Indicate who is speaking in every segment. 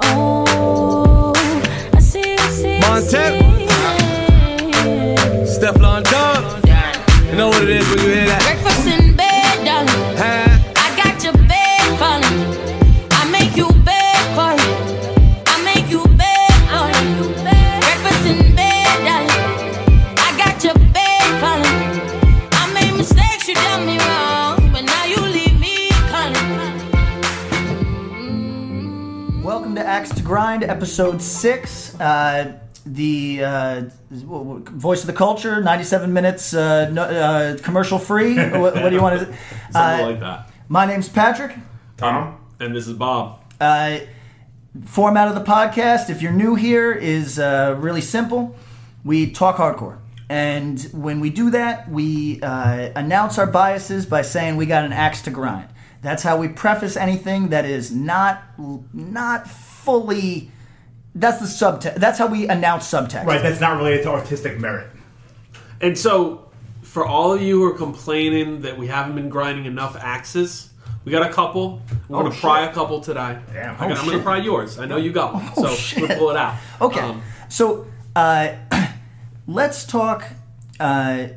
Speaker 1: Oh,
Speaker 2: Montep. Steflon Dog. You know what it is when you hear that.
Speaker 1: Breakfast in bed, darling.
Speaker 2: Huh?
Speaker 1: I got your bed, falling. I make you bed for it. I make you bed for it. Breakfast in bed, darling. I got your bed, falling. I made mistakes, you done me wrong, but now you leave me calling.
Speaker 3: Welcome to Axe to Grind, episode six. Uh, the uh, voice of the culture, ninety-seven minutes, uh, no, uh, commercial free. what, what do you want to? uh,
Speaker 4: Something like that.
Speaker 3: My name's Patrick.
Speaker 4: Tom, and this is Bob.
Speaker 3: Uh, format of the podcast, if you're new here, is uh, really simple. We talk hardcore. And when we do that, we uh, announce our biases by saying we got an axe to grind. That's how we preface anything that is not not fully. That's the subtext. That's how we announce subtext.
Speaker 5: Right, that's not related to artistic merit.
Speaker 4: And so, for all of you who are complaining that we haven't been grinding enough axes, we got a couple. We're
Speaker 3: Oh,
Speaker 4: gonna
Speaker 3: shit.
Speaker 4: pry a couple today.
Speaker 5: Damn.
Speaker 4: I
Speaker 5: Oh,
Speaker 4: am gonna
Speaker 3: shit. Oh,
Speaker 4: pry yours. I know you got one, so
Speaker 3: shit.
Speaker 4: we'll pull it out.
Speaker 3: Okay.
Speaker 4: Um,
Speaker 3: so uh, let's talk. Uh,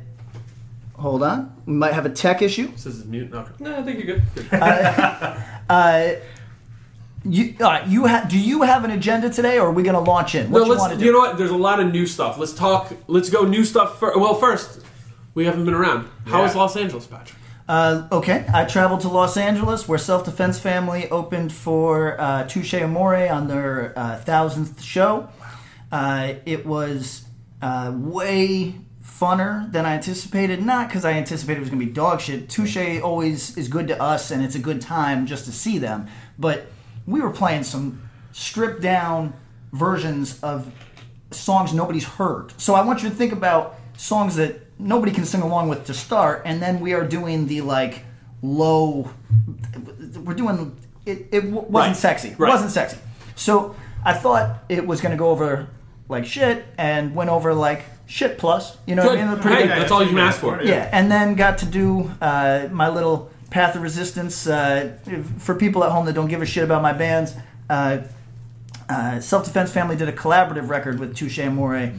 Speaker 3: hold on. We might have a tech issue.
Speaker 4: this is mute. Okay. No, I think you're good. good.
Speaker 3: You, all right, you ha- do you have an agenda today, or are we going to launch in? What
Speaker 4: no,
Speaker 3: you want
Speaker 4: let's.
Speaker 3: to do?
Speaker 4: You, know what? There's a lot of new stuff. Let's talk. Let's go new stuff. Fir- well, first, we haven't been around. How
Speaker 5: Yeah.
Speaker 4: is Los Angeles, Patrick?
Speaker 3: uh, okay, I traveled to Los Angeles, where Self Defense Family opened for uh, Touche Amore on their uh, thousandth show. Uh, it was uh, way funner than I anticipated. Not because I anticipated it was going to be dog shit. Touche always is good to us, and it's a good time just to see them. But we were playing some stripped down versions of songs nobody's heard. So I want you to think about songs that nobody can sing along with to start, and then we are doing the like low. We're doing it. It w- wasn't
Speaker 4: Right.
Speaker 3: sexy. It
Speaker 4: Right.
Speaker 3: Wasn't sexy. So I thought it was going to go over like shit, and went over like shit plus. You know
Speaker 4: Good.
Speaker 3: what I mean? Pretty
Speaker 4: Hey,
Speaker 3: good.
Speaker 4: that's all you can ask for.
Speaker 3: Yeah, and then got to do uh, my little path of resistance uh, for people at home that don't give a shit about my bands. Uh, uh, Self Defense Family did a collaborative record with Touche Amore,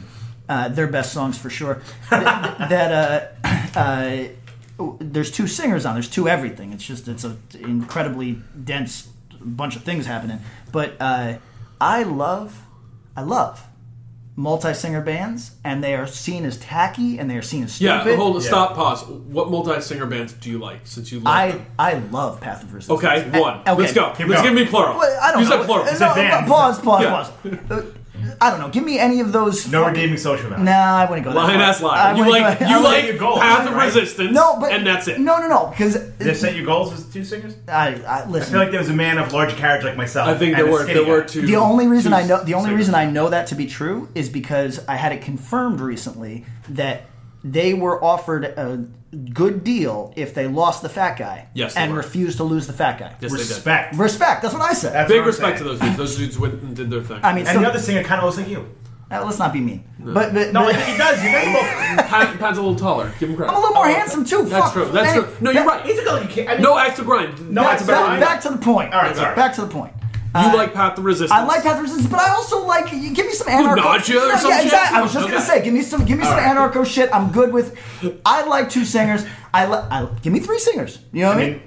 Speaker 3: uh, their best songs for sure. that that, uh, uh, there's two singers on. There's two everything. It's just it's a incredibly dense bunch of things happening. But uh, I love, I love multi-singer bands, and they are seen as tacky and they are seen as
Speaker 4: Yeah.
Speaker 3: stupid.
Speaker 4: Hold. Stop. Pause. What multi-singer bands do you like? Since you like
Speaker 3: I
Speaker 4: them?
Speaker 3: I love Path of Resistance.
Speaker 4: Okay,
Speaker 3: A-
Speaker 4: one.
Speaker 3: Uh, okay.
Speaker 4: Let's go.
Speaker 5: Keep
Speaker 4: Let's
Speaker 5: going.
Speaker 4: give me plural.
Speaker 3: Well, I don't
Speaker 4: you
Speaker 3: know.
Speaker 4: said plural.
Speaker 3: Uh,
Speaker 5: said
Speaker 3: no,
Speaker 5: bands.
Speaker 3: Pause. Pause.
Speaker 4: Yeah.
Speaker 3: Pause. Uh, I don't know. Give me any of those.
Speaker 5: No
Speaker 3: fucking-
Speaker 5: redeeming social value.
Speaker 3: Nah, I wouldn't go. that
Speaker 4: Lion
Speaker 3: far.
Speaker 4: ass
Speaker 3: I
Speaker 4: liar. You
Speaker 3: wouldn't
Speaker 4: like
Speaker 3: go-
Speaker 4: you
Speaker 3: I
Speaker 4: like
Speaker 3: wouldn't-
Speaker 5: your goal,
Speaker 4: Path of
Speaker 5: right?
Speaker 4: Resistance.
Speaker 3: No, but
Speaker 4: and that's it.
Speaker 3: No, no, no. Because
Speaker 5: They set your goals as two singers? I
Speaker 3: I, I listen.
Speaker 5: feel like there was a man of large carriage like myself.
Speaker 4: I think
Speaker 5: and
Speaker 4: there
Speaker 5: a
Speaker 4: were
Speaker 5: skinny
Speaker 4: there were
Speaker 5: guy.
Speaker 4: two.
Speaker 3: the only reason
Speaker 4: two
Speaker 3: I know the only
Speaker 4: singers.
Speaker 3: reason I know that to be true is because I had it confirmed recently that they were offered a good deal if they lost the fat guy
Speaker 4: Yes, they
Speaker 3: and
Speaker 4: were.
Speaker 3: refused to lose the fat guy.
Speaker 4: Yes, they did.
Speaker 5: Respect.
Speaker 3: Respect. That's what I said.
Speaker 5: That's
Speaker 4: Big
Speaker 5: what I'm
Speaker 4: respect to
Speaker 5: saying.
Speaker 4: those dudes. Those dudes went and did their thing.
Speaker 3: I mean,
Speaker 5: And
Speaker 3: so-
Speaker 5: the other singer kind of looks like you.
Speaker 3: uh, let's not be mean. But, but
Speaker 5: No, I
Speaker 3: but-
Speaker 5: think he does. You guys both.
Speaker 4: Pat, Pat's a little taller. Give him credit.
Speaker 3: I'm a little more handsome too.
Speaker 4: That's
Speaker 3: Fuck.
Speaker 4: true. That's
Speaker 3: Hey,
Speaker 4: true. No, you're
Speaker 3: back-
Speaker 4: right.
Speaker 5: He's a girl you can't. I mean,
Speaker 4: no acts of grind.
Speaker 5: No,
Speaker 3: Back,
Speaker 5: it's about
Speaker 3: back, back to the point.
Speaker 5: All right, sorry.
Speaker 3: Back to the point.
Speaker 4: you like Path of Resistance.
Speaker 3: I like Path of Resistance, but I also like you give me some anarcho.
Speaker 4: Nadia or
Speaker 3: No,
Speaker 4: some
Speaker 3: yeah,
Speaker 4: shit?
Speaker 3: exactly. I was just
Speaker 4: Okay.
Speaker 3: gonna say, give me some, give me some anarcho shit. I'm good with. I like two singers. I like. I, give me three singers. You know what I mean?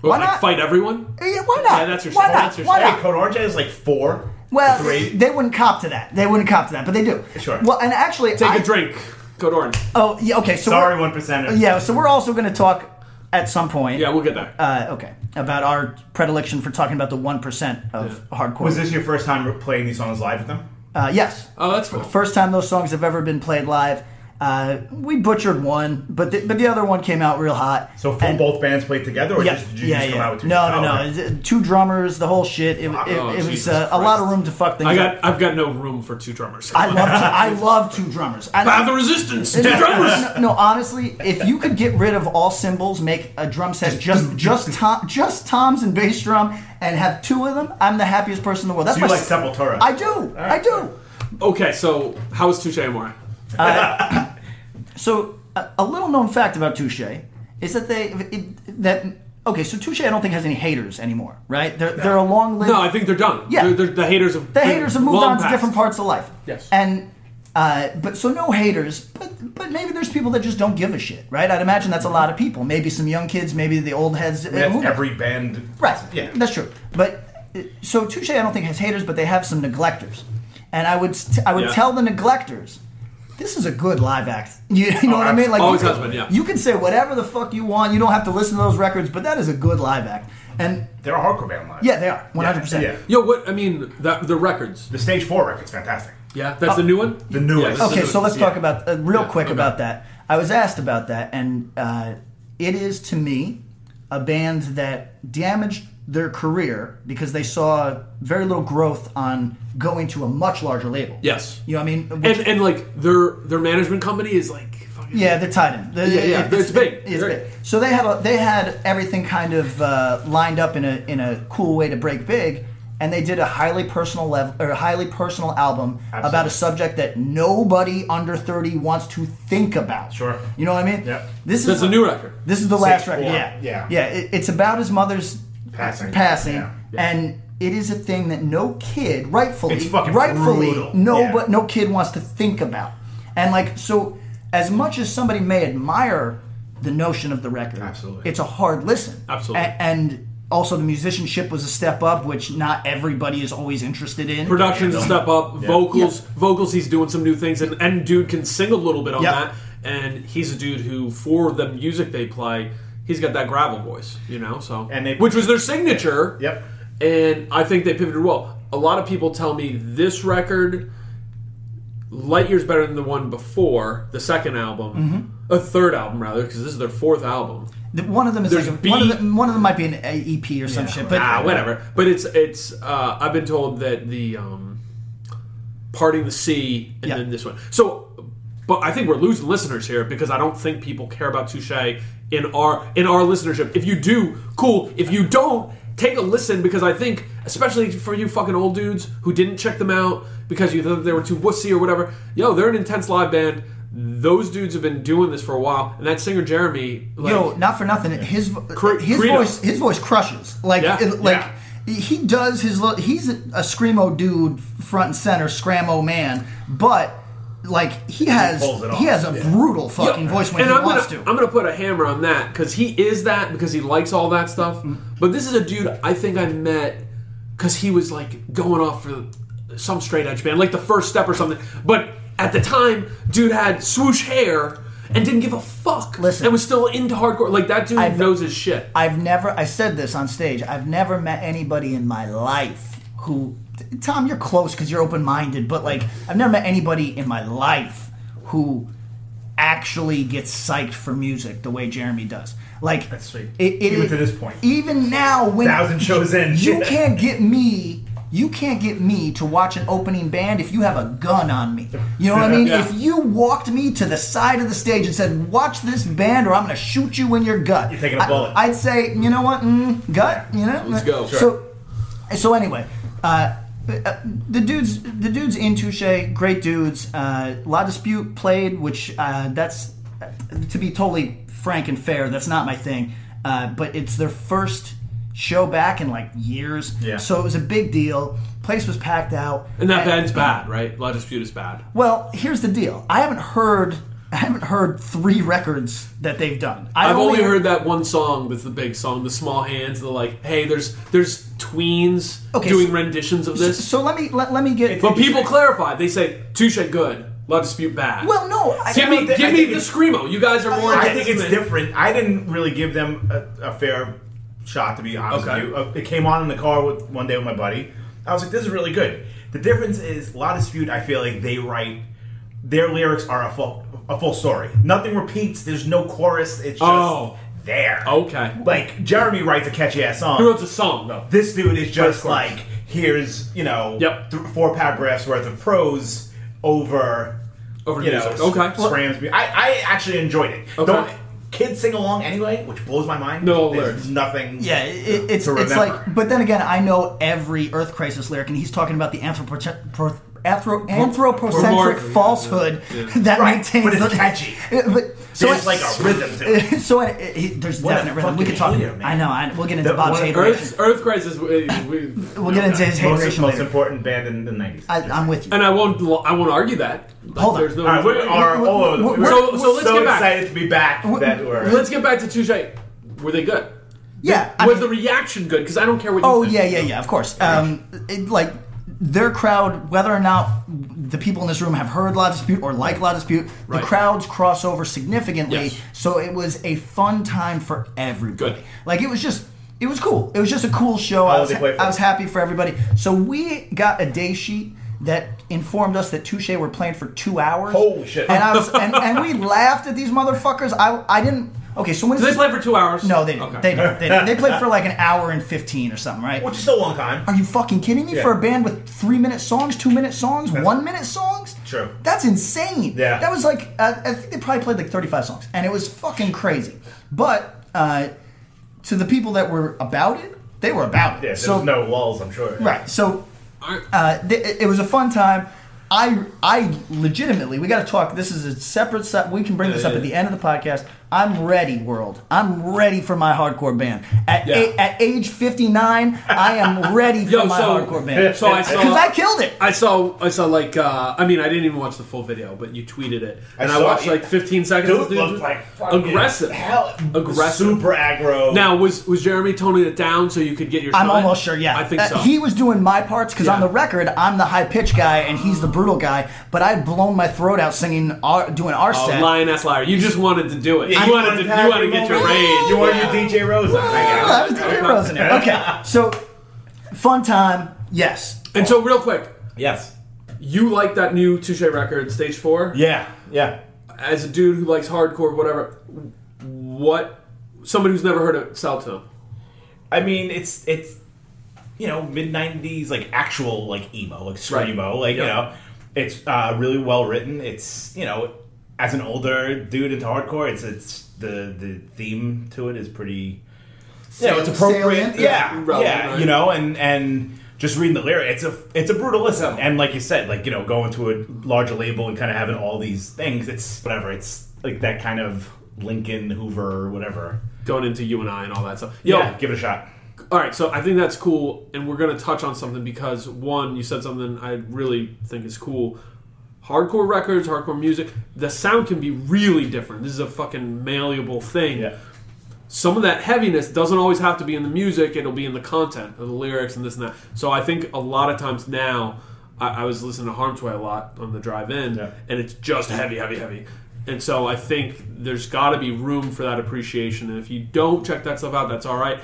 Speaker 4: What,
Speaker 3: why
Speaker 4: like,
Speaker 3: not? Eh,
Speaker 4: Fight everyone.
Speaker 3: Yeah, why not?
Speaker 4: Yeah, that's your
Speaker 3: why
Speaker 4: shit.
Speaker 3: not?
Speaker 4: That's your
Speaker 3: why
Speaker 4: shit.
Speaker 3: not?
Speaker 5: Hey, Code Orange is like four.
Speaker 3: Well,
Speaker 5: three.
Speaker 3: they wouldn't cop to that. They wouldn't cop to that, but they do.
Speaker 5: Sure.
Speaker 3: Well, and actually,
Speaker 4: Take
Speaker 3: I-
Speaker 4: a drink. Code Orange.
Speaker 3: Oh, yeah. Okay. So
Speaker 5: Sorry,
Speaker 3: we're-
Speaker 5: one percenter.
Speaker 3: Yeah. So we're also gonna talk at some point.
Speaker 4: Yeah, we'll get there.
Speaker 3: Uh, okay. About our predilection for talking about the one percent of hardcore.
Speaker 5: Was this your first time playing these songs live with them?
Speaker 3: Uh, yes.
Speaker 4: oh, that's cool.
Speaker 3: First time those songs have ever been played live. Uh, we butchered one, but the, but the other one came out real hot.
Speaker 5: So full
Speaker 3: And-
Speaker 5: both bands played together, or
Speaker 3: Yeah,
Speaker 5: just, did you
Speaker 3: yeah,
Speaker 5: just come
Speaker 3: yeah.
Speaker 5: out with two?
Speaker 3: no, no,
Speaker 5: Oh,
Speaker 3: no.
Speaker 5: okay.
Speaker 3: It's, uh, Two drummers, the whole shit. It, it,
Speaker 4: Oh,
Speaker 3: it was
Speaker 4: Jesus
Speaker 3: uh, a lot of
Speaker 4: Christ.
Speaker 3: room to fuck things
Speaker 4: I
Speaker 3: up.
Speaker 4: got I've got no room for two drummers.
Speaker 3: I love, two, I love two drummers. I
Speaker 4: Path of Resistance. Two
Speaker 3: no,
Speaker 4: drummers.
Speaker 3: no, no, honestly, if you could get rid of all cymbals, make a drum set just just tom, just toms and bass drum, and have two of them, I'm the happiest person in the world. That's
Speaker 5: You
Speaker 3: my
Speaker 5: like Sepultura.
Speaker 3: I do.
Speaker 5: right.
Speaker 3: I do.
Speaker 4: Okay, so how was Touche Amore?
Speaker 3: So a, a little known fact about Touche is that they it, that okay. So Touche, I don't think has any haters anymore, right? They're they're a long lived.
Speaker 4: No, I think they're done.
Speaker 3: Yeah.
Speaker 4: They're- they're- the haters have
Speaker 3: the haters have moved
Speaker 4: long
Speaker 3: on to
Speaker 4: past.
Speaker 3: different parts of life.
Speaker 4: Yes.
Speaker 3: And uh, but so no haters, but but maybe there's people that just don't give a shit, right? I'd imagine
Speaker 4: Mm-hmm.
Speaker 3: that's a lot of people. Maybe some young kids, maybe the old heads. uh,
Speaker 5: That's
Speaker 3: who knows?
Speaker 5: every band.
Speaker 3: Right.
Speaker 5: Yeah.
Speaker 3: That's true. But uh, so Touche, I don't think has haters, but they have some neglectors, and I would t- I would
Speaker 4: Yeah.
Speaker 3: tell the neglectors, this is a good live act. You, you know
Speaker 5: Oh,
Speaker 3: what I mean? Like
Speaker 4: always
Speaker 3: you
Speaker 4: has
Speaker 3: can-
Speaker 4: been, yeah.
Speaker 3: You can say whatever the fuck you want. You don't have to listen to those records, but that is a good live act. And
Speaker 5: They're a hardcore band live.
Speaker 3: yeah, they are 100. percent
Speaker 5: Yeah.
Speaker 4: Yo, what I mean, that, the records.
Speaker 5: The stage four record's fantastic.
Speaker 4: Yeah, that's the new one.
Speaker 5: The newest.
Speaker 4: Yeah, this is
Speaker 3: Oh. Okay,
Speaker 4: the-
Speaker 3: so let's talk
Speaker 5: yeah.
Speaker 3: about uh, real quick
Speaker 4: okay.
Speaker 3: about that. I was asked about that, and uh, it is to me a band that damaged their career because they saw very little growth on going to a much larger label.
Speaker 4: Yes.
Speaker 3: you know what I mean. Which-
Speaker 4: and and like their their management company is like fucking
Speaker 3: yeah, they're tied in. They're-
Speaker 4: Yeah, yeah, it's big.
Speaker 3: It's
Speaker 4: Very.
Speaker 3: big. So they had a, they had everything kind of uh, lined up in a in a cool way to break big, and they did a highly personal level or a highly personal album about a subject that nobody under thirty wants to think about.
Speaker 5: Sure.
Speaker 3: you know what I mean?
Speaker 5: Yep.
Speaker 3: This
Speaker 4: That's
Speaker 3: is
Speaker 4: a new record.
Speaker 3: This is the last
Speaker 5: Same
Speaker 3: record.
Speaker 5: form.
Speaker 3: Yeah,
Speaker 5: Yeah.
Speaker 3: yeah. It, it's about his mother's
Speaker 5: Passing.
Speaker 3: passing,
Speaker 5: Yeah.
Speaker 3: and it is a thing that no kid, rightfully,
Speaker 5: It's fucking
Speaker 3: rightfully,
Speaker 5: brutal.
Speaker 3: no,
Speaker 5: Yeah.
Speaker 3: but no kid wants to think about. And like, so as much as somebody may admire the notion of the record,
Speaker 5: Absolutely.
Speaker 3: it's a hard listen.
Speaker 4: Absolutely.
Speaker 3: A- and also, the musicianship was a step up, which not everybody is always interested in.
Speaker 4: production's a step up.
Speaker 5: Yeah.
Speaker 4: Vocals, vocals, he's doing some new things, and and dude can sing a little bit on
Speaker 3: Yep.
Speaker 4: that. And he's a dude who, for the music they play, he's got that gravel voice, you know. So
Speaker 5: And they-
Speaker 4: which was their signature.
Speaker 5: Yep.
Speaker 4: And I think they pivoted well. A lot of people tell me this record, light years better than the one before the second album,
Speaker 5: Mm-hmm.
Speaker 4: a third album rather, because this is their fourth album.
Speaker 3: The- One of them is
Speaker 4: There's
Speaker 3: like a- one, of
Speaker 4: beat-
Speaker 3: them, one of them might be an EP or some shit, but
Speaker 4: ah, whatever. But it's it's. Uh, I've been told that the um, parting the sea and
Speaker 3: Yeah.
Speaker 4: then this one. So, but I think we're losing listeners here because I don't think people care about Touche in our in our listenership. If you do, cool. If you don't, take a listen because I think, especially for you fucking old dudes who didn't check them out because you thought they were too wussy or whatever. Yo, they're an intense live band. Those dudes have been doing this for a while, and that singer Jeremy, like,
Speaker 3: Yo, not for nothing. His vo-
Speaker 4: Cre-
Speaker 3: his
Speaker 4: Credo.
Speaker 3: voice his voice crushes. Like
Speaker 4: Yeah,
Speaker 3: it- like
Speaker 5: yeah.
Speaker 3: he does his lo- he's a, a screamo dude front and center scrammo man, but like he has
Speaker 5: pulls it
Speaker 3: he
Speaker 5: off.
Speaker 3: has a brutal fucking
Speaker 4: Yeah.
Speaker 3: voice when
Speaker 4: and
Speaker 3: he
Speaker 4: I'm
Speaker 3: wants
Speaker 4: gonna,
Speaker 3: to.
Speaker 4: I'm gonna put a hammer on that because he is that because he likes all that stuff.
Speaker 3: Mm.
Speaker 4: But this is a dude I think I met because he was like going off for some straight edge band, like the first step or something. But at the time, dude had swoosh hair and didn't give a fuck.
Speaker 3: Listen.
Speaker 4: and was still into hardcore. Like that dude
Speaker 3: I've-
Speaker 4: knows his shit.
Speaker 3: I've never I said this on stage. I've never met anybody in my life who Tom, you're close because you're open minded, but like I've never met anybody in my life who actually gets psyched for music the way Jeremy does. Like
Speaker 5: That's sweet.
Speaker 3: It, it,
Speaker 5: Even to this point.
Speaker 3: even now when
Speaker 5: Thousand shows in.
Speaker 3: you
Speaker 5: Yeah.
Speaker 3: can't get me. You can't get me to watch an opening band if you have a gun on me. You know what I mean?
Speaker 4: Yeah.
Speaker 3: If you walked me to the side of the stage and said, "Watch this band, or I'm going to shoot you in your gut,"
Speaker 5: You're taking a bullet.
Speaker 3: I, would say, you know what, mm, gut. You know,
Speaker 4: Let's go.
Speaker 3: So, so anyway, uh, uh, the dudes, the dudes in Touche, great dudes. Uh, La Dispute played, which uh, that's to be totally frank and fair, that's not my thing. Uh, but it's their first show back in like years,
Speaker 5: Yeah.
Speaker 3: so it was a big deal. Place was packed out,
Speaker 4: And that band's bad, right? Law dispute is bad.
Speaker 3: well, here's the deal. I haven't heard. I haven't heard three records that they've done. I
Speaker 4: I've only, heard that one song that's the big song, the small hands, the like, hey, there's there's tweens
Speaker 3: Okay,
Speaker 4: doing
Speaker 3: so-
Speaker 4: renditions of
Speaker 3: So,
Speaker 4: this.
Speaker 3: so let me let, let me get.
Speaker 4: But people clarify. They say Touche good, Love Dispute bad.
Speaker 3: Well, no. I,
Speaker 4: give
Speaker 5: I
Speaker 4: me
Speaker 5: think-
Speaker 4: give
Speaker 5: I
Speaker 4: me
Speaker 5: think
Speaker 4: the
Speaker 5: it's-
Speaker 4: screamo. You guys are more.
Speaker 5: I
Speaker 4: into
Speaker 5: think
Speaker 4: this
Speaker 5: it's
Speaker 4: than-
Speaker 5: different. I didn't really give them a, a fair shot, to be honest
Speaker 4: Okay.
Speaker 5: with you. Uh, It came on in the car with, one day with my buddy. I was like, "This is really good." The difference is, a lot of dispute. I feel like they write their lyrics are a full a full story. Nothing repeats. There's no chorus. It's just
Speaker 4: Oh.
Speaker 5: there.
Speaker 4: Okay.
Speaker 5: Like Jeremy writes a catchy ass song.
Speaker 4: Who wrote the song though?
Speaker 5: this dude is just
Speaker 4: First chorus.
Speaker 5: like here's you know
Speaker 4: Yep.
Speaker 5: th- four paragraphs worth of prose over
Speaker 4: Over
Speaker 5: you
Speaker 4: music.
Speaker 5: know
Speaker 4: Okay.
Speaker 5: s- Scrams me. I, I actually enjoyed it.
Speaker 4: Okay.
Speaker 5: Don't kids sing along anyway, which blows my mind.
Speaker 4: No
Speaker 5: There's
Speaker 4: lyrics.
Speaker 5: nothing.
Speaker 3: Yeah, it, it's
Speaker 5: to
Speaker 3: it's
Speaker 5: remember.
Speaker 3: like. But then again, I know every Earth Crisis lyric, and he's talking about the anthropo- pro- anthro- anthropocentric
Speaker 4: Mormorph.
Speaker 3: falsehood
Speaker 4: Yeah.
Speaker 3: that
Speaker 5: Right,
Speaker 3: maintains.
Speaker 5: but it's
Speaker 3: the-
Speaker 5: catchy.
Speaker 3: Yeah, but-
Speaker 5: There's like a rhythm to it.
Speaker 3: so uh, he, there's
Speaker 5: What a
Speaker 3: definite rhythm. We
Speaker 5: fucking
Speaker 3: could talk.
Speaker 5: hater, man.
Speaker 3: I know. I, we'll get into
Speaker 5: The-
Speaker 3: Bob's
Speaker 5: what-
Speaker 3: hate
Speaker 4: Earth,
Speaker 3: rating.
Speaker 4: Earth Crisis. We, we,
Speaker 3: We'll get into his hate
Speaker 5: Most,
Speaker 3: rating
Speaker 5: most
Speaker 3: later.
Speaker 5: important band in the nineties.
Speaker 3: I, I'm with you.
Speaker 4: and I won't. I won't argue that. Like,
Speaker 3: Hold on.
Speaker 4: there's no-
Speaker 5: All right, we are
Speaker 3: we're-
Speaker 5: all over. the-
Speaker 3: we're-
Speaker 5: We're
Speaker 4: so- so let's get back.
Speaker 5: excited to be back. That we're
Speaker 4: Let's get back to Touche. Were they good?
Speaker 3: yeah. I
Speaker 4: was
Speaker 3: mean-
Speaker 4: the reaction good? Because I don't care what. You
Speaker 3: Oh
Speaker 4: think.
Speaker 3: yeah, yeah, yeah. Of course. Um, it, like their crowd, whether or not the people in this room have heard Law Dispute or like Law Dispute,
Speaker 4: Right.
Speaker 3: the crowds cross over significantly.
Speaker 4: Yes.
Speaker 3: So it was a fun time for everybody.
Speaker 4: Good.
Speaker 3: Like it was just. It was cool. It was just a cool show. I
Speaker 5: long
Speaker 3: was,
Speaker 5: did they play for?
Speaker 3: I was happy for everybody. So we got a day sheet that informed us that Touche were playing for two hours.
Speaker 5: Holy shit.
Speaker 3: And I was and, and we laughed at these motherfuckers. I I didn't. Okay, so when
Speaker 4: Did they play for two hours?
Speaker 3: No, they didn't.
Speaker 4: Okay.
Speaker 3: They, didn't. they didn't. They played for like an hour and fifteen or something, right?
Speaker 5: which is still a long time.
Speaker 3: Are you fucking kidding me?
Speaker 5: Yeah.
Speaker 3: For a band with three minute songs, two minute songs, one minute songs?
Speaker 5: True.
Speaker 3: That's insane.
Speaker 5: Yeah.
Speaker 3: That was like, uh, I think they probably played like 35 songs, and it was fucking crazy. But uh, to the people that were about it, they were about it.
Speaker 5: Yeah, there's
Speaker 3: so,
Speaker 5: no walls. I'm sure.
Speaker 3: Right. So
Speaker 4: Alright.
Speaker 3: uh, th- it- it was a fun time. I I legitimately we got to talk. This is a separate. se- We can bring this up at the end of the podcast. I'm ready, world. I'm ready for my hardcore band. At
Speaker 4: Yeah.
Speaker 3: a- at age 59, I am ready for
Speaker 4: Yo,
Speaker 3: my
Speaker 4: so-
Speaker 3: hardcore band.
Speaker 4: So I saw.
Speaker 3: Because I killed it.
Speaker 4: I saw, I saw like, uh, I mean, I didn't even watch the full video, but you tweeted it, and I,
Speaker 5: saw
Speaker 4: watched
Speaker 5: it.
Speaker 4: like 15 seconds.
Speaker 5: Dude
Speaker 4: of the
Speaker 5: looked like fucking
Speaker 4: aggressive,
Speaker 5: hell,
Speaker 4: aggressive,
Speaker 5: super aggro.
Speaker 4: Now, was was Jeremy toning it down so you could get your?
Speaker 3: I'm
Speaker 4: shine?
Speaker 3: almost sure, yeah.
Speaker 4: I think
Speaker 3: Uh,
Speaker 4: so.
Speaker 3: He was doing my parts because on
Speaker 4: Yeah.
Speaker 3: the record, I'm the high pitch guy and he's the brutal guy. But I'd blown my throat out singing, our, doing our
Speaker 4: oh,
Speaker 3: set.
Speaker 4: lioness liar. You just wanted to do it.
Speaker 5: Yeah,
Speaker 4: you wanted to,
Speaker 5: have
Speaker 4: you wanted to get your
Speaker 5: moment.
Speaker 4: rage.
Speaker 5: You want your DJ Rose on. I
Speaker 3: Yeah,
Speaker 5: got
Speaker 3: I
Speaker 5: it.
Speaker 3: was doing Rose in it. Okay, so fun time. Yes,
Speaker 4: and so, real quick,
Speaker 5: Yes.
Speaker 4: you like that new Touche record, Stage Four?
Speaker 5: Yeah. Yeah.
Speaker 4: As a dude who likes hardcore, whatever, what somebody who's never heard of sell to? 'em.
Speaker 5: I mean, it's it's you know mid '90s like actual like emo, like
Speaker 4: Right.
Speaker 5: screamo, like you
Speaker 4: Yeah.
Speaker 5: know, it's uh, really well written. It's you know, as an older dude into hardcore, it's it's the the theme to it is pretty. Yeah, it's appropriate.
Speaker 3: Salient.
Speaker 5: Yeah,
Speaker 4: Relevant,
Speaker 5: yeah,
Speaker 4: right.
Speaker 5: you know, and and just reading the lyric, it's a it's a brutal listen.
Speaker 4: Yeah.
Speaker 5: And like you said, like you know, going to a larger label and kind of having all these things, it's whatever. It's like that kind of Lincoln Hoover, whatever.
Speaker 4: Going into you and I and all that stuff. Yo,
Speaker 5: yeah, give it a shot.
Speaker 4: All right, so I think that's cool, and we're going to touch on something because one, you said something I really think is cool. Hardcore records, hardcore music, the sound can be really different. This is a fucking malleable thing.
Speaker 5: Yeah.
Speaker 4: Some of that heaviness doesn't always have to be in the music, it'll be in the content, the lyrics, and this and that. So I think a lot of times now, I, I was listening to Harm's Way a lot on the drive in,
Speaker 5: Yeah.
Speaker 4: and it's just heavy, heavy, heavy. And so I think there's got to be room for that appreciation. And if you don't check that stuff out, that's all right.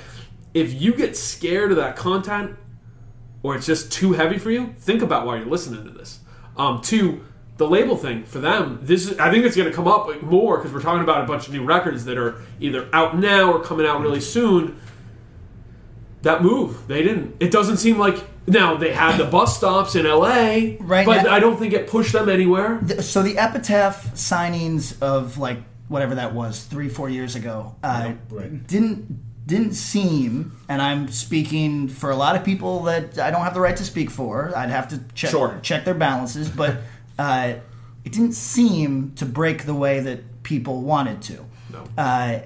Speaker 4: If you get scared of that content or it's just too heavy for you, think about why you're listening to this. Um, two, the label thing for them. This is, I think it's going to come up more because we're talking about a bunch of new records that are either out now or coming out really soon that move. They didn't. It doesn't seem like now they had the bus stops in L.A.
Speaker 3: Right
Speaker 4: but
Speaker 3: now-
Speaker 4: I don't think it pushed them anywhere.
Speaker 3: so the epitaph signings of like whatever that was three four years ago uh,
Speaker 5: right.
Speaker 3: didn't didn't seem and i'm speaking for a lot of people that i don't have the right to speak for i'd have to check
Speaker 4: Sure.
Speaker 3: check their balances but uh, it didn't seem to break the way that people wanted to
Speaker 4: No.
Speaker 3: uh,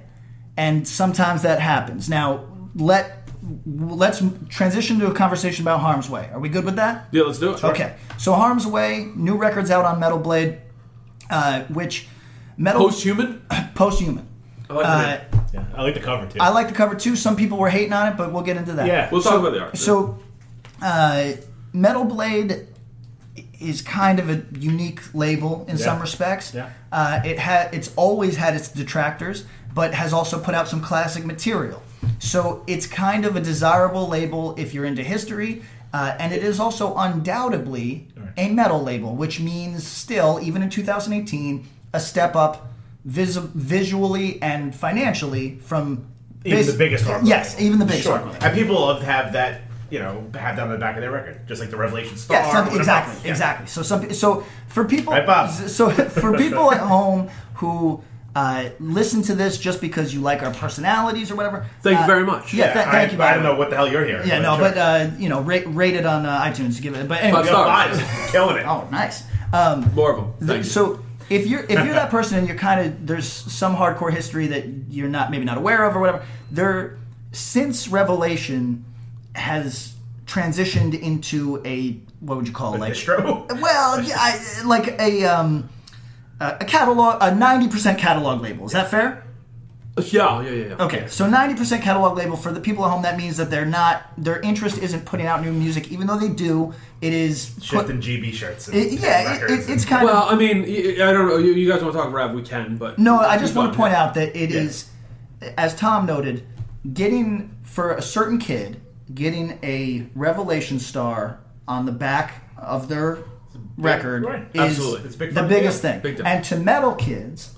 Speaker 3: and sometimes that happens now let let's transition to a conversation about harm's way are we good with that
Speaker 4: yeah, let's do it.
Speaker 3: Okay, so Harm's Way, new records out on Metal Blade, uh, which Metal
Speaker 4: Post human.
Speaker 3: Posthuman.
Speaker 4: I like
Speaker 3: Uh,
Speaker 4: the name.
Speaker 5: Yeah, I like the cover too.
Speaker 3: I like the cover too. Some people were hating on it, but we'll get into that.
Speaker 5: Yeah.
Speaker 4: We'll
Speaker 5: so-
Speaker 4: talk about the art.
Speaker 3: So, uh, Metal Blade is kind of a unique label in some respects.
Speaker 5: Yeah.
Speaker 3: Uh, it had it's always had its detractors, but has also put out some classic material. So it's kind of a desirable label if you're into history, uh, and it is also undoubtedly a metal label, which means still, even in 2018, a step up vis- visually and financially from
Speaker 5: Even the biggest hardcore
Speaker 3: Yes,
Speaker 5: label.
Speaker 3: even the biggest
Speaker 5: Sure.
Speaker 3: hardcore label.
Speaker 5: And people love to have that, you know, have that on the back of their record, just like the Revelation Star.
Speaker 3: Yeah, some,
Speaker 5: whatever.
Speaker 3: exactly,
Speaker 5: Yeah.
Speaker 3: exactly. So some, so for people,
Speaker 5: Right, Bob?
Speaker 3: so for people at home who uh, listen to this just because you like our personalities or whatever,
Speaker 4: Thank you
Speaker 3: uh,
Speaker 4: very much.
Speaker 3: Yeah, tha-
Speaker 5: I,
Speaker 3: thank you. by
Speaker 5: I
Speaker 3: the
Speaker 5: don't
Speaker 3: way.
Speaker 5: know what the hell you're here.
Speaker 3: Yeah, no,
Speaker 5: sure.
Speaker 3: but uh, you know, rate, rate it on uh, iTunes. Give it, but anyway.
Speaker 4: Five
Speaker 5: You got fives, killing it.
Speaker 3: Oh, nice. Um,
Speaker 4: More of them. Thank you.
Speaker 3: so if you're if you're that person and you're kind of there's some hardcore history that you're not maybe not aware of or whatever there since revelation has transitioned into a what would you call like uh,
Speaker 5: Distro.
Speaker 3: well yeah, I, like a um a a catalog a 90% catalog label is that fair
Speaker 4: Yeah, yeah, yeah. yeah.
Speaker 3: Okay, so 90% catalog label for the people at home that means that they're not their interest isn't putting out new music even though they do it is
Speaker 5: Shifting GB shirts. And
Speaker 3: it, yeah, it,
Speaker 5: records
Speaker 3: it,
Speaker 5: and-
Speaker 3: it's kind
Speaker 4: Well,
Speaker 3: of
Speaker 4: I mean, y- I don't know. You, you guys want to talk rap? We can, but
Speaker 3: No, I just want to
Speaker 4: Yeah.
Speaker 3: point out that it is, as Tom noted, getting for a certain kid, getting a Revelation star on the back of their record
Speaker 5: right.
Speaker 3: is
Speaker 4: Absolutely.
Speaker 5: It's big
Speaker 3: the
Speaker 5: time.
Speaker 3: biggest
Speaker 5: Yeah.
Speaker 3: thing.
Speaker 4: Big time.
Speaker 3: and to metal kids,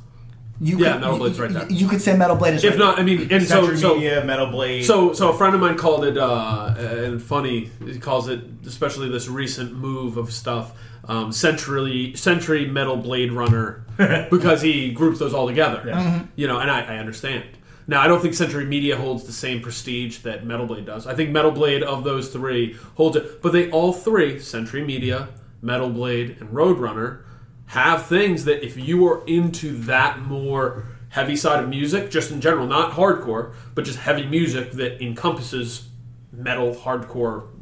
Speaker 3: you
Speaker 4: Yeah,
Speaker 3: could,
Speaker 4: Metal Blade's right
Speaker 3: you-
Speaker 4: there.
Speaker 3: You could say Metal Blade is
Speaker 4: If
Speaker 3: right
Speaker 4: not, I mean, and so
Speaker 5: Century
Speaker 4: so
Speaker 5: Media, Metal Blade.
Speaker 4: So, so a friend of mine called it, uh, and funny, he calls it, especially this recent move of stuff, um, century, century metal Blade Runner, because he groups those all together.
Speaker 5: Mm-hmm.
Speaker 4: You know, and I, I understand. Now, I don't think Century Media holds the same prestige that Metal Blade does. I think Metal Blade of those three holds it, but they all three, Century Media, Metal Blade, and Roadrunner, have things that if you are into that more heavy side of music, just in general, not hardcore, but just heavy music that encompasses metal, hardcore,
Speaker 3: It-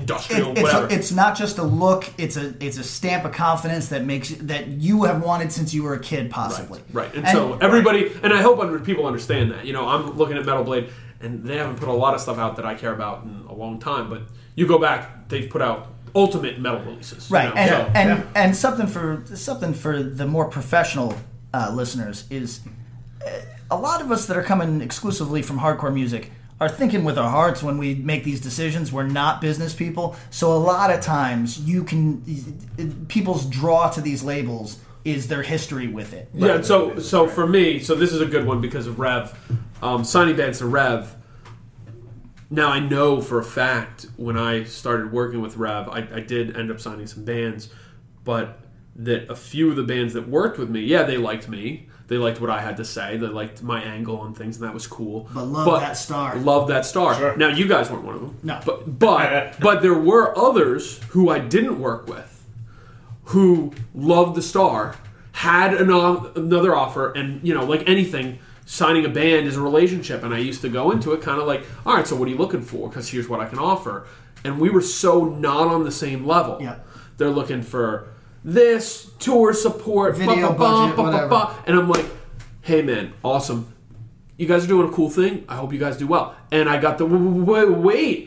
Speaker 4: industrial,
Speaker 3: it's,
Speaker 4: whatever.
Speaker 3: it's not just a look; it's a it's a stamp of confidence that makes that you have wanted since you were a kid, possibly.
Speaker 4: right. And, so everybody, and I hope under, people understand that. You know, I'm looking at Metal Blade, and they haven't put a lot of stuff out that I care about in a long time, but you go back, they've put out ultimate metal releases. you
Speaker 3: right
Speaker 4: know,
Speaker 3: and,
Speaker 4: so-
Speaker 3: and, and something for something for the more professional uh, listeners is uh, a lot of us that are coming exclusively from hardcore music are thinking with our hearts when we make these decisions we're not business people so a lot of times you can people's draw to these labels is their history with it
Speaker 4: Yeah, so so for me, so this is a good one because of Rev, um, signing bands to Rev. Now I know for a fact when I started working with Rev, I, I did end up signing some bands, but that a few of the bands that worked with me, yeah, they liked me. They liked what I had to say. They liked my angle on things, and that was cool.
Speaker 3: But love that star.
Speaker 4: Love that star.
Speaker 5: Sure.
Speaker 4: Now you guys weren't one of them.
Speaker 3: No.
Speaker 4: But but but there were others who I didn't work with who loved the star had an, another offer and you know like anything signing a band is a relationship and i used to go into it kind of like all right so what are you looking for because here's what i can offer and we were so not on the same level
Speaker 3: Yeah.
Speaker 4: they're looking for this tour support
Speaker 3: Video budget, whatever.
Speaker 4: and i'm like hey man awesome you guys are doing a cool thing i hope you guys do well and i got the wait, wait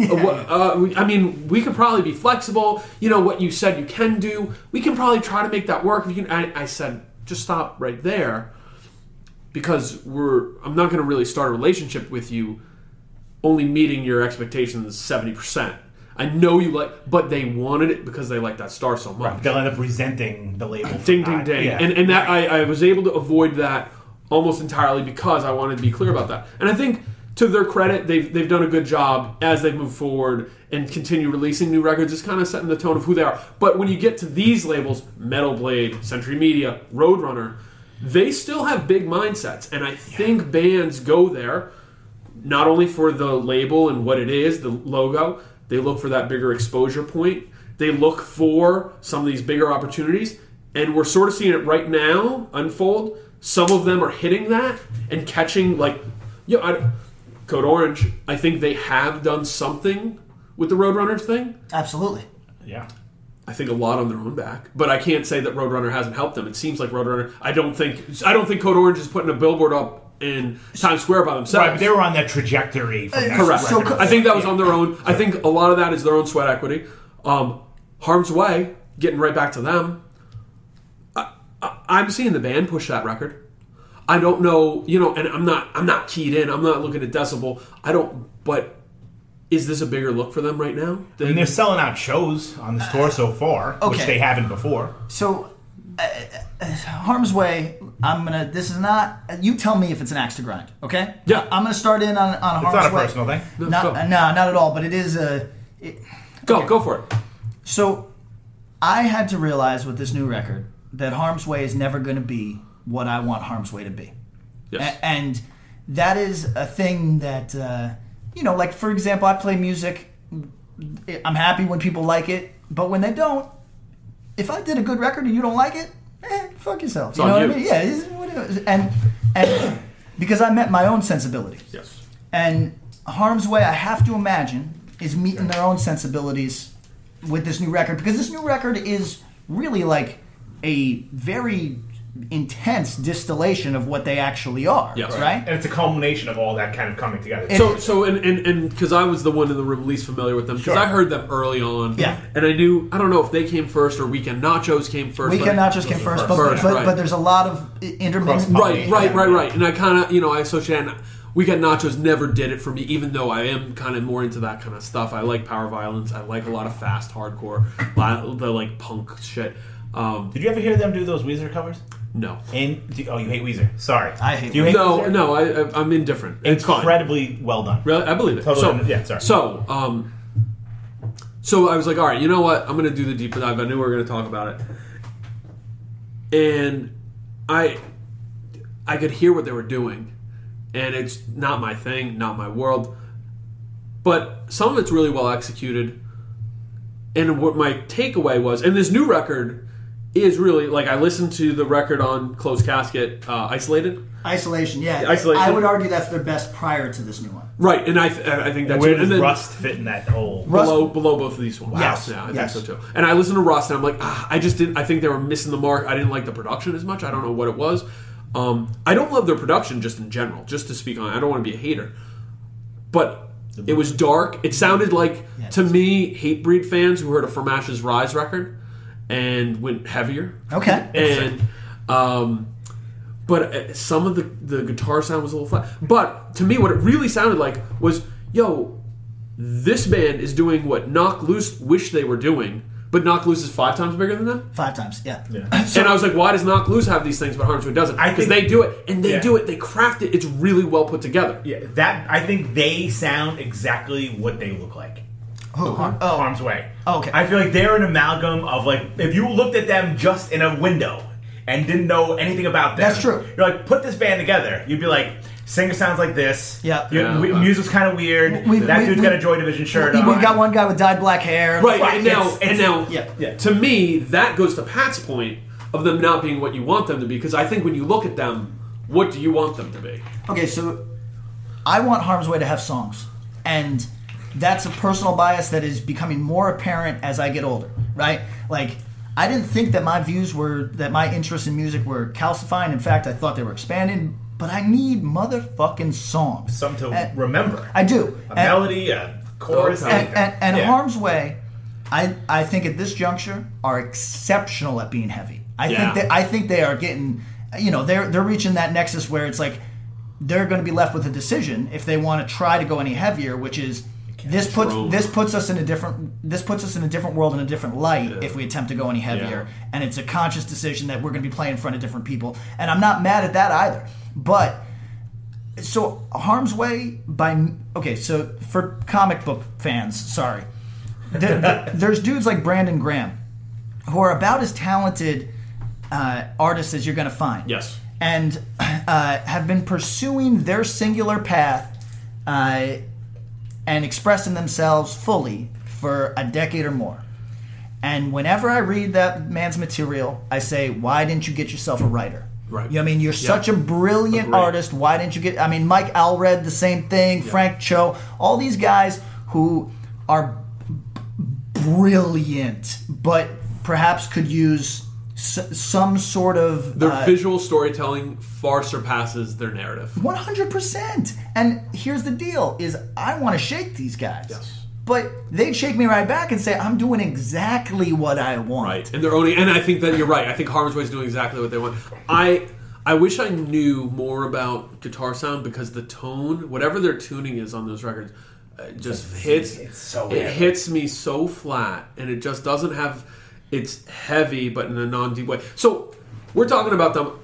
Speaker 4: uh, wha- uh, we- I mean, we could probably be flexible. You know what you said you can do. We can probably try to make that work. If you, can. I, I said, just stop right there, because we're. I'm not going to really start a relationship with you, only meeting your expectations seventy percent. I know you like, but they wanted it because they like that star so much
Speaker 5: they'll end up resenting the label. for
Speaker 4: ding ding
Speaker 5: not-
Speaker 4: ding
Speaker 5: Yeah.
Speaker 4: and, and that I, I was able to avoid that almost entirely because i wanted to be clear about that and i think to their credit they've, they've done a good job as they move forward and continue releasing new records it's kind of setting the tone of who they are but when you get to these labels metal blade century media roadrunner they still have big mindsets and i think bands go there not only for the label and what it is, the logo, they look for that bigger exposure point. They look for some of these bigger opportunities, and we're sort of seeing it right now unfold. Some of them are hitting that and catching like, yeah, I, Code Orange. I think they have done something with the Roadrunners thing.
Speaker 3: absolutely
Speaker 5: yeah.
Speaker 4: I think a lot on their own back, but I can't say that Roadrunner hasn't helped them. It seems like Roadrunner. I don't think I don't think Code Orange is putting a billboard up in Times Square by themselves.
Speaker 5: Right, but they were on that trajectory. From that
Speaker 4: Correct.
Speaker 5: record.
Speaker 3: Uh, So-
Speaker 4: I think that was on their own. I think a lot of that is their own sweat equity. Um, harm's way, getting right back to them. I, I, I'm seeing the band push that record. I don't know, you know, and I'm not, I'm not keyed in. I'm not looking at decibel. I don't, but is this a bigger look for them right now?
Speaker 5: I mean, they're selling out shows on this tour so far,
Speaker 3: okay.
Speaker 5: which they haven't before.
Speaker 3: so uh, uh, harm's way i'm gonna this is not you tell me if it's an axe to grind okay
Speaker 4: Yeah.
Speaker 3: i'm gonna start in on, on
Speaker 5: It's
Speaker 3: harm's
Speaker 5: not a
Speaker 3: way
Speaker 5: personal thing.
Speaker 3: Not,
Speaker 4: go.
Speaker 3: uh, no, not at all. But it is a. It,
Speaker 4: Go, go for it.
Speaker 3: so, I had to realize with this new record that Harm's Way is never going to be what I want Harm's Way to be,
Speaker 4: Yes.
Speaker 3: A- and that is a thing that uh, you know. Like for example, I play music. I'm happy when people like it, but when they don't, if I did a good record and you don't like it, eh, fuck yourself.
Speaker 4: on
Speaker 3: you know
Speaker 4: you.
Speaker 3: what I mean? Yeah, it's whatever. And and because I met my own sensibilities.
Speaker 4: Yes.
Speaker 3: And Harm's Way, I have to imagine, is meeting their own sensibilities with this new record because this new record is really like a very intense distillation of what they actually are.
Speaker 4: Yes.
Speaker 3: Right.
Speaker 5: And it's a culmination of all that kind of coming together.
Speaker 4: So, so, and and and because I was the one in the room least familiar with them, because
Speaker 5: Sure.
Speaker 4: I heard them early on,
Speaker 3: Yeah.
Speaker 4: and I knew I don't know if they came first or Weekend Nachos came first.
Speaker 3: Weekend
Speaker 4: but-
Speaker 3: Nachos came
Speaker 5: Those are
Speaker 3: first, but,
Speaker 4: first,
Speaker 3: but,
Speaker 4: right.
Speaker 3: but there's a lot of i- intermittent.
Speaker 4: right,
Speaker 5: Yeah.
Speaker 4: right, right, right. And I kind of, you know, I associate. And Weekend Nachos never did it for me, even though I am kind of more into that kind of stuff. I like power violence. I like a lot of fast hardcore, li- the like punk shit. Um,
Speaker 5: Did you ever hear them do those Weezer covers?
Speaker 4: no,
Speaker 5: And do, oh, you hate Weezer. Sorry,
Speaker 3: I hate
Speaker 5: Do you hate
Speaker 4: no,
Speaker 5: Weezer?
Speaker 4: no. I, I, I'm indifferent. It's fine.
Speaker 5: Incredibly well done.
Speaker 4: Really, I believe it.
Speaker 5: Totally
Speaker 4: So
Speaker 5: under- yeah, sorry.
Speaker 4: So, um, so I was like, all right, you know what? I'm going to do the deep dive. I knew we were going to talk about it, and I, I could hear what they were doing, and it's not my thing, not my world, but some of it's really well executed. And what my takeaway was, and this new record is really like I listened to the record on Closed Casket, uh, isolated.
Speaker 3: Isolation, yeah.
Speaker 4: Isolation.
Speaker 3: I would argue that's their best prior to this new one.
Speaker 4: Right, and I, th- I think that's
Speaker 5: Where
Speaker 4: it.
Speaker 5: does
Speaker 4: and then,
Speaker 5: Rust fit in that whole?
Speaker 3: Rust-
Speaker 4: below below both of these ones.
Speaker 3: Yes.
Speaker 4: Yeah, I
Speaker 3: Yes.
Speaker 4: think so too. And I listened to Rust, and I'm like, ah, I just didn't. I think they were missing the mark. I didn't like the production as much. I don't know what it was. Um, I don't love their production just in general. Just to speak on, it. I don't want to be a hater, but it was dark. It sounded like to me hate breed fans who heard a From Ashes Rise record and went heavier.
Speaker 3: Okay.
Speaker 4: And um, but uh, some of the the guitar sound was a little flat. But to me, what it really sounded like was, yo, this band is doing what Knock Loose wish they were doing, but Knock Loose is five times bigger than them.
Speaker 3: Five times, yeah.
Speaker 4: and I was like, why does Knock Loose have these things, but Harm's Way doesn't?
Speaker 5: I
Speaker 4: Because
Speaker 5: think-
Speaker 4: they do it, and they
Speaker 5: Yeah.
Speaker 4: do it. They craft it. It's really well put together.
Speaker 5: Yeah, that I think they sound exactly what they look like.
Speaker 3: Who? Har- Oh,
Speaker 5: Harm's way.
Speaker 3: Okay.
Speaker 5: I feel like they're an amalgam of like if you looked at them just in a window and didn't know anything about them.
Speaker 3: That's true.
Speaker 5: You're like, put this band together. You'd be like, singer sounds like this.
Speaker 3: Yeah.
Speaker 5: Your
Speaker 4: Yeah.
Speaker 5: w- music's kind of weird.
Speaker 3: We've-
Speaker 5: that
Speaker 3: we-
Speaker 5: dude's
Speaker 3: we-
Speaker 5: got a Joy Division shirt
Speaker 3: we
Speaker 5: on.
Speaker 3: got one guy with dyed black hair.
Speaker 4: Right,
Speaker 5: Right,
Speaker 4: and now,
Speaker 5: it's- it's-
Speaker 4: and now,
Speaker 3: yeah,
Speaker 5: yeah.
Speaker 4: to me, that goes to Pat's point of them not being what you want them to be. Because I think when you look at them, what do you want them to be?
Speaker 3: Okay, so I want Harm's Way to have songs, and that's a personal bias that is becoming more apparent as I get older. Right? Like, I didn't think that my views were that my interests in music were calcifying. In fact, I thought they were expanding. But I need motherfucking songs.
Speaker 5: Something to
Speaker 3: And-
Speaker 5: remember.
Speaker 3: Uh, I do.
Speaker 5: A
Speaker 3: And-
Speaker 5: melody, a chorus,
Speaker 4: Okay.
Speaker 5: anything.
Speaker 3: and, and, and
Speaker 5: Yeah.
Speaker 3: harm's way I, I think at this juncture are exceptional at being heavy i
Speaker 4: Yeah.
Speaker 3: think that i think they are getting you know they're they're reaching that nexus where it's like they're going to be left with a decision if they want to try to go any heavier which is this puts
Speaker 4: True.
Speaker 3: this puts us in a different this puts us in a different world in a different light if we attempt to go any heavier
Speaker 4: Yeah.
Speaker 3: and it's a conscious decision that we're going to be playing in front of different people and i'm not mad at that either but so harm's way by okay so for comic book fans sorry there, there- there's dudes like brandon graham who are about as talented uh, artists as you're going to find
Speaker 4: Yes.
Speaker 3: and uh, have been pursuing their singular path uh, and expressing themselves fully for a decade or more and whenever I read that man's material, I say, why didn't you get yourself a writer?
Speaker 4: Right.
Speaker 3: You know what I mean? You're such a brilliant
Speaker 4: Agreed.
Speaker 3: artist. Why didn't you get? I mean, Mike Alred, the same thing. Frank Cho, all these guys who are brilliant, but perhaps could use s- some sort of
Speaker 4: Their
Speaker 3: uh,
Speaker 4: visual storytelling far surpasses their narrative.
Speaker 3: 100%. And here's the deal is I want to shake these guys.
Speaker 4: Yes.
Speaker 3: But they'd shake me right back and say, I'm doing exactly what I want.
Speaker 4: Right. And they're only and I think that you're right. I think Harm's Way is doing exactly what they want. I I wish I knew more about guitar sound because the tone, whatever their tuning is on those records, uh, just hits
Speaker 5: it's so
Speaker 4: it
Speaker 5: weird.
Speaker 4: hits me so flat and it just doesn't have it's heavy but in a non-deep way. So, we're talking about them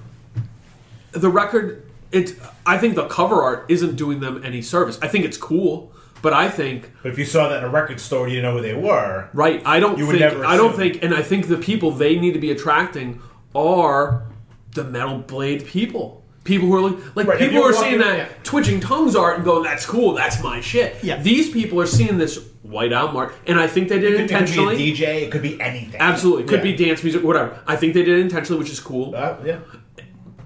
Speaker 4: the record it's I think the cover art isn't doing them any service. I think it's cool, but I think
Speaker 5: But if you saw that in a record store, you didn't know who they were.
Speaker 4: Right. I don't
Speaker 5: You would
Speaker 4: think
Speaker 5: never
Speaker 4: I don't
Speaker 5: assume.
Speaker 4: think and I think the people they need to be attracting are the metal blade people. people who are like, like
Speaker 5: Right, if
Speaker 4: people
Speaker 5: you
Speaker 4: who are
Speaker 5: walk
Speaker 4: seeing
Speaker 5: in-
Speaker 4: that
Speaker 5: yeah.
Speaker 4: twitching tongues art and going, "That's cool, that's my shit."
Speaker 3: Yeah.
Speaker 4: These people are seeing this white out mark, and I think they did it
Speaker 5: It could be
Speaker 4: intentionally.
Speaker 5: a DJ. It could be anything.
Speaker 4: Absolutely, could be
Speaker 5: Yeah.
Speaker 4: dance music, whatever. I think they did it intentionally, which is cool.
Speaker 5: Uh, yeah.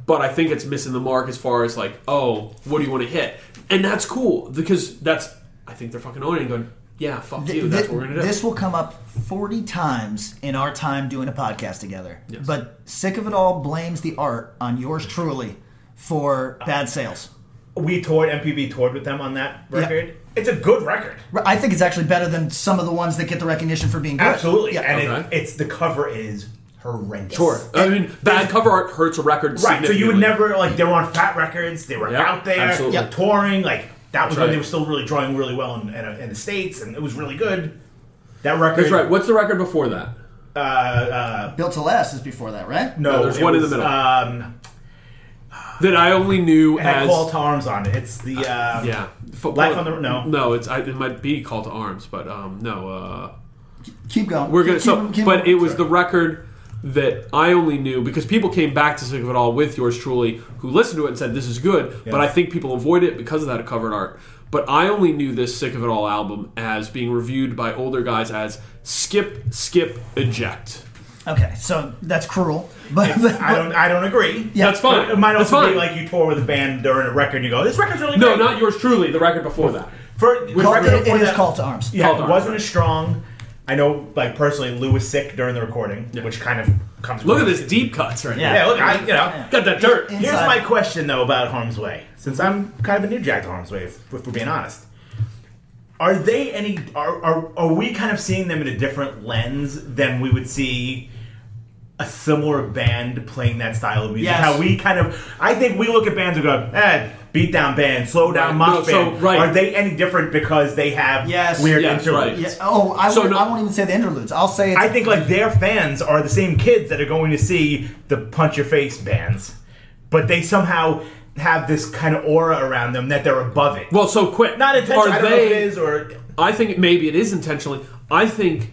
Speaker 4: but I think it's missing the mark as far as like, oh, what do you want to hit? And that's cool because that's I think they're fucking owning and going, yeah, fuck
Speaker 3: Th-
Speaker 4: you. That's
Speaker 3: th-
Speaker 4: what we're gonna do.
Speaker 3: This will come up 40 times in our time doing a podcast together. But Sick of It All blames the art on yours truly for
Speaker 4: Uh,
Speaker 3: bad sales.
Speaker 5: We toured. MPB toured with them on that record. It's a good record.
Speaker 3: R- I think it's actually better than some of the ones that get the recognition for being good.
Speaker 5: Absolutely.
Speaker 3: Yeah.
Speaker 5: And
Speaker 4: Okay.
Speaker 5: it, it's the cover is horrendous.
Speaker 4: Sure. I mean, bad cover art hurts a record.
Speaker 5: Right. So you would
Speaker 4: significantly.
Speaker 5: never like they were on Fat Records. They were
Speaker 4: Yeah,
Speaker 5: out there
Speaker 4: absolutely.
Speaker 3: Yeah.
Speaker 5: touring. Like that was
Speaker 4: That's
Speaker 5: when
Speaker 4: right.
Speaker 5: they were still really drawing really well in, in, in the states, and it was really good. That record.
Speaker 4: That's right. What's the record before that?
Speaker 5: Uh, uh,
Speaker 3: Built to Last is before that, right?
Speaker 5: no,
Speaker 4: No, there's
Speaker 5: Oh, it
Speaker 4: one in the
Speaker 5: was,
Speaker 4: middle.
Speaker 5: Um,
Speaker 4: That I only knew
Speaker 5: it had
Speaker 4: as Uh,
Speaker 5: Call to Arms on it. It's the um,
Speaker 4: yeah. Football.
Speaker 5: Life on the no.
Speaker 4: No, it's I, it might be Call to Arms, but um, no. Uh,
Speaker 3: Keep going.
Speaker 4: We're gonna
Speaker 3: Keep-
Speaker 4: so,
Speaker 3: keep- keep-
Speaker 4: but it was the record that I only knew because people came back to Sick of It All with yours truly, who listened to it and said this is good. But I think people avoid it because of that covered art. But I only knew this Sick of It All album as being reviewed by older guys as skip, skip, eject.
Speaker 3: Okay, so that's cruel. But, but
Speaker 5: I don't. I don't agree.
Speaker 3: Yeah.
Speaker 4: That's fine.
Speaker 5: It might
Speaker 4: That's
Speaker 5: also
Speaker 4: fine.
Speaker 5: be like you tour with a band during a record. and You go, this record's really
Speaker 4: no,
Speaker 5: great.
Speaker 4: not yours truly. The record before that.
Speaker 5: For, the
Speaker 3: Well,
Speaker 5: record
Speaker 3: it-
Speaker 5: before
Speaker 3: it is
Speaker 5: that-
Speaker 3: Call to Arms.
Speaker 5: Yeah,
Speaker 4: Call to
Speaker 5: it
Speaker 4: Arms,
Speaker 5: wasn't
Speaker 4: right.
Speaker 5: as strong. I know, like personally, Lou was sick during the recording, which kind of comes.
Speaker 4: Look at this deep cuts right
Speaker 3: Yeah.
Speaker 4: now.
Speaker 5: Yeah, look, I you know.
Speaker 4: Got that dirt.
Speaker 3: Yeah.
Speaker 5: Here's
Speaker 3: Inside.
Speaker 5: my question though about Harm's Way, since I'm kind of a new Jack to Harm's Way, if, if we're being honest. Are they any? Are, are are we kind of seeing them in a different lens than we would see a similar band playing that style of music?
Speaker 3: Yes.
Speaker 5: How we kind of, I think we look at bands and go, eh, beat down band, slow down
Speaker 4: Right.
Speaker 5: mosh
Speaker 4: No, so,
Speaker 5: band.
Speaker 4: right.
Speaker 5: Are they any different because they have
Speaker 3: Yes.
Speaker 5: weird
Speaker 4: Yes,
Speaker 5: interludes?
Speaker 4: right.
Speaker 3: yeah, oh, I,
Speaker 4: So
Speaker 3: won't-
Speaker 4: no-
Speaker 3: I won't even say the interludes. I'll say it's
Speaker 5: I think like their fans are the same kids that are going to see the punch your face bands, but they somehow have this kind of aura around them that they're above it.
Speaker 4: Well, so quick.
Speaker 5: not intentional.
Speaker 4: Are
Speaker 5: I don't know
Speaker 4: they?
Speaker 5: if it is or
Speaker 4: I think maybe it is intentionally. I think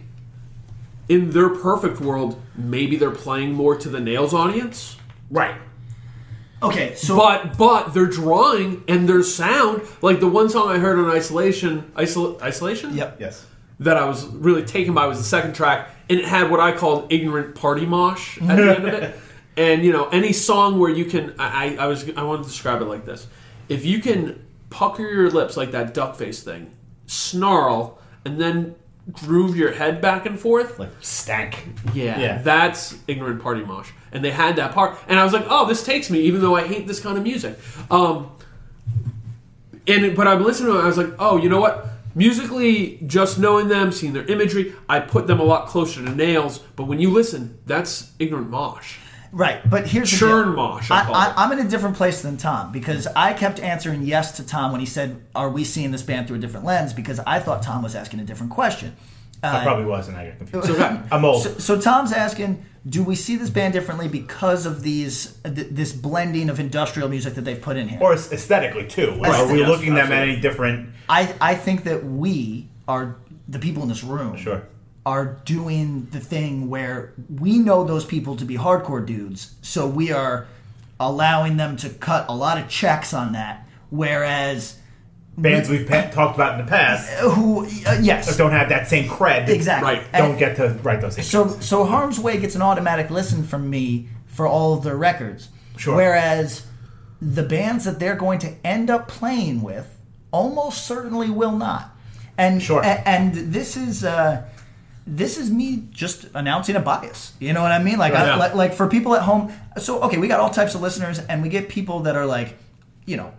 Speaker 4: in their perfect world, maybe they're playing more to the nails audience.
Speaker 5: right.
Speaker 3: okay. So
Speaker 4: But but they're drawing and their sound, like the one song I heard on Isolation, Isol- Isolation,
Speaker 3: Yep.
Speaker 5: Yes.
Speaker 4: that I was really taken by was the second track, and it had what I called ignorant party mosh at the end of it. And you know, any song where you can, I, I, I was, I wanted to describe it like this: if you can pucker your lips like that duck face thing, snarl, and then groove your head back and forth,
Speaker 5: Like stank.
Speaker 4: yeah,
Speaker 5: Yeah.
Speaker 4: that's ignorant party mosh, and they had that part, and I was like, oh, this takes me, even though I hate this kind of music. Um, and but I'm listening to it, I was like, oh, you know what? Musically, just knowing them, seeing their imagery, I put them a lot closer to nails. But when you listen, that's ignorant mosh.
Speaker 3: Right, but here's the
Speaker 4: Churn
Speaker 3: deal.
Speaker 4: mosh, I
Speaker 3: I,
Speaker 4: call it.
Speaker 3: I, I'm in a different place than Tom because I kept answering yes to Tom when he said, "Are we seeing this band through a different lens?" Because I thought Tom was asking a different question. Uh,
Speaker 5: I probably was, and I got confused.
Speaker 4: okay.
Speaker 5: I'm old.
Speaker 3: So, so Tom's asking, "Do we see this band differently because of these th- this blending of industrial music that they've put in here?"
Speaker 5: or it's aesthetically too. Like,
Speaker 3: Right,
Speaker 5: Are we
Speaker 3: yes,
Speaker 5: looking them at
Speaker 4: absolutely.
Speaker 5: any different?
Speaker 3: I I think that we are the people in this room.
Speaker 5: Sure.
Speaker 3: Are doing the thing where we know those people to be hardcore dudes, so we are allowing them to cut a lot of checks on that. Whereas
Speaker 5: Bands we've pa- talked about in the past
Speaker 3: who uh, yes
Speaker 5: don't have that same cred.
Speaker 3: exactly
Speaker 4: Right.
Speaker 3: And
Speaker 5: Don't get to write those.
Speaker 3: so
Speaker 5: So
Speaker 3: so harm's way gets an automatic listen from me for all of their records
Speaker 5: Sure.
Speaker 3: whereas the bands that they're going to end up playing with almost certainly will not and
Speaker 5: Sure.
Speaker 3: a- and, this is uh this is me just announcing a bias. You know what I mean? Like, I,
Speaker 4: Yeah.
Speaker 3: like, like for people at home. So, okay, we got all types of listeners, and we get people that are like, you know,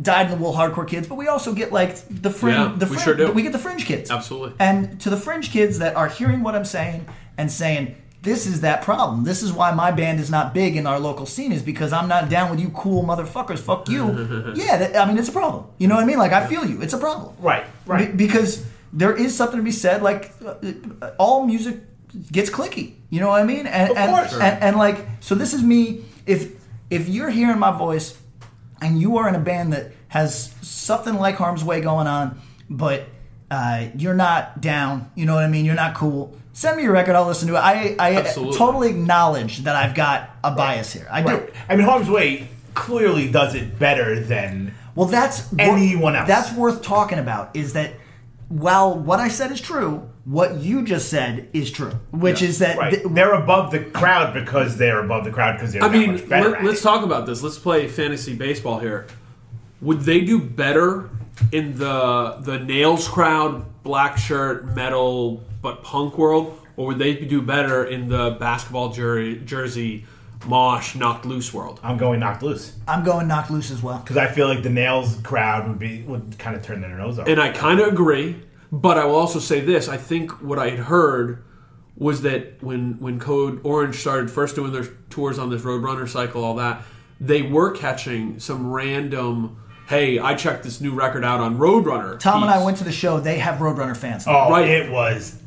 Speaker 3: dyed in the wool hardcore kids, but we also get like the fringe.
Speaker 4: Yeah,
Speaker 3: the
Speaker 4: we
Speaker 3: fringe,
Speaker 4: sure do.
Speaker 3: We get the fringe kids.
Speaker 4: Absolutely.
Speaker 3: And to the fringe kids that are hearing what I'm saying and saying, this is that problem. This is why my band is not big in our local scene is because I'm not down with you cool motherfuckers. Fuck you. yeah, that, I mean, it's a problem. You know what I mean? Like, I feel you. It's a problem.
Speaker 5: Right, right.
Speaker 3: Be- because there is something to be said. Like, uh, uh, all music gets clicky. You know what I mean? And,
Speaker 5: Of
Speaker 3: and,
Speaker 5: course.
Speaker 3: And, and like, so this is me. If if you're hearing my voice and you are in a band that has something like harm's way going on, but uh, you're not down, you know what I mean? You're not cool. Send me your record. I'll listen to it. I, I
Speaker 4: Absolutely.
Speaker 3: totally acknowledge that I've got a bias here. I do.
Speaker 5: I mean, Harm's Way clearly does it better than
Speaker 3: Well, that's wor-
Speaker 5: Anyone else.
Speaker 3: That's worth talking about. Is that while what I said is true, what you just said is true, which is that
Speaker 5: right.
Speaker 3: th-
Speaker 5: they're above the crowd because they're above the crowd because they're.
Speaker 4: I
Speaker 5: that
Speaker 4: mean,
Speaker 5: much better
Speaker 4: let,
Speaker 5: at
Speaker 4: let's
Speaker 5: it.
Speaker 4: talk about this. Let's play fantasy baseball here. Would they do better in the the nails crowd, black shirt, metal, but punk world, or would they do better in the basketball jer- jersey, mosh, knocked loose world?
Speaker 5: I'm going knocked loose
Speaker 3: I'm going knocked loose as well.
Speaker 5: because I feel like the nails crowd would be would kind of turn their nose up.
Speaker 4: And I kind of agree, but I will also say this: I think what I had heard was that when when Code Orange started first doing their tours on this Roadrunner cycle, all that they were catching some random. Hey, I checked this new record out on Roadrunner.
Speaker 3: Tom and
Speaker 4: piece."
Speaker 3: I went to the show. They have Roadrunner fans.
Speaker 5: oh,
Speaker 4: right.
Speaker 5: it was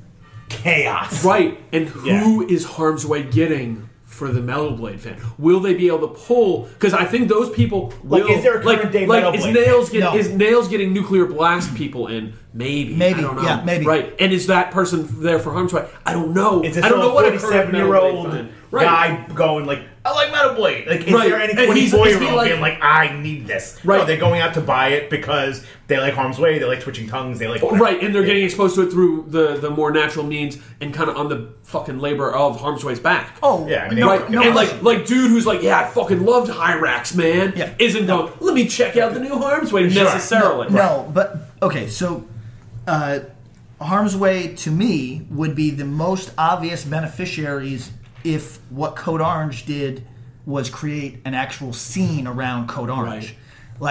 Speaker 5: chaos.
Speaker 4: Right, and who is Harm's Way getting for the Metal Blade fan? Will they be able to pull? Because I think those people will,
Speaker 5: Like, is there a current
Speaker 4: like,
Speaker 5: day
Speaker 4: like,
Speaker 5: Metal
Speaker 4: is
Speaker 5: Blade
Speaker 4: nails
Speaker 5: fan?
Speaker 4: get,
Speaker 3: No.
Speaker 4: is nails getting nuclear blast people in? Maybe,
Speaker 3: Maybe,
Speaker 4: I don't know.
Speaker 3: yeah, maybe.
Speaker 4: Right, and is that person there for Harm's Way? I don't know.
Speaker 5: It's
Speaker 4: I
Speaker 5: just
Speaker 4: don't know
Speaker 5: a
Speaker 4: what a current
Speaker 5: forty-seven
Speaker 4: Metal
Speaker 5: year
Speaker 4: Blade
Speaker 5: old
Speaker 4: fan- right.
Speaker 5: guy going like, "I like Metal Blade." Like, is
Speaker 4: Right.
Speaker 5: there any
Speaker 4: And he's-
Speaker 5: twenty-four year
Speaker 4: is he
Speaker 5: old
Speaker 4: like-
Speaker 5: being like, "I need this"? No,
Speaker 4: Right.
Speaker 5: they're going out to buy it because they like Harm's Way, they like twitching tongues, they like whatever.
Speaker 4: Right, and they're getting exposed to it through the, the more natural means and kind of on the fucking labor of Harm's Way's back.
Speaker 3: Oh,
Speaker 5: Yeah, I mean,
Speaker 3: no,
Speaker 4: right,
Speaker 5: no
Speaker 4: and
Speaker 5: question.
Speaker 4: like, like, dude, who's like, yeah, I fucking loved Hyrax, man.
Speaker 3: Yeah.
Speaker 4: isn't going. Let me check out the new Harm's Way
Speaker 5: Sure.
Speaker 4: necessarily.
Speaker 3: No, but okay. So, uh, harm's way to me would be the most obvious beneficiaries if what Code Orange did was create an actual scene around Code Orange.
Speaker 4: Right.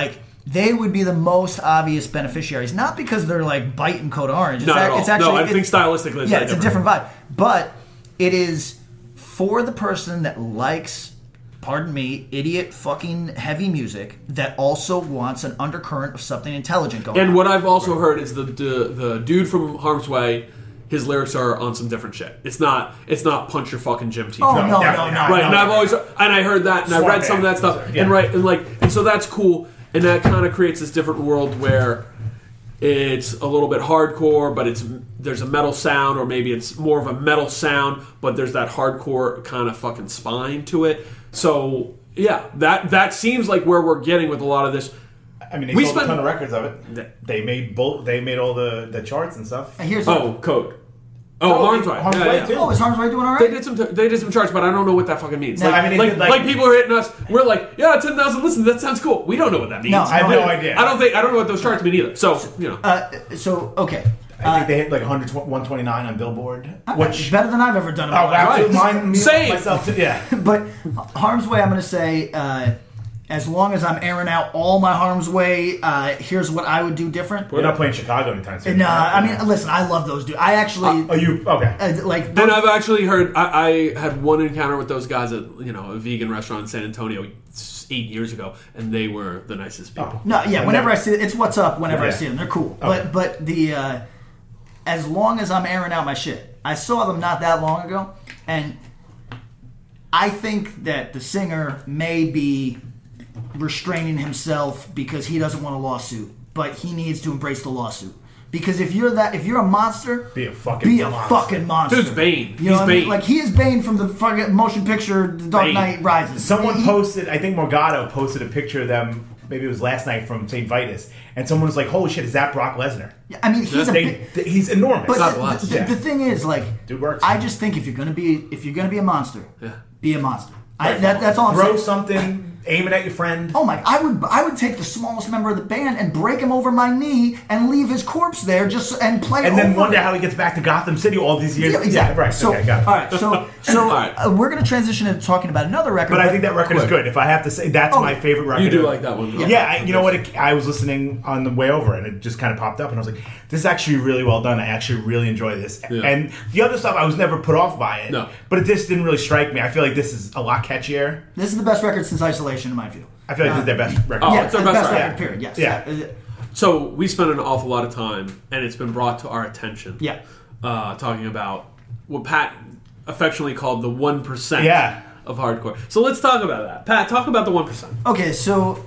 Speaker 3: Like they would be the most obvious beneficiaries, not because they're like biting Code Orange.
Speaker 4: Not
Speaker 3: it's,
Speaker 4: at
Speaker 3: ac-
Speaker 4: all.
Speaker 3: it's actually
Speaker 4: No, I
Speaker 3: it's-
Speaker 4: think stylistically it's
Speaker 3: yeah,
Speaker 4: very
Speaker 3: it's a
Speaker 4: different.
Speaker 3: different vibe, but it is for the person that likes pardon me, idiot fucking heavy music that also wants an undercurrent of something intelligent going
Speaker 4: And
Speaker 3: on.
Speaker 4: what I've also heard is the, the the dude from Harm's Way, his lyrics are on some different shit. It's not it's not punch your fucking gym teacher.
Speaker 3: Oh, no, no,
Speaker 5: definitely
Speaker 3: no,
Speaker 5: not.
Speaker 3: no.
Speaker 4: right, and I've always and I heard that and I
Speaker 5: Smart
Speaker 4: read some of
Speaker 5: man.
Speaker 4: that stuff
Speaker 5: Yeah.
Speaker 4: and right and like and so that's cool and that kind of creates this different world where it's a little bit hardcore but it's there's a metal sound or maybe it's more of a metal sound but there's that hardcore kind of fucking spine to it. So yeah, that that seems like where we're getting with a lot of this.
Speaker 5: I mean, they
Speaker 4: We
Speaker 5: sold
Speaker 4: spent-
Speaker 5: a ton of records of it.
Speaker 4: Th-
Speaker 5: they made both. They made all the, the charts and stuff.
Speaker 3: Here's
Speaker 4: Oh, code. Oh,
Speaker 5: Oh,
Speaker 4: Harm's Way.
Speaker 5: Harm's
Speaker 4: Yeah,
Speaker 5: Way
Speaker 4: yeah.
Speaker 5: too.
Speaker 3: Oh, is Harm's Way doing all
Speaker 4: They
Speaker 3: right?
Speaker 4: did some. They did some charts, but I don't know what that fucking means.
Speaker 3: No,
Speaker 4: like,
Speaker 5: I mean, it
Speaker 4: like,
Speaker 5: did, like-
Speaker 4: like people are hitting us. We're like, yeah, ten thousand. Listen, that sounds cool. We don't know what that means.
Speaker 3: No,
Speaker 5: I have
Speaker 3: no,
Speaker 5: no idea.
Speaker 4: I don't think. I don't know what those charts mean either. So you know,
Speaker 3: Uh, so, okay.
Speaker 5: I think they hit like 100, 129 on Billboard. Which
Speaker 3: Better than I've ever done in my
Speaker 5: oh,
Speaker 3: life.
Speaker 5: wow,
Speaker 4: Right.
Speaker 5: dude, mine, me,
Speaker 4: Same.
Speaker 5: myself too. Yeah,
Speaker 3: But Harm's Way, I'm going to say, uh, as long as I'm airing out all my Harm's Way, uh, here's what I would do different.
Speaker 5: we're not playing Chicago anytime soon.
Speaker 3: No, I mean, listen, I love those dudes. I actually,
Speaker 5: oh, you okay?
Speaker 3: uh, like,
Speaker 4: and
Speaker 5: um,
Speaker 4: I've actually heard. I, I had one encounter with those guys at you know a vegan restaurant in San Antonio s- eight years ago, and they were the nicest
Speaker 5: Oh.
Speaker 4: people.
Speaker 3: No, yeah. Whenever
Speaker 5: then-
Speaker 3: I see it's what's up. Whenever I
Speaker 5: Yeah.
Speaker 3: see them, they're cool. But but the uh, as long as I'm airing out my shit, I saw them not that long ago, and I think that the singer may be restraining himself because he doesn't want a lawsuit, but he needs to embrace the lawsuit. Because if you're that, if you're a monster,
Speaker 5: Be a fucking
Speaker 3: be a
Speaker 5: monster.
Speaker 3: fucking monster.
Speaker 4: Dude's Bane.
Speaker 3: You know
Speaker 4: He's
Speaker 3: what I mean?
Speaker 4: Bane.
Speaker 3: Like he is Bane from the fucking motion picture The Dark
Speaker 4: Bane.
Speaker 3: Knight Rises.
Speaker 5: Someone
Speaker 3: He-
Speaker 5: posted, I think Morgado posted a picture of them. Maybe it was last night from St. Vitus, and someone was like, "Holy shit, is that Brock Lesnar?"
Speaker 3: I mean, he's a
Speaker 5: They,
Speaker 3: big-
Speaker 5: th- he's enormous.
Speaker 3: But
Speaker 4: God
Speaker 3: the-
Speaker 4: bless.
Speaker 3: the,
Speaker 5: Yeah.
Speaker 3: the thing is, like,
Speaker 5: Dude works.
Speaker 3: I just think if you're gonna be if you're gonna be a monster,
Speaker 4: Yeah.
Speaker 3: be a monster. I, that, that's all I'm
Speaker 5: Throw
Speaker 3: saying.
Speaker 5: something, aim it at your friend.
Speaker 3: Oh my! I would I would take the smallest member of the band and break him over my knee and leave his corpse there just so- and play.
Speaker 5: and then
Speaker 3: over
Speaker 5: wonder
Speaker 3: it.
Speaker 5: how he gets back to Gotham City all these years.
Speaker 3: Yeah, exactly.
Speaker 5: right.
Speaker 3: So,
Speaker 5: okay, got it.
Speaker 3: all right. So, so
Speaker 4: All right.
Speaker 3: uh, we're gonna transition into talking about another record.
Speaker 5: But I think that record is good. If I have to say, that's
Speaker 3: Oh,
Speaker 5: my favorite record.
Speaker 4: You do
Speaker 5: of-
Speaker 4: like that one? though.
Speaker 5: Yeah, I, you know what? It, I was listening on the way over, and it just kind of popped up, and I was like, "This is actually really well done. I actually really enjoy this."
Speaker 4: Yeah.
Speaker 5: And the other stuff, I was never put off by it.
Speaker 4: No.
Speaker 5: but it just didn't really strike me. I feel like this is a lot catchier.
Speaker 3: this is the best record since Isolation, in my view.
Speaker 5: I feel like this is their best record.
Speaker 4: Oh,
Speaker 3: yeah,
Speaker 4: it's our
Speaker 3: the
Speaker 4: best
Speaker 3: best,
Speaker 4: record.
Speaker 3: record. Period. Yes.
Speaker 5: Yeah.
Speaker 3: Uh,
Speaker 4: So we spent an awful lot of time, and it's been brought to our attention.
Speaker 3: Yeah.
Speaker 4: uh, talking about what Pat affectionately called the one percent.
Speaker 5: Yeah.
Speaker 4: Of hardcore. So let's talk about that. Pat, talk about the one percent.
Speaker 3: Okay. So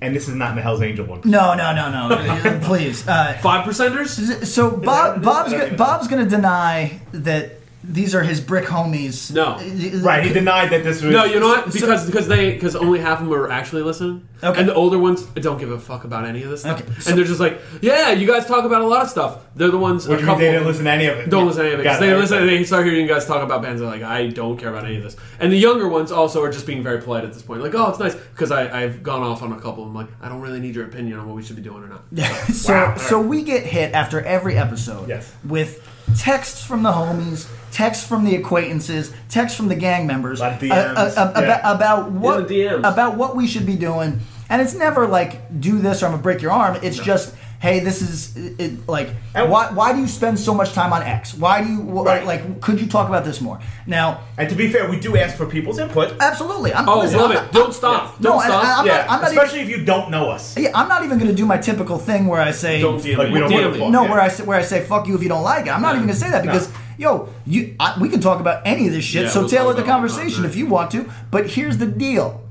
Speaker 5: And this is not in the Hell's Angel one.
Speaker 3: no, no, no, no. Uh, Please. Uh,
Speaker 4: Five percenters?
Speaker 3: So Bob,
Speaker 5: that-
Speaker 3: Bob's
Speaker 5: I don't
Speaker 3: go,
Speaker 5: even know.
Speaker 3: Bob's going to deny that these are his brick homies. Uh,
Speaker 4: No.
Speaker 5: Right, he denied that this was.
Speaker 4: No, you know what? Because because they because only half of them are actually listening,
Speaker 3: Okay.
Speaker 4: and the older ones don't give a fuck about any of this stuff,
Speaker 3: Okay, so-
Speaker 4: and they're just like, yeah, you guys talk about a lot of stuff. They're the ones.
Speaker 5: Which
Speaker 4: a
Speaker 5: means
Speaker 4: couple
Speaker 5: they didn't listen to any of it.
Speaker 4: Don't listen to any of it. 'cause
Speaker 5: Got
Speaker 4: They listen.
Speaker 5: okay.
Speaker 4: They start hearing you guys talk about bands. They're like, I don't care about any of this. And the younger ones also are just being very polite at this point. Like, oh, it's nice because I I've gone off on a couple. I'm like, I don't really need your opinion on what we should be doing or not.
Speaker 3: so
Speaker 5: Wow, alright.
Speaker 3: so we get hit after every episode
Speaker 5: Yes.
Speaker 3: with texts from the homies, texts from the acquaintances, texts from the gang members
Speaker 5: Lot of
Speaker 3: a-
Speaker 5: DMs,
Speaker 3: a- a-
Speaker 5: yeah.
Speaker 3: about, about what
Speaker 4: the DMs.
Speaker 3: about what we should be doing. And it's never like do this or I'm gonna break your arm. It's just hey, this is it, it- like
Speaker 5: And-
Speaker 3: why why do you spend so much time on X? Why do you wh-
Speaker 5: Right.
Speaker 3: like could you talk about this more? Now,
Speaker 5: And to be fair, we do ask for people's input.
Speaker 3: absolutely. I'm,
Speaker 4: Oh,
Speaker 3: listen,
Speaker 4: love
Speaker 3: I'm
Speaker 4: it!
Speaker 3: not-
Speaker 4: Don't stop!
Speaker 3: No,
Speaker 4: Don't
Speaker 3: and- and
Speaker 4: stop!
Speaker 3: I'm
Speaker 5: yeah,
Speaker 3: not- I'm not even-
Speaker 5: especially if you don't know us.
Speaker 3: yeah, I'm not even gonna do my typical thing where I say
Speaker 4: don't DM
Speaker 5: Like,
Speaker 4: me.
Speaker 5: we don't
Speaker 4: DM
Speaker 5: want
Speaker 4: me.
Speaker 5: to
Speaker 3: No,
Speaker 5: Yeah.
Speaker 3: where I say, where I say fuck you if you don't like it. I'm not even gonna say that because yo, you I, we can talk about any of this shit.
Speaker 4: Yeah,
Speaker 3: so
Speaker 4: we'll
Speaker 3: tailor
Speaker 4: talk
Speaker 3: the
Speaker 4: about all the
Speaker 3: conversation
Speaker 4: time,
Speaker 3: if you want to. But here's the deal: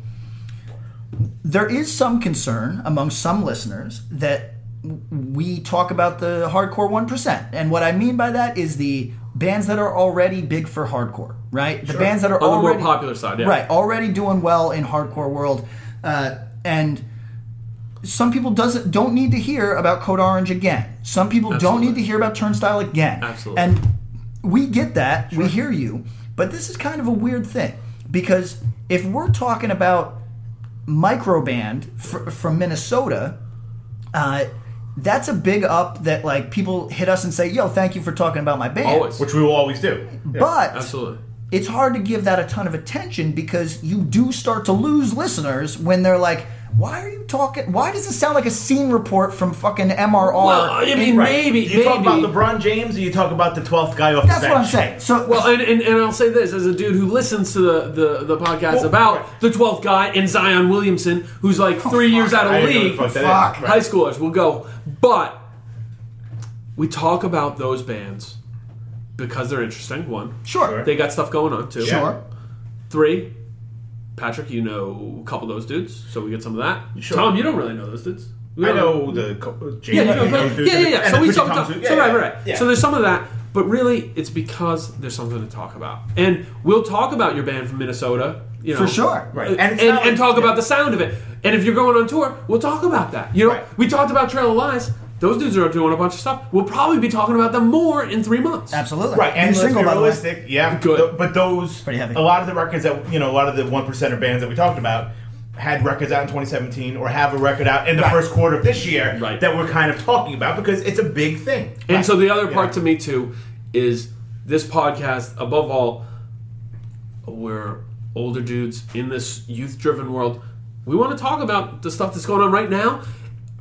Speaker 3: there is some concern among some listeners that w- we talk about the hardcore one percent, and what I mean by that is the bands that are already big for hardcore, right? The bands that are
Speaker 4: On the more
Speaker 3: already
Speaker 4: popular side, yeah.
Speaker 3: right, already doing well in hardcore world, uh, and some people doesn't don't need to hear about Code Orange again. Some people
Speaker 4: Absolutely.
Speaker 3: don't need to hear about Turnstile again.
Speaker 4: Absolutely.
Speaker 3: And we get that. We hear you. But this is kind of a weird thing because if we're talking about microband fr- from Minnesota, uh, that's a big up that like people hit us and say, "Yo, thank you for talking about my band."
Speaker 4: Always.
Speaker 5: Which we will always do. Yeah.
Speaker 3: But
Speaker 4: Absolutely.
Speaker 3: it's hard to give that a ton of attention because you do start to lose listeners when they're like, why are you talking? Why does this sound like a scene report from fucking MRR?
Speaker 4: Well, I mean,
Speaker 5: Right.
Speaker 4: maybe,
Speaker 5: Do you talk about
Speaker 4: maybe.
Speaker 5: LeBron James, or you talk about the twelfth guy off
Speaker 3: That's
Speaker 5: the
Speaker 3: what
Speaker 5: bench.
Speaker 3: I'm saying. So,
Speaker 4: Well, and, and, and I'll say this as a dude who listens to the, the, the podcast
Speaker 5: Well,
Speaker 4: about
Speaker 5: right.
Speaker 4: the 12th guy and Zion Williamson, who's like three years out
Speaker 5: I
Speaker 4: of
Speaker 5: didn't know
Speaker 4: league,
Speaker 5: the Oh, fuck that is.
Speaker 3: Fuck.
Speaker 5: Right.
Speaker 4: high schoolers will go. But we talk about those bands because they're interesting. One,
Speaker 3: sure,
Speaker 4: they got stuff going on, too.
Speaker 5: Yeah.
Speaker 3: sure.
Speaker 4: Three, Patrick, you know a couple of those dudes, so we get some of that.
Speaker 5: Sure.
Speaker 4: Tom, you don't really know those dudes. We
Speaker 5: I
Speaker 4: don't
Speaker 5: know the co- uh, James.
Speaker 4: yeah, yeah,
Speaker 5: and
Speaker 4: yeah,
Speaker 5: those dudes
Speaker 4: yeah, yeah,
Speaker 5: and
Speaker 4: yeah.
Speaker 5: the
Speaker 4: So we
Speaker 5: Twitchy
Speaker 4: talked
Speaker 5: Toms
Speaker 4: about,
Speaker 5: who- yeah,
Speaker 4: so right,
Speaker 5: yeah,
Speaker 4: right.
Speaker 5: yeah.
Speaker 4: So there's some of that, but really, it's because there's something to talk about, and we'll talk about your band from Minnesota, you know,
Speaker 3: For sure.
Speaker 5: Right.
Speaker 4: and
Speaker 5: And
Speaker 4: and,
Speaker 5: it's not like-
Speaker 4: talk
Speaker 5: yeah.
Speaker 4: about the sound of it. And if you're going on tour, we'll talk about that. You know,
Speaker 5: Right.
Speaker 4: we talked about Trail of Lies. Those dudes are doing a bunch of stuff. We'll probably be talking about them more in three months.
Speaker 3: Absolutely.
Speaker 5: Right, and
Speaker 3: New
Speaker 5: let's be
Speaker 3: by the way.
Speaker 5: realistic. Yeah,
Speaker 4: Good.
Speaker 5: th- but those,
Speaker 3: Pretty heavy.
Speaker 5: a lot of the records that you know, a lot of the one percenter bands that we talked about had records out in 2017 or have a record out in the first quarter of this year
Speaker 4: Right.
Speaker 5: that we're kind of talking about because it's a big thing.
Speaker 4: And so the other part
Speaker 5: Yeah.
Speaker 4: to me too is this podcast. Above all, we're older dudes in this youth-driven world. We want to talk about the stuff that's going on right now.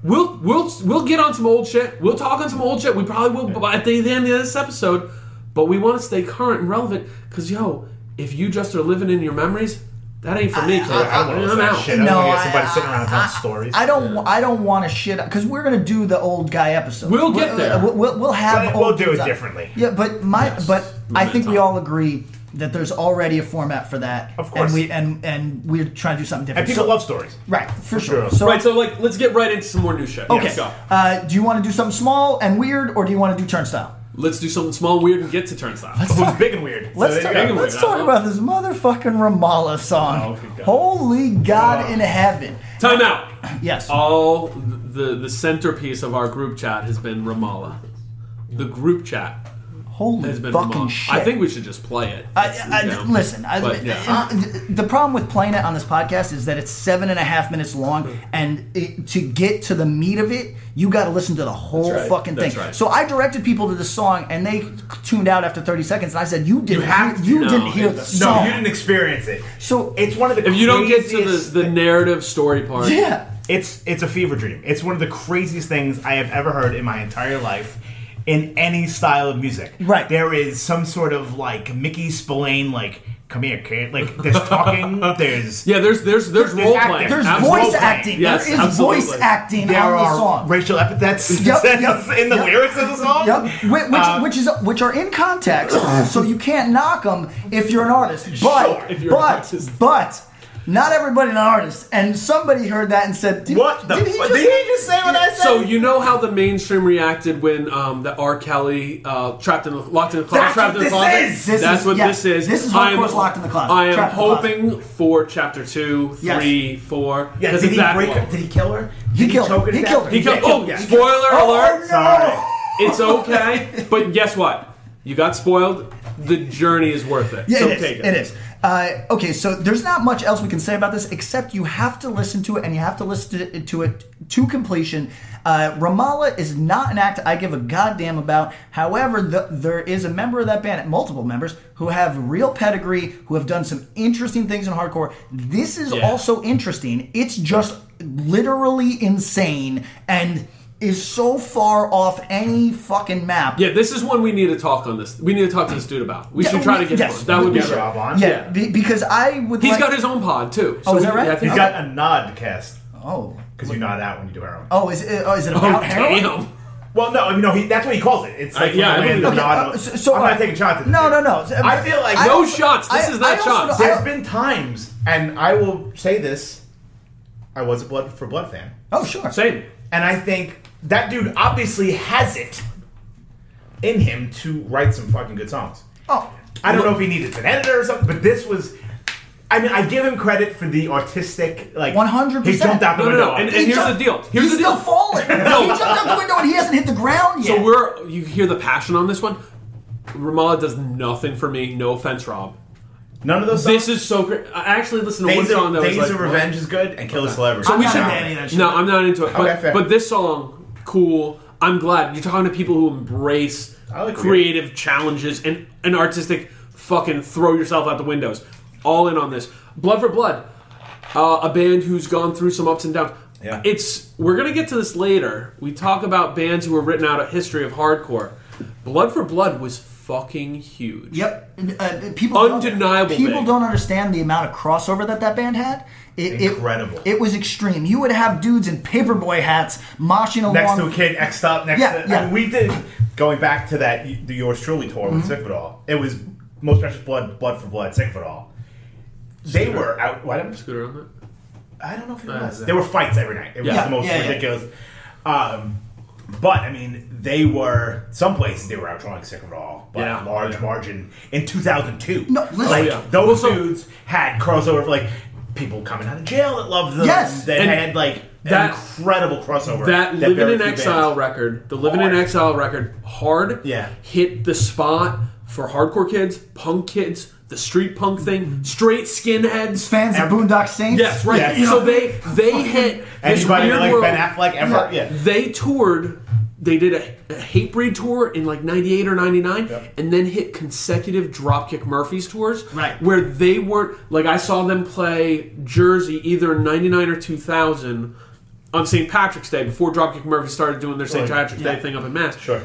Speaker 4: We'll we'll we'll get on some old shit. We'll talk on some old shit. We probably will by at the end of this episode. But we want to stay current and relevant because yo, if you just are living in your memories, that ain't for me. kid.
Speaker 5: I don't want to
Speaker 4: I'm
Speaker 5: that
Speaker 4: out.
Speaker 5: shit. I uh, don't want
Speaker 3: No,
Speaker 5: to get somebody
Speaker 3: I-
Speaker 5: sitting around and telling stories.
Speaker 3: I don't. I don't want to shit because we're gonna do the old guy episode.
Speaker 4: We'll get there.
Speaker 3: We'll, we'll, we'll have.
Speaker 5: We'll- we'll
Speaker 3: old
Speaker 5: do
Speaker 3: dudes
Speaker 5: it
Speaker 3: up.
Speaker 5: differently.
Speaker 3: Yeah, but my. But I think we
Speaker 4: Momentum.
Speaker 3: all agree that there's already a format for that.
Speaker 5: Of course.
Speaker 3: And we and and we're trying to do something different.
Speaker 5: And people
Speaker 3: So-
Speaker 5: love stories.
Speaker 3: Right, for sure.
Speaker 5: sure.
Speaker 3: So,
Speaker 4: Right. So like, let's get right into some more new shit.
Speaker 3: okay.
Speaker 4: Let's go.
Speaker 3: Uh, do you want to do something small and weird, or do you want to do turnstile?
Speaker 4: Let's do something small, and weird, and get to turnstile.
Speaker 5: Who's big and weird. So
Speaker 3: Let's,
Speaker 5: there
Speaker 3: talk,
Speaker 5: you go.
Speaker 4: weird,
Speaker 3: let's
Speaker 4: I
Speaker 3: talk
Speaker 4: love
Speaker 3: about this motherfucking Ramallah song.
Speaker 4: Oh, okay, God.
Speaker 3: Holy God in heaven!
Speaker 4: Time out.
Speaker 3: Yes.
Speaker 4: all the the centerpiece of our group chat has been Ramallah. The group chat
Speaker 3: Holy
Speaker 4: has been
Speaker 3: fucking
Speaker 4: Ramallah.
Speaker 3: shit!
Speaker 4: I think we should just play it.
Speaker 3: I, I,
Speaker 4: You know?
Speaker 3: listen, I,
Speaker 4: But, yeah.
Speaker 3: uh, the problem with playing it on this podcast is that it's seven and a half minutes long, and it, to get to the meat of it, you got to listen to the whole
Speaker 4: right.
Speaker 3: fucking
Speaker 4: That's
Speaker 3: thing.
Speaker 4: right.
Speaker 3: So I directed people to the song, and they tuned out after thirty seconds. And I said, "You didn't,
Speaker 5: have to.
Speaker 3: you
Speaker 4: No,
Speaker 3: didn't hear
Speaker 4: it-
Speaker 3: the
Speaker 5: No,
Speaker 3: song."
Speaker 5: you didn't experience it.
Speaker 3: So
Speaker 5: It's one of the
Speaker 4: if you don't get to
Speaker 5: craziest
Speaker 4: the, the narrative story part,
Speaker 3: yeah.
Speaker 5: It's it's a fever dream. It's one of the craziest things I have ever heard in my entire life in any style of music.
Speaker 3: Right.
Speaker 5: There is some sort of like Mickey Spillane like come here kid like there's talking there's
Speaker 4: yeah. There's there's there's,
Speaker 5: There's
Speaker 4: role
Speaker 5: acting.
Speaker 4: playing.
Speaker 3: There's
Speaker 5: Absolutely.
Speaker 3: voice acting.
Speaker 4: Yes,
Speaker 3: there is
Speaker 4: absolutely.
Speaker 3: voice acting
Speaker 5: there
Speaker 3: on the
Speaker 5: are
Speaker 3: song.
Speaker 5: racial epithets
Speaker 3: Yep,
Speaker 5: that's
Speaker 3: yep,
Speaker 5: in the
Speaker 3: yep.
Speaker 5: lyrics of the song.
Speaker 3: Yep, Whi- which,
Speaker 5: Uh,
Speaker 3: which is which are in context, so you can't knock them if you're an artist. But
Speaker 5: Sure, if
Speaker 4: you're an
Speaker 3: but
Speaker 4: artist.
Speaker 3: but Not everybody an artist. And somebody heard that and said, did,
Speaker 5: What the
Speaker 3: did he
Speaker 5: fu-
Speaker 3: just
Speaker 5: did he just say what I said?
Speaker 4: So you know how the mainstream reacted when um, the R. Kelly uh, trapped in the, locked in the closet.
Speaker 5: That's
Speaker 4: trapped
Speaker 5: what
Speaker 4: in the
Speaker 5: this
Speaker 4: closet.
Speaker 5: is! This
Speaker 4: That's
Speaker 3: is-
Speaker 4: what
Speaker 3: yeah.
Speaker 4: this is.
Speaker 3: This is
Speaker 4: I am-
Speaker 3: Hardcore's Locked in the Closet,
Speaker 4: I am
Speaker 3: trapped in the closet.
Speaker 4: hoping for chapter two,
Speaker 3: Yes.
Speaker 4: three, four.
Speaker 5: Yeah,
Speaker 4: 'cause
Speaker 5: did
Speaker 4: it's
Speaker 5: he
Speaker 4: that
Speaker 5: break
Speaker 4: long.
Speaker 5: her? Did he kill her?
Speaker 3: He killed
Speaker 5: choke
Speaker 3: her.
Speaker 5: to
Speaker 3: He
Speaker 5: death?
Speaker 3: killed her.
Speaker 4: He killed.
Speaker 5: Yeah,
Speaker 4: Oh,
Speaker 5: yeah.
Speaker 4: spoiler
Speaker 3: Oh,
Speaker 4: alert!
Speaker 3: no.
Speaker 5: Sorry.
Speaker 4: It's okay, but guess what? You got spoiled. The journey is worth it.
Speaker 3: Yeah,
Speaker 4: so
Speaker 3: it is.
Speaker 4: take it.
Speaker 3: It is. Uh, okay, so there's not much else we can say about this except you have to listen to it and you have to listen to it to, it to completion. Uh, Ramallah is not an act I give a goddamn about. However, the, there is a member of that band, multiple members, who have real pedigree, who have done some interesting things in hardcore. This is
Speaker 4: Yeah.
Speaker 3: also interesting. It's just literally insane and is so far off any fucking map.
Speaker 4: Yeah, this is one we need to talk on this. We need to talk to this dude about. We should try to get
Speaker 3: yes.
Speaker 4: him. on. That would be
Speaker 3: We should.
Speaker 4: great.
Speaker 5: Rob on.
Speaker 3: Yeah, be- because I would.
Speaker 4: He's
Speaker 3: like- Oh,
Speaker 4: got his own pod too. So
Speaker 3: is
Speaker 4: we-
Speaker 3: that right?
Speaker 4: yeah, I think
Speaker 5: He's got a nod cast
Speaker 3: Oh,
Speaker 5: because you nod out when you do heroin.
Speaker 3: Oh, is it, oh, is it about heroin?
Speaker 4: Damn.
Speaker 5: Well, no, I mean, no. He, that's what he calls it. It's
Speaker 4: I-
Speaker 5: like
Speaker 4: yeah, I
Speaker 5: yeah,
Speaker 4: believe
Speaker 5: random
Speaker 4: it.
Speaker 5: nod.
Speaker 3: Okay, uh, so- so
Speaker 5: I'm
Speaker 3: I-
Speaker 5: not taking shots. At this
Speaker 3: No,
Speaker 5: dude.
Speaker 3: no, no.
Speaker 5: I feel like
Speaker 3: I-
Speaker 4: No shots. This
Speaker 3: I-
Speaker 4: is not
Speaker 3: I also don't-
Speaker 4: shots.
Speaker 5: There's been times, and I will say this: I was a blood for blood fan,
Speaker 3: Oh, sure.
Speaker 4: Same.
Speaker 5: and I think that dude obviously has it in him to write some fucking good songs.
Speaker 3: Oh,
Speaker 5: I don't know if he needed an editor or something, but this was. I mean, I give him credit for the artistic, like
Speaker 3: 100%.
Speaker 5: He jumped out the
Speaker 4: No, no,
Speaker 5: window.
Speaker 4: no. And, and
Speaker 5: He
Speaker 4: here's
Speaker 5: jumped-
Speaker 4: the deal. Here's
Speaker 3: he's
Speaker 4: the deal.
Speaker 3: still falling. He jumped out the window and he hasn't hit the ground yet.
Speaker 4: So we're you hear the passion on this one. Ramallah does nothing for me. No offense, Rob.
Speaker 5: none of those.
Speaker 4: This
Speaker 5: Songs,
Speaker 4: is so great. I actually listened to
Speaker 5: Days,
Speaker 4: one song
Speaker 5: of,
Speaker 4: that
Speaker 5: Days
Speaker 4: was like,
Speaker 5: of Revenge is good, and Kill a Celebrity.
Speaker 4: So we
Speaker 3: not
Speaker 4: should.
Speaker 3: a fan of that shit.
Speaker 4: No, I'm not into it. But,
Speaker 5: Okay, fair.
Speaker 4: but this song, cool. I'm glad you're talking to people who embrace
Speaker 5: I like
Speaker 4: creative challenges and an artistic fucking throw yourself out the windows. All in on this. Blood for Blood, uh, a band who's gone through some ups and downs.
Speaker 5: Yeah.
Speaker 4: It's we're gonna get to this later. We talk about bands who were written out a history of hardcore. Blood for Blood was fucking huge.
Speaker 3: Yep. Uh, people don't-
Speaker 4: Undeniable
Speaker 3: people
Speaker 4: big.
Speaker 3: don't understand the amount of crossover that that band had. It, it-
Speaker 5: Incredible.
Speaker 3: It, was extreme. You would have dudes in paperboy hats moshing along.
Speaker 5: next to a kid, next up, next.
Speaker 3: Yeah,
Speaker 5: to,
Speaker 3: yeah.
Speaker 5: I mean, we did going back to that y- the yours truly tour with
Speaker 4: Mm-hmm.
Speaker 5: Sick of It All. It was most precious blood, blood for blood, Sick of It All. They were out. Why did
Speaker 4: Scooter on that?
Speaker 5: I don't know if it
Speaker 4: Uh,
Speaker 5: was. There were fights every night. It was
Speaker 4: Yeah.
Speaker 5: the most
Speaker 3: Yeah, yeah.
Speaker 5: ridiculous. Um, but I mean, they were some places they were outrunning Sick of It All by
Speaker 4: Yeah.
Speaker 5: a large
Speaker 4: Yeah.
Speaker 5: margin in 2002.
Speaker 3: No, listen.
Speaker 5: like
Speaker 4: Oh, yeah.
Speaker 5: those
Speaker 4: Well, so-
Speaker 5: dudes had crossover for like people coming out of jail that loved them.
Speaker 3: Yes.
Speaker 5: that
Speaker 4: And
Speaker 5: had like
Speaker 4: that-
Speaker 5: incredible crossover.
Speaker 4: That
Speaker 5: very
Speaker 4: Living in
Speaker 5: few
Speaker 4: Exile
Speaker 5: bands-
Speaker 4: record, the Living in
Speaker 5: Hard.
Speaker 4: Exile record, hard.
Speaker 5: Yeah.
Speaker 4: Hit the spot for hardcore kids, punk kids, the street punk thing, straight skinheads.
Speaker 3: fans of Boondock Saints.
Speaker 4: Yes, right.
Speaker 5: Yeah.
Speaker 4: So they they hit this
Speaker 5: Anybody
Speaker 4: weird
Speaker 5: that like
Speaker 4: world.
Speaker 5: Ben Affleck ever? Yeah.
Speaker 4: They toured. They did a, a hate breed tour in like '98 or '99,
Speaker 5: Yep.
Speaker 4: and then hit consecutive Dropkick Murphys tours,
Speaker 3: Right.
Speaker 4: Where they weren't like I saw them play Jersey either in '99 or 2000 on St. Patrick's Day before Dropkick Murphys started doing their St.
Speaker 5: yeah.
Speaker 4: Patrick's Day thing up in Mass.
Speaker 5: Sure.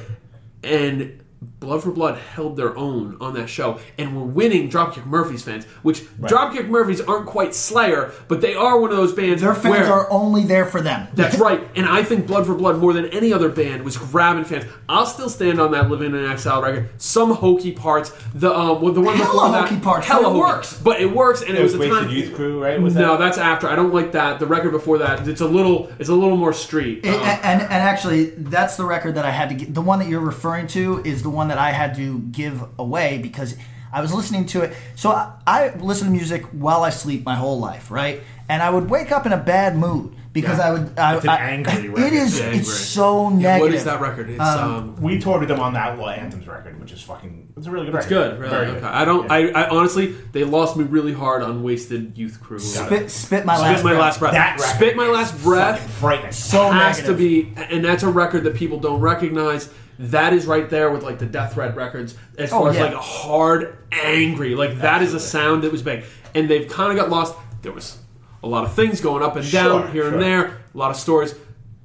Speaker 4: And Blood for Blood held their own on that show and were winning Dropkick Murphys fans, which Dropkick Murphys aren't quite Slayer, but they are one of those bands.
Speaker 3: Their fans
Speaker 4: where-
Speaker 3: are only there for them.
Speaker 4: That's right. And I think Blood for Blood, more than any other band, was grabbing fans. I'll still stand on that Living in Exile record. Some hokey parts. The um, well, the one
Speaker 3: Hella
Speaker 4: before that,
Speaker 3: hokey parts,
Speaker 4: hella
Speaker 3: but it
Speaker 4: hokey.
Speaker 3: works.
Speaker 4: But it works, and it,
Speaker 5: It was
Speaker 4: was a
Speaker 5: Wasted
Speaker 4: time.
Speaker 5: Youth Crew, right? Was
Speaker 4: no,
Speaker 5: that-
Speaker 4: that's after. I don't like that. The record before that, it's a little, it's a little more street.
Speaker 3: It-
Speaker 4: Um,
Speaker 3: and, and actually, that's the record that I had to get. The one that you're referring to is the one that I had to give away because I was listening to it. So I, I listen to music while I sleep my whole life, right? And I would wake up in a bad mood because
Speaker 5: Yeah.
Speaker 3: I would. I,
Speaker 5: It's an
Speaker 3: I-
Speaker 5: angry
Speaker 3: It
Speaker 5: record.
Speaker 3: is.
Speaker 5: Yeah,
Speaker 4: angry.
Speaker 3: It's so
Speaker 4: yeah,
Speaker 3: negative.
Speaker 4: What is that record? It's um,
Speaker 5: We toured with them on the Outlaw Anthems record, which is fucking. It's a really good
Speaker 4: It's
Speaker 5: record.
Speaker 4: good, really.
Speaker 5: Very
Speaker 4: okay.
Speaker 5: good.
Speaker 4: I don't.
Speaker 5: Yeah.
Speaker 4: I, I honestly, they lost me really hard on Wasted Youth Crew.
Speaker 3: Spit, spit my last.
Speaker 4: Spit my
Speaker 3: breath.
Speaker 4: last breath.
Speaker 5: That record
Speaker 4: Spit my
Speaker 5: is
Speaker 4: last breath.
Speaker 5: fucking frightening.
Speaker 3: So
Speaker 4: has
Speaker 3: negative.
Speaker 4: to be, and that's a record that people don't recognize. That is right there with like the Death Threat records, as
Speaker 3: Oh,
Speaker 4: far
Speaker 3: yeah.
Speaker 4: as like a hard, angry. Like that is a sound that was big, and they've kind of got lost. There was a lot of things going up and down
Speaker 5: Sure,
Speaker 4: here
Speaker 5: sure.
Speaker 4: and there, a lot of stories.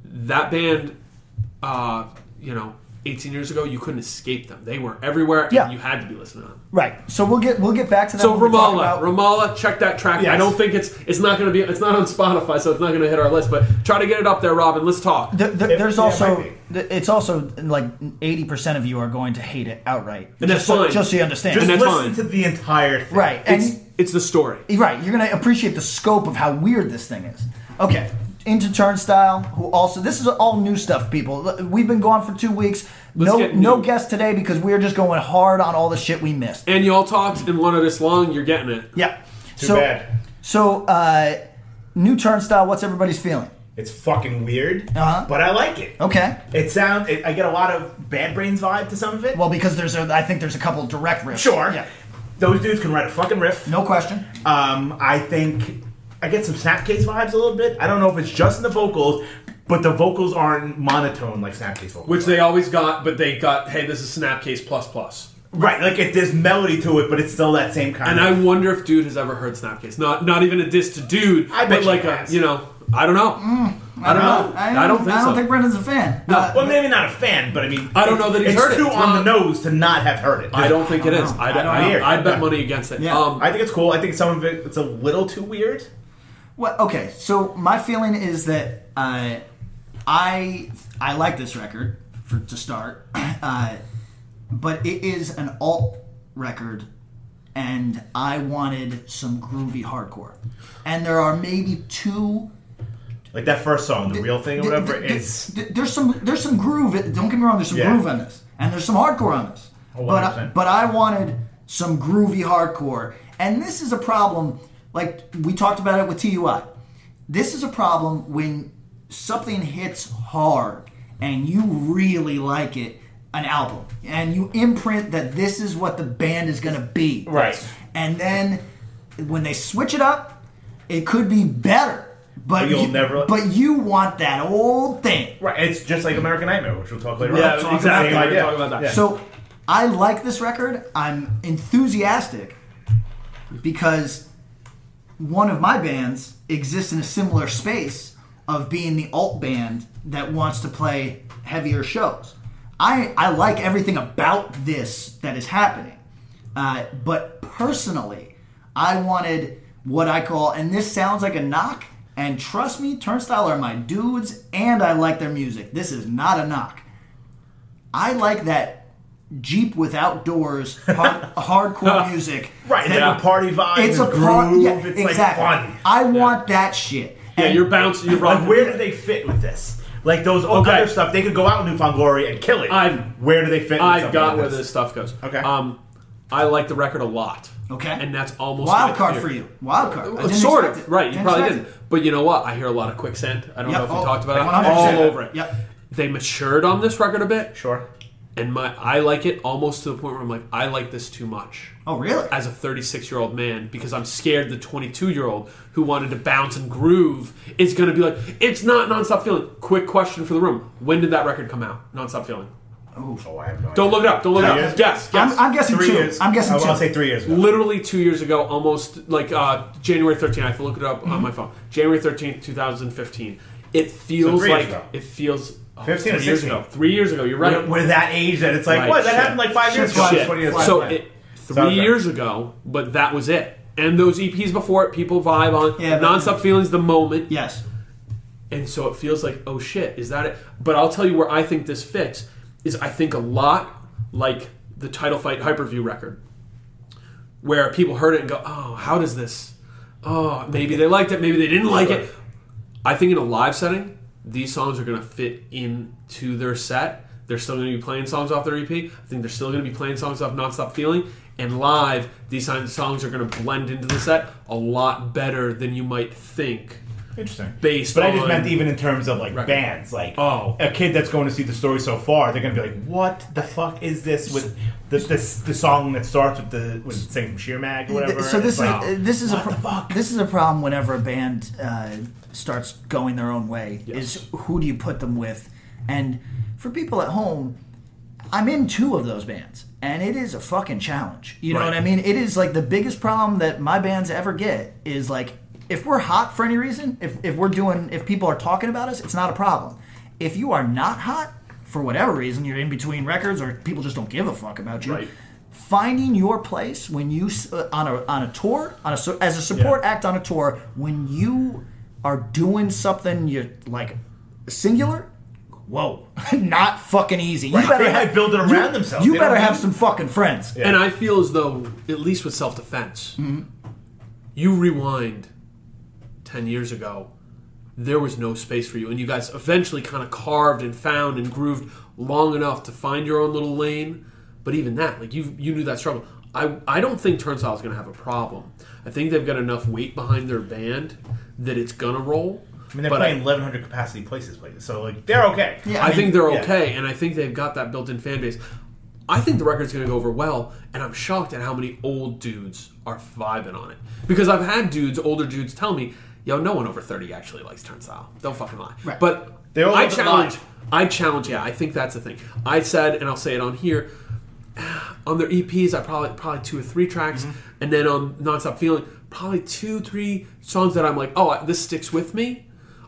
Speaker 4: That band, uh, you know, 18 years ago, you couldn't escape them. They were everywhere,
Speaker 3: Yeah.
Speaker 4: and you had to be listening to them.
Speaker 3: Right. So we'll get we'll get back to that.
Speaker 4: So
Speaker 3: when we talk
Speaker 4: Ramallah,
Speaker 3: about-
Speaker 4: Ramallah, check that track.
Speaker 5: Yes.
Speaker 4: I don't think it's it's not going to be it's not on Spotify, so it's not going to hit our list. But try to get it up there, Robin. Let's talk.
Speaker 3: There- there-
Speaker 5: It-
Speaker 3: there's
Speaker 5: yeah, it
Speaker 3: also
Speaker 5: might
Speaker 3: th- it's also like eighty percent of you are going to hate it outright.
Speaker 4: And that's
Speaker 3: just so,
Speaker 4: fine.
Speaker 3: Just so you understand.
Speaker 5: Just
Speaker 4: And that's fine.
Speaker 5: listen to the entire thing.
Speaker 3: Right,
Speaker 5: It's
Speaker 3: and-
Speaker 4: It's the story.
Speaker 3: Right, you're gonna appreciate the scope of how weird this thing is. Okay, into Turnstile, who also this is all new stuff, people. L- We've been gone for two weeks. no,
Speaker 4: get
Speaker 3: no
Speaker 4: new.
Speaker 3: guest today because we're just going hard on all the shit we missed.
Speaker 4: And y'all talked in one of this long, you're getting it.
Speaker 3: Yeah.
Speaker 5: Too
Speaker 3: so,
Speaker 5: bad.
Speaker 3: So, uh, new Turnstile. What's everybody's feeling?
Speaker 5: It's fucking weird,
Speaker 3: Uh-huh.
Speaker 5: but I like it.
Speaker 3: Okay.
Speaker 5: It sounds. It, I get a lot of Bad Brains vibe to some of it.
Speaker 3: Well, because there's a, I think there's a couple of direct riffs.
Speaker 5: sure.
Speaker 3: Yeah.
Speaker 5: Those dudes can write a fucking riff.
Speaker 3: No question.
Speaker 5: Um, I think I get some Snapcase vibes a little bit. I don't know if it's just in the vocals, but the vocals aren't monotone like Snapcase vocals.
Speaker 4: Which
Speaker 5: are.
Speaker 4: they always got, but they got, hey, this is Snapcase Plus Plus.
Speaker 5: right, like it, there's melody to it, but it's still that same kind.
Speaker 4: And
Speaker 5: of,
Speaker 4: I wonder if dude has ever heard Snapcase. Not not even a diss to dude,
Speaker 5: I bet
Speaker 4: but
Speaker 5: you
Speaker 4: like
Speaker 5: he
Speaker 4: a,
Speaker 5: has.
Speaker 4: you know, I don't know. I don't know. I don't think
Speaker 3: I don't
Speaker 4: so.
Speaker 3: think Brendan's a fan. Uh, No.
Speaker 5: well, maybe not a fan, but I mean,
Speaker 4: I don't know that he's
Speaker 5: it's
Speaker 4: heard it.
Speaker 5: too
Speaker 4: It's
Speaker 5: on the
Speaker 4: not-
Speaker 5: nose to not have heard it.
Speaker 4: I don't think it is.
Speaker 3: know.
Speaker 4: I,
Speaker 3: I don't
Speaker 4: I,
Speaker 5: hear.
Speaker 4: I'd bet
Speaker 5: Yeah.
Speaker 4: money against it.
Speaker 3: Yeah.
Speaker 4: Um,
Speaker 5: I think it's cool. I think some of it it's a little too weird.
Speaker 3: Well, okay. So my feeling is that uh, I I like this record for to start, uh, but it is an alt record, and I wanted some groovy hardcore, and there are maybe two
Speaker 5: Like that first song, the real thing or
Speaker 3: Th-
Speaker 5: whatever,
Speaker 3: th- th-
Speaker 5: is
Speaker 3: th- there's some there's some groove. Don't get me wrong. There's some
Speaker 5: Yeah. Oh,
Speaker 3: groove on this, and there's some hardcore on this. But I,
Speaker 5: 100%.
Speaker 3: but I wanted some groovy hardcore, and this is a problem. Like we talked about it with TUI. This is a problem when something hits hard and you really like it, an album, and you imprint that this is what the band is going to be.
Speaker 5: Right.
Speaker 3: And then when they switch it up, it could be better. But,
Speaker 5: But you'll
Speaker 3: you-
Speaker 5: never-
Speaker 3: But you want that old thing.
Speaker 5: right. It's just like American Nightmare, which we'll talk later.
Speaker 4: Yeah,
Speaker 5: on.
Speaker 4: exactly.
Speaker 5: Same
Speaker 4: We're
Speaker 5: idea.
Speaker 4: talking about that.
Speaker 5: Yeah.
Speaker 3: So I like this record. I'm enthusiastic because one of my bands exists in a similar space of being the alt band that wants to play heavier shows. I, I like everything about this that is happening. Uh, but personally, I wanted what I call, and this sounds like a knock, and trust me, Turnstile are my dudes, and I like their music. This is not a knock. I like that Jeep without doors, hard, hardcore music.
Speaker 5: right, it's
Speaker 3: that-
Speaker 5: like a party vibe.
Speaker 3: It's a
Speaker 5: groove.
Speaker 3: par- yeah,
Speaker 5: it's
Speaker 3: exactly.
Speaker 5: like fun.
Speaker 3: I want that shit.
Speaker 4: yeah,
Speaker 3: And-
Speaker 4: you're bouncing. You're
Speaker 5: Like,
Speaker 4: rocking.
Speaker 5: where do they fit with this? Like those old
Speaker 4: Okay.
Speaker 5: other stuff, they could go out in Newfonglory and kill it.
Speaker 4: I've-
Speaker 5: where do they fit? with
Speaker 4: I've
Speaker 5: something
Speaker 4: got
Speaker 5: like
Speaker 4: where this stuff goes.
Speaker 5: Okay.
Speaker 4: Um, I like the record a lot.
Speaker 3: Okay.
Speaker 4: And that's almost
Speaker 3: wild
Speaker 4: my
Speaker 3: card
Speaker 4: fear.
Speaker 3: for you. Wild card. I
Speaker 4: Well,
Speaker 3: didn't
Speaker 4: Uh, Sort
Speaker 3: expect
Speaker 4: of.
Speaker 3: it.
Speaker 4: Right. You probably
Speaker 3: expect
Speaker 4: didn't.
Speaker 3: it.
Speaker 4: But you know what? I hear a lot of quicksand. I don't
Speaker 3: Yep.
Speaker 4: know if we
Speaker 3: Oh,
Speaker 4: talked about it. I'm
Speaker 3: 100%.
Speaker 4: all over it.
Speaker 3: Yep.
Speaker 4: They matured on this record a bit.
Speaker 5: Sure.
Speaker 4: And my I like it almost to the point where I'm like, I like this too much.
Speaker 3: Oh, really?
Speaker 4: As a 36 year old man, because I'm scared the 22 year old who wanted to bounce and groove is going to be like, it's not nonstop feeling. Quick question for the room: When did that record come out? Nonstop feeling.
Speaker 5: Oh, I have no
Speaker 4: Don't
Speaker 5: idea.
Speaker 4: look it up. Don't look it
Speaker 5: Two
Speaker 4: up.
Speaker 5: years?
Speaker 4: Yes, yes.
Speaker 3: I'm, I'm guessing
Speaker 5: Three
Speaker 3: two.
Speaker 5: years.
Speaker 3: I'm guessing
Speaker 5: I
Speaker 3: two.
Speaker 5: I'll say three years. ago.
Speaker 4: literally two years ago, almost like uh, January 13th. I have to look it up on my phone. January 13th, 2015. It feels
Speaker 5: Mm-hmm. three years
Speaker 4: like
Speaker 5: ago.
Speaker 4: it feels oh,
Speaker 5: 15 or
Speaker 4: three years
Speaker 5: 16.
Speaker 4: ago. Three years ago. You're right.
Speaker 5: We're, we're that age that it's like,
Speaker 4: Right,
Speaker 5: what? That
Speaker 4: shit.
Speaker 5: happened like five years
Speaker 3: Shit,
Speaker 5: ago.
Speaker 3: shit.
Speaker 5: 20 years
Speaker 4: so
Speaker 5: ago.
Speaker 4: it, three
Speaker 5: Sounds right.
Speaker 4: years ago, but that was it. And those EPs before it, people vibe on
Speaker 3: Yeah, but-
Speaker 4: nonstop feelings, the moment,
Speaker 3: Yes.
Speaker 4: and so it feels like, oh shit, is that it? But I'll tell you where I think this fits is I think a lot like the title fight hyperview record, where people heard it and go, oh, how does this? Oh, maybe they liked it, maybe they didn't like it. I think in a live setting, these songs are going to fit into their set. They're still going to be playing songs off their EP. I think they're still going to be playing songs off Nonstop Feeling. And live, these son- songs are going to blend into the set a lot better than you might think.
Speaker 5: Interesting.
Speaker 4: Based
Speaker 5: but I just
Speaker 4: on-
Speaker 5: meant even in terms of like
Speaker 4: Record.
Speaker 5: bands, like
Speaker 4: Oh.
Speaker 5: a kid that's going to see the story so far, they're going to be like, "What the fuck is this with the, this the song that starts with the with the thing from Sheer Mag or whatever?"
Speaker 3: So
Speaker 5: and
Speaker 3: this is
Speaker 5: it's like,
Speaker 3: uh, this is a
Speaker 5: what
Speaker 3: pro-
Speaker 5: the fuck?
Speaker 3: this is a problem whenever a band uh, starts going their own way. Is who do you put them with? And for people at home, I'm in two of those bands, and it is a fucking challenge. You know
Speaker 4: Right.
Speaker 3: what I mean? It is like the biggest problem that my bands ever get is like if we're hot for any reason, if if we're doing, if people are talking about us, it's not a problem. If you are not hot for whatever reason, you're in between records, or people just don't give a fuck about you
Speaker 4: Right.
Speaker 3: finding your place when you s- uh, on a on a tour on a su- as a support act on a tour when you are doing something you're like singular whoa not fucking easy you
Speaker 5: They
Speaker 3: ha-
Speaker 5: might build it
Speaker 3: you-
Speaker 5: around themselves.
Speaker 3: you
Speaker 5: They
Speaker 3: better
Speaker 5: don't
Speaker 3: have
Speaker 5: need-
Speaker 3: some fucking friends
Speaker 5: Mm-hmm.
Speaker 4: And I feel as though, at least with self defense, You rewind 10 years ago, there was no space for you. And you guys eventually kind of carved and found and grooved long enough to find your own little lane. But even that, like you you knew that struggle. I, I don't think Turnstile is going to have a problem. I think they've got enough weight behind their band that it's going to roll.
Speaker 5: I mean, they're
Speaker 4: But
Speaker 5: playing 1,100 capacity places like this, so like they're okay.
Speaker 3: Yeah.
Speaker 4: I, think they're
Speaker 5: yeah.
Speaker 4: okay, and I think they've got that built-in fan base. I think the record's going to go over well, and I'm shocked at how many old dudes are vibing on it. Because I've had dudes, older dudes, tell me, "Yo, no one over 30 actually likes Turnstile. Don't fucking lie."
Speaker 3: Right.
Speaker 4: But
Speaker 5: They all
Speaker 4: I
Speaker 5: love it
Speaker 4: challenge.
Speaker 5: live.
Speaker 4: I challenge. Yeah, I think that's the thing. I said, and I'll say it on here. On their EPs, I probably probably two or three tracks,
Speaker 5: Mm-hmm.
Speaker 4: and then on Nonstop Feeling, probably two, three songs that I'm like, oh, I- this sticks with me.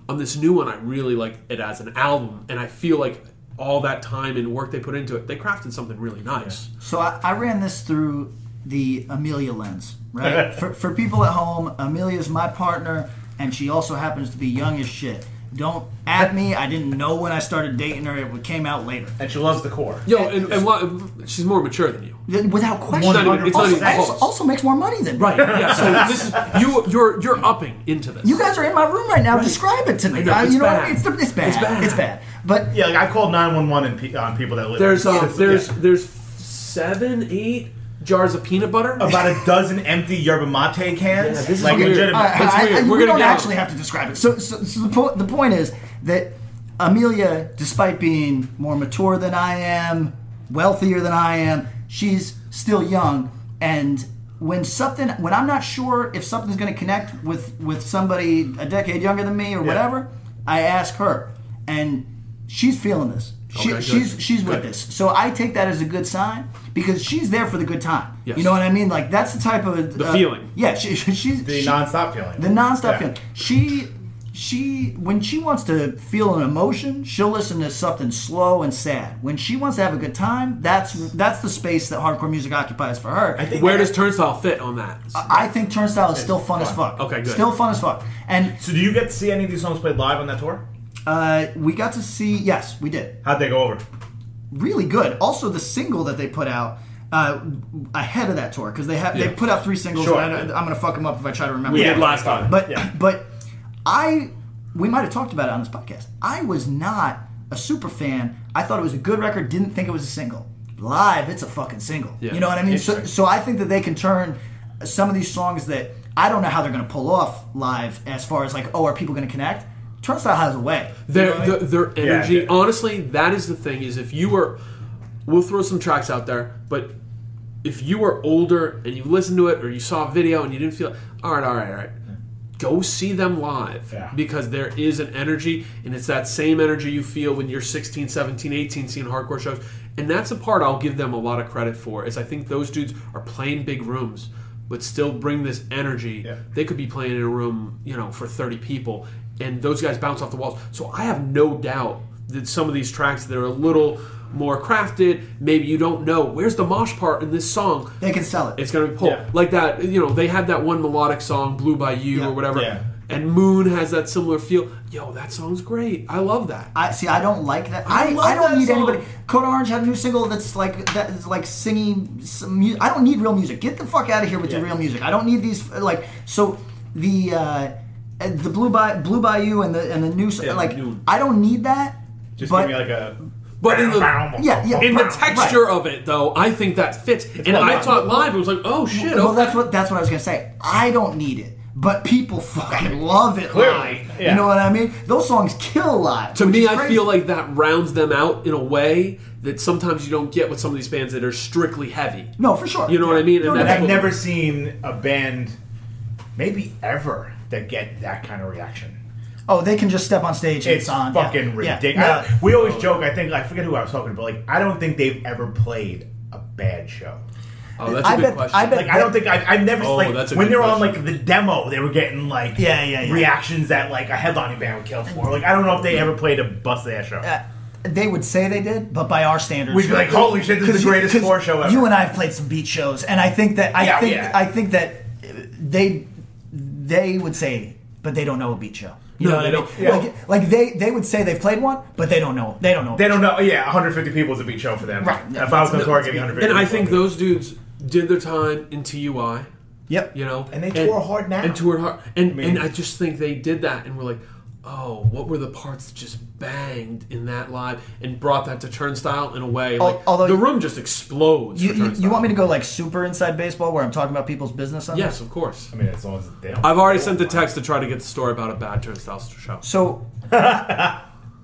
Speaker 4: On this new one, I really like it as an album, and I feel like all that time and work they put into it, they crafted something really nice.
Speaker 3: So I, I ran this through the Amelia lens, right? for, for people at home, Amelia's my partner, and she also happens to be young as shit. Don't at me. I didn't know when I started dating her. It came out later.
Speaker 5: And she loves the core.
Speaker 4: Yo, and, and why- she's more mature than you.
Speaker 3: Without question.
Speaker 4: not even- it's not
Speaker 3: also,
Speaker 4: even close.
Speaker 3: also- also makes more money than me.
Speaker 4: Right. Yeah. So this is you. You're you're upping into this.
Speaker 3: You guys are in my room right now. Describe it to me.
Speaker 4: I know,
Speaker 3: I-
Speaker 4: it's
Speaker 3: you know what
Speaker 4: bad.
Speaker 3: I mean? It's, it's bad.
Speaker 4: It's bad.
Speaker 3: It's bad. But
Speaker 5: Yeah, like I called 911 and pe- on people that live.
Speaker 4: There's uh,
Speaker 5: Yeah.
Speaker 4: there's there's seven eight jars of peanut butter.
Speaker 5: about a dozen empty yerba mate cans.
Speaker 4: Yeah, this is
Speaker 5: like
Speaker 4: weird.
Speaker 5: legitimate.
Speaker 3: All right,
Speaker 4: It's
Speaker 3: I- I-
Speaker 4: weird.
Speaker 3: we
Speaker 4: We're gonna
Speaker 3: don't
Speaker 4: get
Speaker 3: actually
Speaker 4: out.
Speaker 3: have to describe it. So, so, so the, po- the point is that Amelia, despite being more mature than I am, wealthier than I am, she's still young. And when something, when I'm not sure if something's going to connect with with somebody a decade younger than me or whatever, I ask her, and she's feeling this. She,
Speaker 4: Okay, good.
Speaker 3: she's she's with
Speaker 4: Good.
Speaker 3: this. So I take that as a good sign because she's there for the good time.
Speaker 4: Yes.
Speaker 3: You know what I mean? Like that's the type of uh,
Speaker 4: The feeling.
Speaker 3: Yeah, she, she's
Speaker 5: the
Speaker 3: she-
Speaker 5: nonstop feeling.
Speaker 3: the nonstop
Speaker 5: Yeah.
Speaker 3: feeling. She she when she wants to feel an emotion, she'll listen to something slow and sad. When she wants to have a good time, that's that's the space that hardcore music occupies for her. I think,
Speaker 4: Where does Turnstile fit on that?
Speaker 5: Uh,
Speaker 3: Turnstile is still fun, as fuck.
Speaker 4: Okay, good.
Speaker 3: Still fun as fuck. And
Speaker 5: So do you get to see any of these songs played live on that tour?
Speaker 3: uh, we got to see. Yes, we did.
Speaker 5: How'd they go over?
Speaker 3: really good. Also, the single that they put out uh, ahead of that tour because they have
Speaker 4: Yeah.
Speaker 3: they put out three singles.
Speaker 5: Sure.
Speaker 3: And I, am gonna fuck them up if I try to remember.
Speaker 4: We
Speaker 3: them.
Speaker 4: did last time.
Speaker 3: but
Speaker 5: Yeah.
Speaker 3: but I we might have talked about it on this podcast. I was not a super fan. I thought it was a good record. Didn't think it was a single. Live, it's a fucking single.
Speaker 4: Yeah.
Speaker 3: You know what I mean? So so
Speaker 4: Interesting.
Speaker 3: I think that they can turn some of these songs that I don't know how they're gonna pull off live as far as like oh are people gonna connect? Turnstile has a way. You know
Speaker 4: their
Speaker 3: what I mean?
Speaker 4: their, their energy.
Speaker 5: yeah.
Speaker 4: Honestly, that is the thing. Is if you were, we'll throw some tracks out there, but if you were older and you listened to it or you saw a video and you didn't feel, all right, all right, all right, go see them live
Speaker 5: Yeah.
Speaker 4: because there is an energy and it's that same energy you feel when you're 16, 17, 18 seeing hardcore shows. And that's a part I'll give them a lot of credit for is I think those dudes are playing big rooms but still bring this energy
Speaker 5: Yeah.
Speaker 4: they could be playing in a room, you know, for 30 people, and those guys bounce off the walls. So I have no doubt that some of these tracks that are a little more crafted, maybe you don't know where's the mosh part in this song.
Speaker 3: they can sell it.
Speaker 4: It's gonna pull
Speaker 5: Yeah.
Speaker 4: like that. You know, they had that one melodic song, "Blue by You"
Speaker 3: Yeah.
Speaker 4: or whatever,
Speaker 5: Yeah.
Speaker 4: and Moon has that similar feel. Yo, that song's great. I love that.
Speaker 3: I see. I don't like that.
Speaker 4: I
Speaker 3: I,
Speaker 4: love
Speaker 3: I don't
Speaker 4: that
Speaker 3: need
Speaker 4: song.
Speaker 3: anybody. Code Orange had a new single that's like that is like singing. Some mu- I don't need real music. Get the fuck out of here with your real music. I don't need these like so the uh, the blue by blue by you and the and the new
Speaker 5: Yeah,
Speaker 3: like
Speaker 5: new-
Speaker 3: I don't need that.
Speaker 5: Just
Speaker 3: but
Speaker 5: give me like a.
Speaker 4: But in the-
Speaker 3: Yeah, yeah.
Speaker 4: in the
Speaker 3: Right.
Speaker 4: texture of it, though, I think that fits. and
Speaker 5: well
Speaker 4: I
Speaker 5: done.
Speaker 4: thought live, it was like, oh shit.
Speaker 3: well,
Speaker 4: okay.
Speaker 3: that's what that's what I was gonna say. I don't need it, but people fucking love it
Speaker 5: Clearly,
Speaker 3: live.
Speaker 5: yeah.
Speaker 3: You know what I mean? Those songs kill live.
Speaker 4: To
Speaker 3: which
Speaker 4: me,
Speaker 3: is
Speaker 4: I
Speaker 3: crazy.
Speaker 4: feel like that rounds them out in a way that sometimes you don't get with some of these bands that are strictly heavy.
Speaker 3: no, for sure.
Speaker 4: You know what I mean?
Speaker 3: No,
Speaker 4: And
Speaker 3: no,
Speaker 5: But
Speaker 4: that's
Speaker 5: I've
Speaker 4: what,
Speaker 5: never seen a band, maybe ever, that get that kind of reaction.
Speaker 3: Oh, they can just step on stage. and
Speaker 5: It's
Speaker 3: it's on.
Speaker 5: fucking
Speaker 3: Yeah, yeah.
Speaker 5: ridiculous.
Speaker 3: No.
Speaker 5: I- we always joke. I think I forget who I was talking to, but like I don't think they've ever played a bad show.
Speaker 4: oh, that's a
Speaker 3: I
Speaker 4: good
Speaker 3: bet-
Speaker 4: question.
Speaker 3: I bet-
Speaker 5: Like I don't think I, I've never
Speaker 4: Oh,
Speaker 5: like
Speaker 4: that's a
Speaker 5: when
Speaker 4: good
Speaker 5: they're on
Speaker 4: question.
Speaker 5: like the demo, they were getting like
Speaker 3: Yeah, yeah, yeah.
Speaker 5: reactions that like a headlining band would kill for. Like I don't know if they ever played a bust ass show.
Speaker 3: They would say they did, but by our standards,
Speaker 5: We'd be like, "Holy shit, this is
Speaker 3: 'Cause
Speaker 5: the
Speaker 3: you-
Speaker 5: greatest
Speaker 3: 'cause
Speaker 5: floor show ever."
Speaker 3: You and I have played some beat shows, and I think that I
Speaker 5: Yeah, oh,
Speaker 3: think
Speaker 5: yeah.
Speaker 3: I think that uh, they they would say, but they don't know a beat show. You
Speaker 4: No,
Speaker 3: know what
Speaker 4: they
Speaker 3: I mean?
Speaker 4: don't.
Speaker 3: Like, like they they would say they've played one, but they don't know. They don't know.
Speaker 5: They don't know. Yeah, 150 people is a big show for them.
Speaker 3: Right.
Speaker 5: If I was on tour, I'd give you 150.
Speaker 4: and I
Speaker 5: people.
Speaker 4: think those dudes did their time in TUI.
Speaker 3: Yep.
Speaker 4: You know,
Speaker 5: And they tour hard now.
Speaker 4: And toured hard, and
Speaker 5: mean-
Speaker 4: and I just think they did that, and we're like, oh, what were the parts that just banged in that live and brought that to Turnstile in a way? Like,
Speaker 3: although-
Speaker 4: the room just explodes.
Speaker 3: You,
Speaker 4: for
Speaker 3: you, you
Speaker 4: Turnstile.
Speaker 3: want me to go like super inside baseball where I'm talking about people's business on
Speaker 4: Yes,
Speaker 3: this?
Speaker 4: of course.
Speaker 5: I mean, as long as they don't.
Speaker 4: I've already sent the text to try to get the story about a bad Turnstile show.
Speaker 3: So,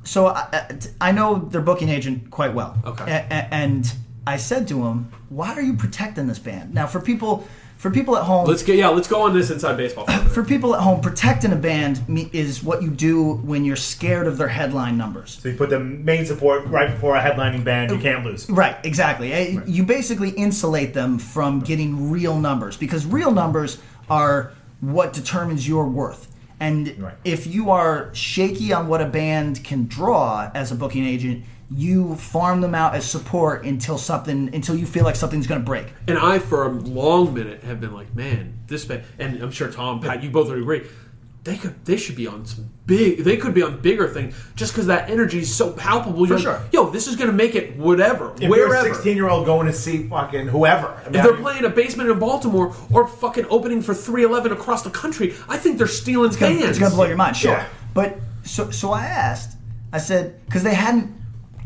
Speaker 3: so I, I- I know their booking agent quite well.
Speaker 4: Okay.
Speaker 3: A- a- and I said to him, "Why are you protecting this band?" Now, for people, for people at home,
Speaker 4: Let's get yeah, let's go on this inside baseball. for a minute.
Speaker 3: for people at home, protecting a band me- is what you do when you're scared of their headline numbers.
Speaker 5: So you put the main support right before a headlining band. You can't lose.
Speaker 3: Right, exactly. Eh, You basically insulate them from getting real numbers because real numbers are what determines your worth. And
Speaker 5: Right.
Speaker 3: if you are shaky on what a band can draw as a booking agent, you farm them out as support until something until you feel like something's going to break.
Speaker 4: And I, for a long minute, have been like, man, this band, and I'm sure Tom, Pat, you both would agree. They could, they should be on some big. They could be on bigger things just because that energy is so palpable. You're
Speaker 3: For
Speaker 4: like,
Speaker 3: sure.
Speaker 4: Yo, this is gonna make it whatever,
Speaker 5: If you're a
Speaker 4: wherever.
Speaker 5: 16 year old going to see fucking whoever, I mean,
Speaker 4: if
Speaker 5: I
Speaker 4: they're
Speaker 5: mean,
Speaker 4: playing a basement in Baltimore or fucking opening for 311 across the country, I think they're stealing
Speaker 3: gonna-
Speaker 4: fans.
Speaker 3: It's going to blow your mind, sure.
Speaker 5: Yeah.
Speaker 3: But so so I asked. I said because they hadn't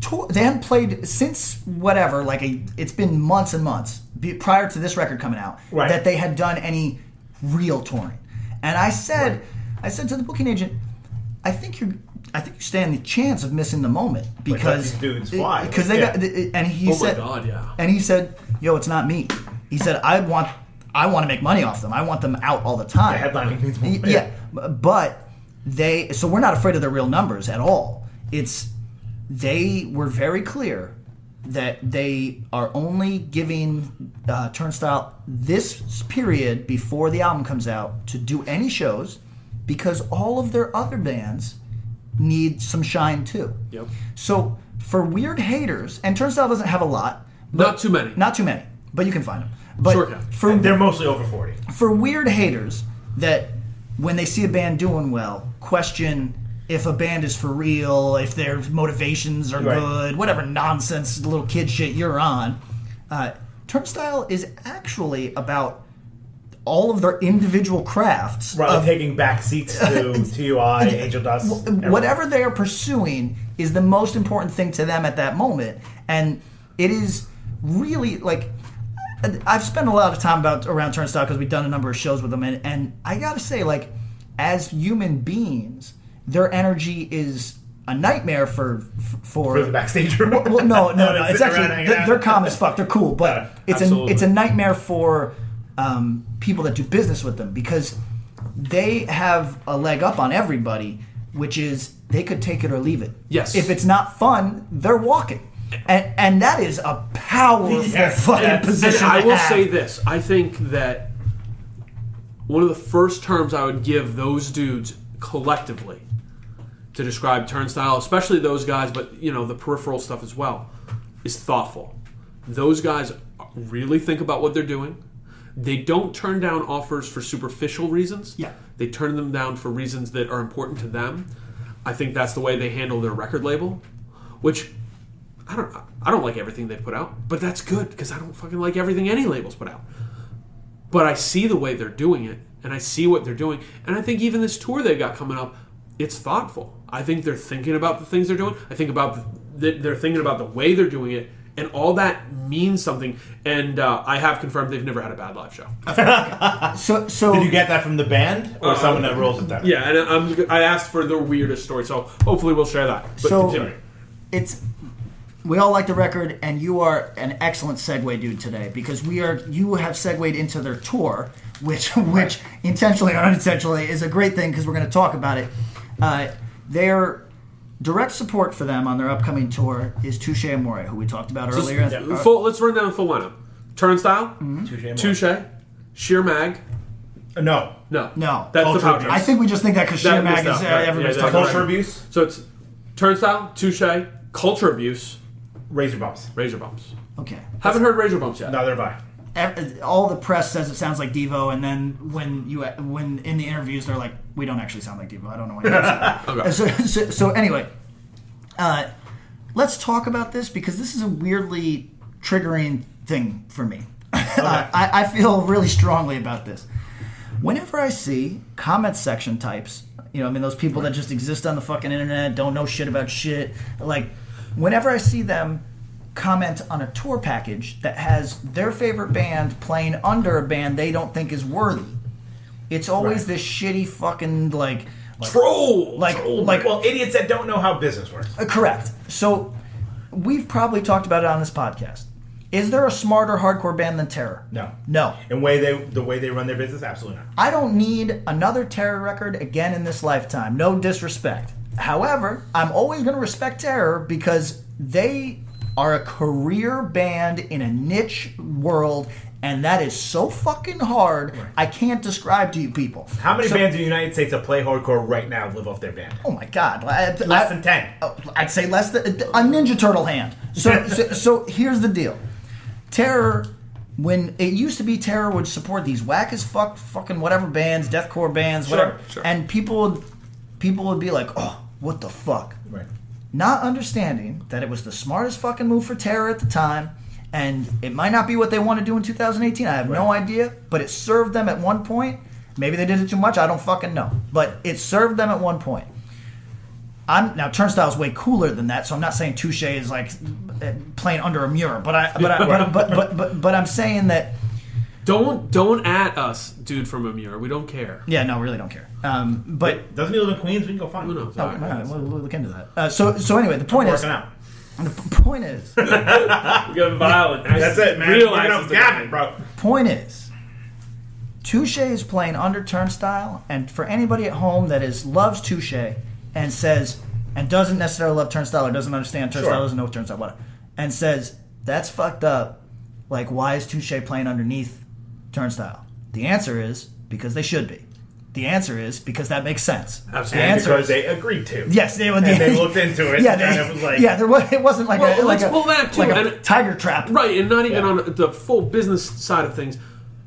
Speaker 3: tour, they hadn't played since whatever. Like a, it's been months and months be, prior to this record coming out
Speaker 5: Right.
Speaker 3: that they had done any real touring. And I said, I said to the booking agent, I think you're. I think you stand the chance of missing the moment because
Speaker 5: these dudes fly.
Speaker 3: because they
Speaker 5: Yeah.
Speaker 3: got and he
Speaker 4: Oh my
Speaker 3: said
Speaker 4: God, yeah.
Speaker 3: and he said yo it's not me he said I want I want to make money off them I want them out all the time
Speaker 5: the headlining means more.
Speaker 3: Y- yeah, b- but they so we're not afraid of their real numbers at all. It's they were very clear that they are only giving uh, Turnstile this period before the album comes out to do any shows because all of their other bands need some shine too.
Speaker 4: Yep.
Speaker 3: So for weird haters, and Turnstile doesn't have a lot,
Speaker 4: Not too many.
Speaker 3: not too many, but you can find them. But
Speaker 4: Sure can.
Speaker 3: for
Speaker 5: They're mostly over 40.
Speaker 3: for weird haters that when they see a band doing well, question if a band is for real, if their motivations are
Speaker 5: Right.
Speaker 3: good, whatever nonsense little kid shit you're on. Uh, Turnstile is actually about all of their individual crafts
Speaker 5: Right,
Speaker 3: of
Speaker 5: like taking back seats to TUI, Angel Dust, everyone.
Speaker 3: whatever they are pursuing is the most important thing to them at that moment and it is really like i've spent a lot of time about around turnstile because we've done a number of shows with them and, and i gotta say like as human beings their energy is a nightmare for for,
Speaker 5: For the backstage room.
Speaker 3: well, no, no, no.
Speaker 5: Sitting
Speaker 3: It's
Speaker 5: around
Speaker 3: actually
Speaker 5: hanging
Speaker 3: they're,
Speaker 5: out.
Speaker 3: they're calm as fuck. They're cool, but it's
Speaker 4: absolutely.
Speaker 3: a it's a nightmare for um, people that do business with them because they have a leg up on everybody, which is they could take it or leave it.
Speaker 4: Yes.
Speaker 3: If it's not fun, they're walking, and and that is a powerful
Speaker 5: Yeah,
Speaker 3: fucking
Speaker 5: yeah.
Speaker 3: position.
Speaker 4: And I
Speaker 3: to
Speaker 4: will
Speaker 3: have.
Speaker 4: say this: I think that one of the first terms I would give those dudes collectively to describe Turnstile, especially those guys, but you know the peripheral stuff as well, is thoughtful. Those guys really think about what they're doing. They don't turn down offers for superficial reasons.
Speaker 3: Yeah.
Speaker 4: They turn them down for reasons that are important to them. I think that's the way they handle their record label, which I don't I don't like everything they put out, but that's good because I don't fucking like everything any labels put out. But I see the way they're doing it, and I see what they're doing, and I think even this tour they've got coming up, it's thoughtful. I think they're thinking about the things they're doing. I think about the, that they're thinking about the way they're doing it, and all that means something. And uh, I have confirmed they've never had a bad live show.
Speaker 3: So so
Speaker 5: Did you get that from the band or someone that rolls with them?
Speaker 4: Uh, Yeah, and I'm, I asked for their weirdest story, so hopefully we'll share that. But
Speaker 3: So-
Speaker 4: continue.
Speaker 3: it's we all like the record and you are an excellent segue dude today because we are you have segued into their tour which which intentionally or unintentionally is a great thing because we're going to talk about it uh, their direct support for them on their upcoming tour is touche amore who we talked about earlier Uh, Mm-hmm.
Speaker 4: full, let's run down the full lineup. Turnstile, Touche, Sheer Mag.
Speaker 5: Uh, No.
Speaker 4: No,
Speaker 3: No.
Speaker 4: that's
Speaker 5: Culture
Speaker 4: the power.
Speaker 5: Abuse.
Speaker 3: i think we just think that because sheer
Speaker 4: That
Speaker 3: mag
Speaker 4: missed
Speaker 3: is
Speaker 4: out,
Speaker 3: uh,
Speaker 4: right.
Speaker 3: everybody's
Speaker 4: Yeah,
Speaker 3: talking
Speaker 4: that's
Speaker 3: about
Speaker 5: Culture
Speaker 4: right.
Speaker 5: abuse,
Speaker 4: So it's Turnstile, Touche, Culture Abuse,
Speaker 5: razor bumps.
Speaker 4: Razor Bumps.
Speaker 3: okay
Speaker 4: Haven't heard Razor Bumps yet.
Speaker 5: Neither have I.
Speaker 3: Ev- all the press says it sounds like Devo, and then when you when in the interviews they're like, we don't actually sound like Devo. I don't know what you're saying.
Speaker 4: Okay.
Speaker 3: Uh, so, so, so anyway, uh, let's talk about this because this is a weirdly triggering thing for me. Uh, I, I feel really strongly about this. Whenever I see comment section types, you know, I mean, those people that just exist on the fucking internet, don't know shit about shit. Like, whenever I see them comment on a tour package that has their favorite band playing under a band they don't think is worthy, it's always this shitty fucking like. like
Speaker 4: Troll.
Speaker 3: like,
Speaker 4: Troll.
Speaker 3: like
Speaker 5: well, idiots that don't know how business works.
Speaker 3: uh, Correct. So we've probably talked about it on this podcast. Is there a smarter hardcore band than Terror?
Speaker 5: No.
Speaker 3: No.
Speaker 5: And way they the way they run their business, absolutely not.
Speaker 3: I don't need another Terror record again in this lifetime. No disrespect. However, I'm always going to respect Terror because they are a career band in a niche world, and that is so fucking hard. I can't describe to you people.
Speaker 5: How many
Speaker 3: So-
Speaker 5: bands in the United States that play hardcore right now live off their band?
Speaker 3: Oh my god! I- I-
Speaker 5: Less than ten.
Speaker 3: Oh, I'd say less than a Ninja Turtle hand. So, so, so here's the deal. Terror, when it used to be Terror would support these whack as fuck, fucking whatever bands, deathcore bands, whatever,
Speaker 4: sure.
Speaker 3: and people, would- people would be like, "Oh, what the fuck,"
Speaker 5: Right.
Speaker 3: not understanding that it was the smartest fucking move for Terror at the time. And it might not be what they want to do in 2018. I have no idea, but it served them at one point. Maybe they did it too much. I don't fucking know. But it served them at one point. I'm now Turnstile is way cooler than that, so I'm not saying Touche is like uh, playing under a mirror, but I but I, but, but, but but but I'm saying that
Speaker 4: Don't don't at us, dude from Amur. We don't care.
Speaker 3: yeah, no, really don't care. Um, but
Speaker 5: Doesn't he live in Queens? We can go find
Speaker 4: Who
Speaker 5: him.
Speaker 4: knows?
Speaker 3: oh,
Speaker 4: All right.
Speaker 3: all right, we'll, we'll look into that. Uh, so so anyway, the point is
Speaker 5: Working out.
Speaker 3: the point is
Speaker 4: We're getting violent.
Speaker 5: That's it, man.
Speaker 4: Real
Speaker 5: Real up
Speaker 4: asses.
Speaker 5: Gavin, bro.
Speaker 3: point is Touche is playing under Turnstile, and for anybody at home that is loves Touche and says and doesn't necessarily love Turnstile or doesn't understand Turnstile,
Speaker 5: Sure.
Speaker 3: doesn't know Turnstile, whatever, and says that's fucked up. Like, why is Touche playing underneath Turnstile? The answer is because they should be. The answer is because that makes sense.
Speaker 4: Absolutely.
Speaker 3: The
Speaker 5: And
Speaker 3: answer
Speaker 5: because
Speaker 3: is
Speaker 5: they agreed to.
Speaker 3: yes. They,
Speaker 5: And they looked into it.
Speaker 3: Yeah,
Speaker 5: and
Speaker 3: they,
Speaker 5: it was like,
Speaker 3: yeah. There was, it wasn't like
Speaker 4: Well,
Speaker 3: a, like
Speaker 4: let's
Speaker 3: a,
Speaker 4: pull that too,
Speaker 3: like a
Speaker 4: and-
Speaker 3: tiger trap.
Speaker 4: Right, and not even
Speaker 5: Yeah.
Speaker 4: on the full business side of things.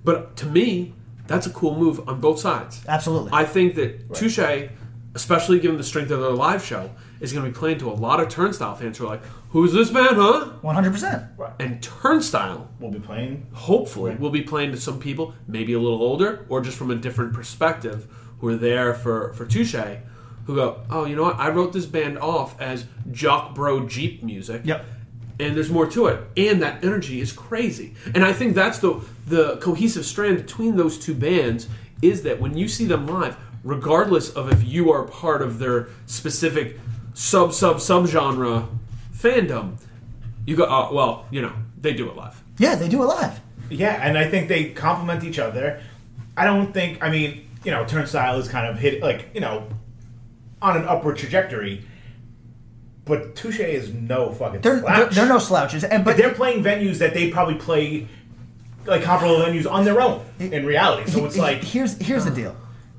Speaker 4: But to me, that's a cool move on both sides.
Speaker 3: Absolutely.
Speaker 4: I think that Touche, especially given the strength of their live show, is going to be playing to a lot of Turnstile fans who are like, who's this man, huh?
Speaker 3: One hundred percent.
Speaker 4: And Turnstile,
Speaker 5: we'll be playing.
Speaker 4: hopefully, will be playing to some people, maybe a little older, or just from a different perspective, who are there for, for Touche, who go, oh, you know what? I wrote this band off as jock bro Jeep music
Speaker 3: Yep.
Speaker 4: and there's more to it and that energy is crazy and i think that's the the cohesive strand between those two bands is that when you see them live regardless of if you are part of their specific sub sub sub genre fandom you go oh well you know they do it live
Speaker 3: Yeah, they do it live.
Speaker 5: Yeah, and I think they complement each other. I don't think. I mean, you know, Turnstile is kind of hit like you know, on an upward trajectory. But Touche is no fucking.
Speaker 3: They're, they're,
Speaker 5: slouch.
Speaker 3: they're no slouches, and but
Speaker 5: they're playing venues that they probably play like comparable venues on their own in reality. So it's
Speaker 3: he-
Speaker 5: like
Speaker 3: here's here's
Speaker 4: uh,
Speaker 3: the deal.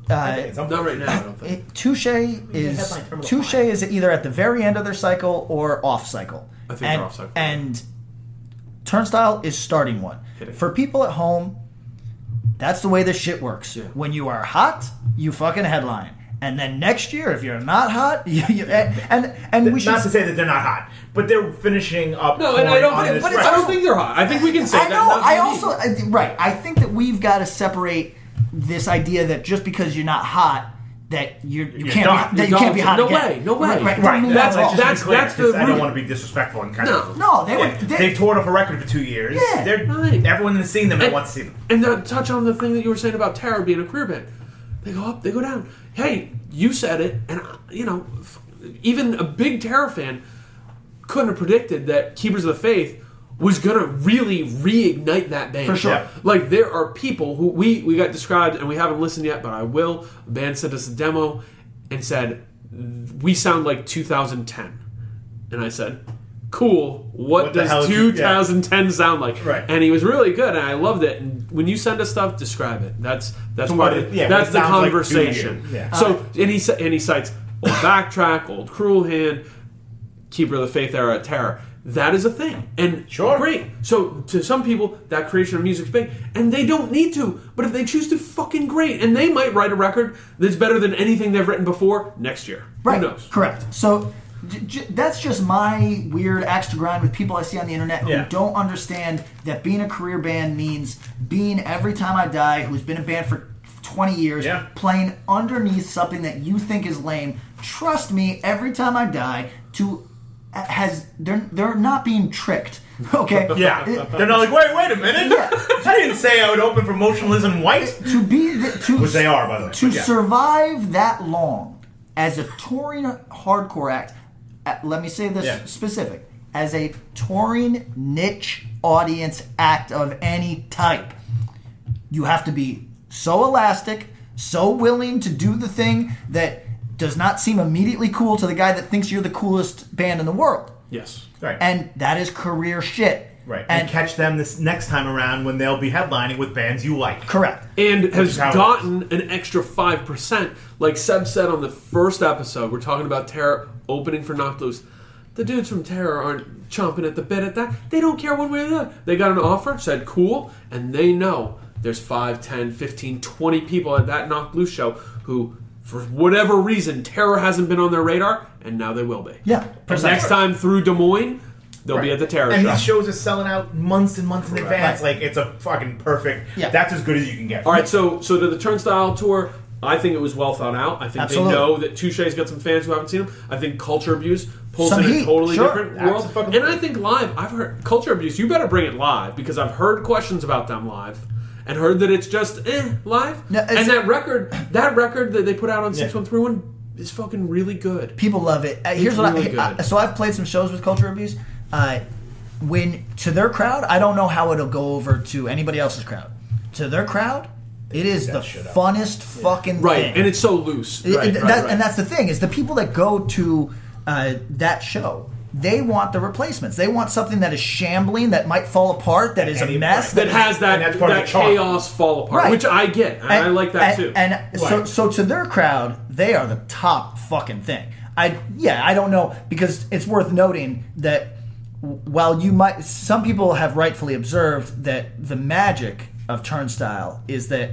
Speaker 3: Uh,
Speaker 5: it's unbelievable.
Speaker 4: not right now i don't think
Speaker 3: It- Touche is
Speaker 5: headline terminal
Speaker 3: Touche
Speaker 5: five.
Speaker 3: is either at the very end of their cycle or off cycle.
Speaker 4: I think
Speaker 3: and,
Speaker 4: they're off cycle.
Speaker 3: And Turnstile is starting one.
Speaker 4: Hit it.
Speaker 3: For people at home, that's the way this shit works.
Speaker 4: Yeah.
Speaker 3: When you are hot, you fucking headline. And then next year, if you're not hot, you, you, and and, and we should
Speaker 5: not to say that they're not hot, but they're finishing up.
Speaker 4: no and i
Speaker 5: touring
Speaker 4: don't
Speaker 5: on
Speaker 4: think,
Speaker 5: this
Speaker 4: but it's,
Speaker 5: record.
Speaker 4: i don't think they're hot i think we can say
Speaker 3: I
Speaker 4: that
Speaker 3: know.
Speaker 4: not
Speaker 3: I
Speaker 4: unique.
Speaker 3: also I, right. I think that we've got to separate this idea that just because you're not hot that you're, you
Speaker 5: You're
Speaker 3: can't
Speaker 5: not.
Speaker 3: be, that you
Speaker 4: You're
Speaker 3: can't be
Speaker 4: not.
Speaker 3: hot
Speaker 4: No
Speaker 3: again.
Speaker 4: way, no way.
Speaker 3: Right. right,
Speaker 4: Right,
Speaker 3: don't mean
Speaker 4: that's-
Speaker 3: that at all.
Speaker 4: that's-
Speaker 5: Let's be clear,
Speaker 4: that's the
Speaker 5: 'cause I
Speaker 4: root.
Speaker 5: don't want to be disrespectful and kind of.
Speaker 3: No, they would- they-
Speaker 5: They, have toured off a record for two years.
Speaker 3: Yeah.
Speaker 5: They're,
Speaker 4: Right.
Speaker 5: Everyone has seen them and
Speaker 4: And-
Speaker 5: wants to see them.
Speaker 4: And to touch on the thing that you were saying about terror being a queer band, they go up, they go down. Hey, you said it, and uh, you know, f- even a big terror fan couldn't have predicted that Keepers of the Faith was gonna really reignite that band.
Speaker 3: For sure.
Speaker 5: Yeah.
Speaker 4: Like there are people who we we got described and we haven't listened yet, but I will. A band sent us a demo and said we sound like 2010, and I said. Cool. What,
Speaker 5: What the hell
Speaker 4: does
Speaker 5: is- yeah.
Speaker 4: 2010 sound like?
Speaker 5: Right.
Speaker 4: And he was really good, and I loved it. And when you send us stuff, describe it. That's that's
Speaker 5: To
Speaker 4: part
Speaker 5: what
Speaker 4: of
Speaker 5: it- yeah,
Speaker 4: that's
Speaker 5: what it
Speaker 4: the
Speaker 5: sounds like to
Speaker 4: conversation.
Speaker 5: you. Yeah.
Speaker 4: So and he ci- and he cites old backtrack, old cruel hand, keeper of the faith era terror. That is a thing, and
Speaker 5: Sure.
Speaker 4: great. So to some people, that creation of music's big, and they don't need to. But if they choose to, fucking great. And they might write a record that's better than anything they've written before next year.
Speaker 3: Right.
Speaker 4: Who knows?
Speaker 3: Correct. So J- j- that's just my weird axe to grind with people I see on the internet who
Speaker 5: Yeah.
Speaker 3: don't understand that being a career band means being every time I die who's been a band for 20 years
Speaker 5: Yeah.
Speaker 3: playing underneath something that you think is lame. Trust me, every time I die to has they're they're not being tricked. Okay.
Speaker 5: Yeah.
Speaker 3: It-
Speaker 5: They're not like, wait, wait a minute. I didn't say I would open for Motionless in White.
Speaker 3: to be the, to
Speaker 5: Which they are, by the way,
Speaker 3: to
Speaker 5: but yeah.
Speaker 3: survive that long as a touring hardcore act. uh, Let me say this
Speaker 5: Yeah.
Speaker 3: specific as a touring niche audience act of any type. You have to be so elastic, so willing to do the thing that does not seem immediately cool to the guy that thinks you're the coolest band in the world.
Speaker 4: Yes.
Speaker 5: Right.
Speaker 3: And that is career shit.
Speaker 5: right. And,
Speaker 3: And
Speaker 5: catch them this next time around when they'll be headlining with bands you like.
Speaker 3: correct.
Speaker 4: and has
Speaker 5: is how it
Speaker 4: gotten an extra 5%. Like Seb said on the first episode, we're talking about Terror opening for Knocked Loose. The dudes from Terror aren't chomping at the bit at that. They don't care one way or the other. They got an offer, said cool, and they know there's 5, 10, 15, 20 people at that Knocked Loose show who, for whatever reason, Terror hasn't been on their radar, and now they will be.
Speaker 3: Yeah,
Speaker 4: And
Speaker 3: precisely.
Speaker 4: next time through Des Moines, they'll be at the Terror
Speaker 5: And
Speaker 4: show.
Speaker 5: these shows are selling out months and months in advance. Like it's a fucking perfect.
Speaker 3: Yeah.
Speaker 5: That's as good as you can get.
Speaker 4: All right, so so to the Turnstile tour, I think it was well thought out. I think
Speaker 3: Absolutely.
Speaker 4: they know that Touche's got some fans who haven't seen him. I think Culture Abuse pulls
Speaker 3: Some
Speaker 4: in
Speaker 3: heat,
Speaker 4: a totally
Speaker 3: sure.
Speaker 4: different world.
Speaker 5: Absolutely.
Speaker 4: And I think live, I've heard Culture Abuse. You better bring it live because I've heard questions about them live. And heard that it's just eh, live,
Speaker 3: No, it's-
Speaker 4: and that record, that record that they put out on six one three one is fucking really good.
Speaker 3: people love it. Uh, here's what
Speaker 4: really
Speaker 3: I, I
Speaker 4: good.
Speaker 3: so I've played some shows with Culture Abuse. Uh, when to their crowd, I don't know how it'll go over to anybody else's crowd. To their crowd, it is the
Speaker 5: shit up.
Speaker 3: funnest fucking
Speaker 4: Right,
Speaker 3: thing.
Speaker 4: and it's so loose.
Speaker 3: It-
Speaker 4: right,
Speaker 3: it-
Speaker 4: right,
Speaker 3: that-
Speaker 4: right.
Speaker 3: And that's the thing is the people that go to uh, that show. They want the replacements. They want something that is shambling, that might fall apart, that is a
Speaker 5: Any-
Speaker 3: mess,
Speaker 4: that has that
Speaker 5: and that's part of
Speaker 4: that
Speaker 5: the charm.
Speaker 4: chaos fall apart,
Speaker 3: Right.
Speaker 4: which I get. And, I like
Speaker 3: and-
Speaker 4: that too.
Speaker 3: And so,
Speaker 5: Right.
Speaker 3: so to their crowd, they are the top fucking thing. I yeah, I don't know because it's worth noting that while you might, some people have rightfully observed that the magic of Turnstile is that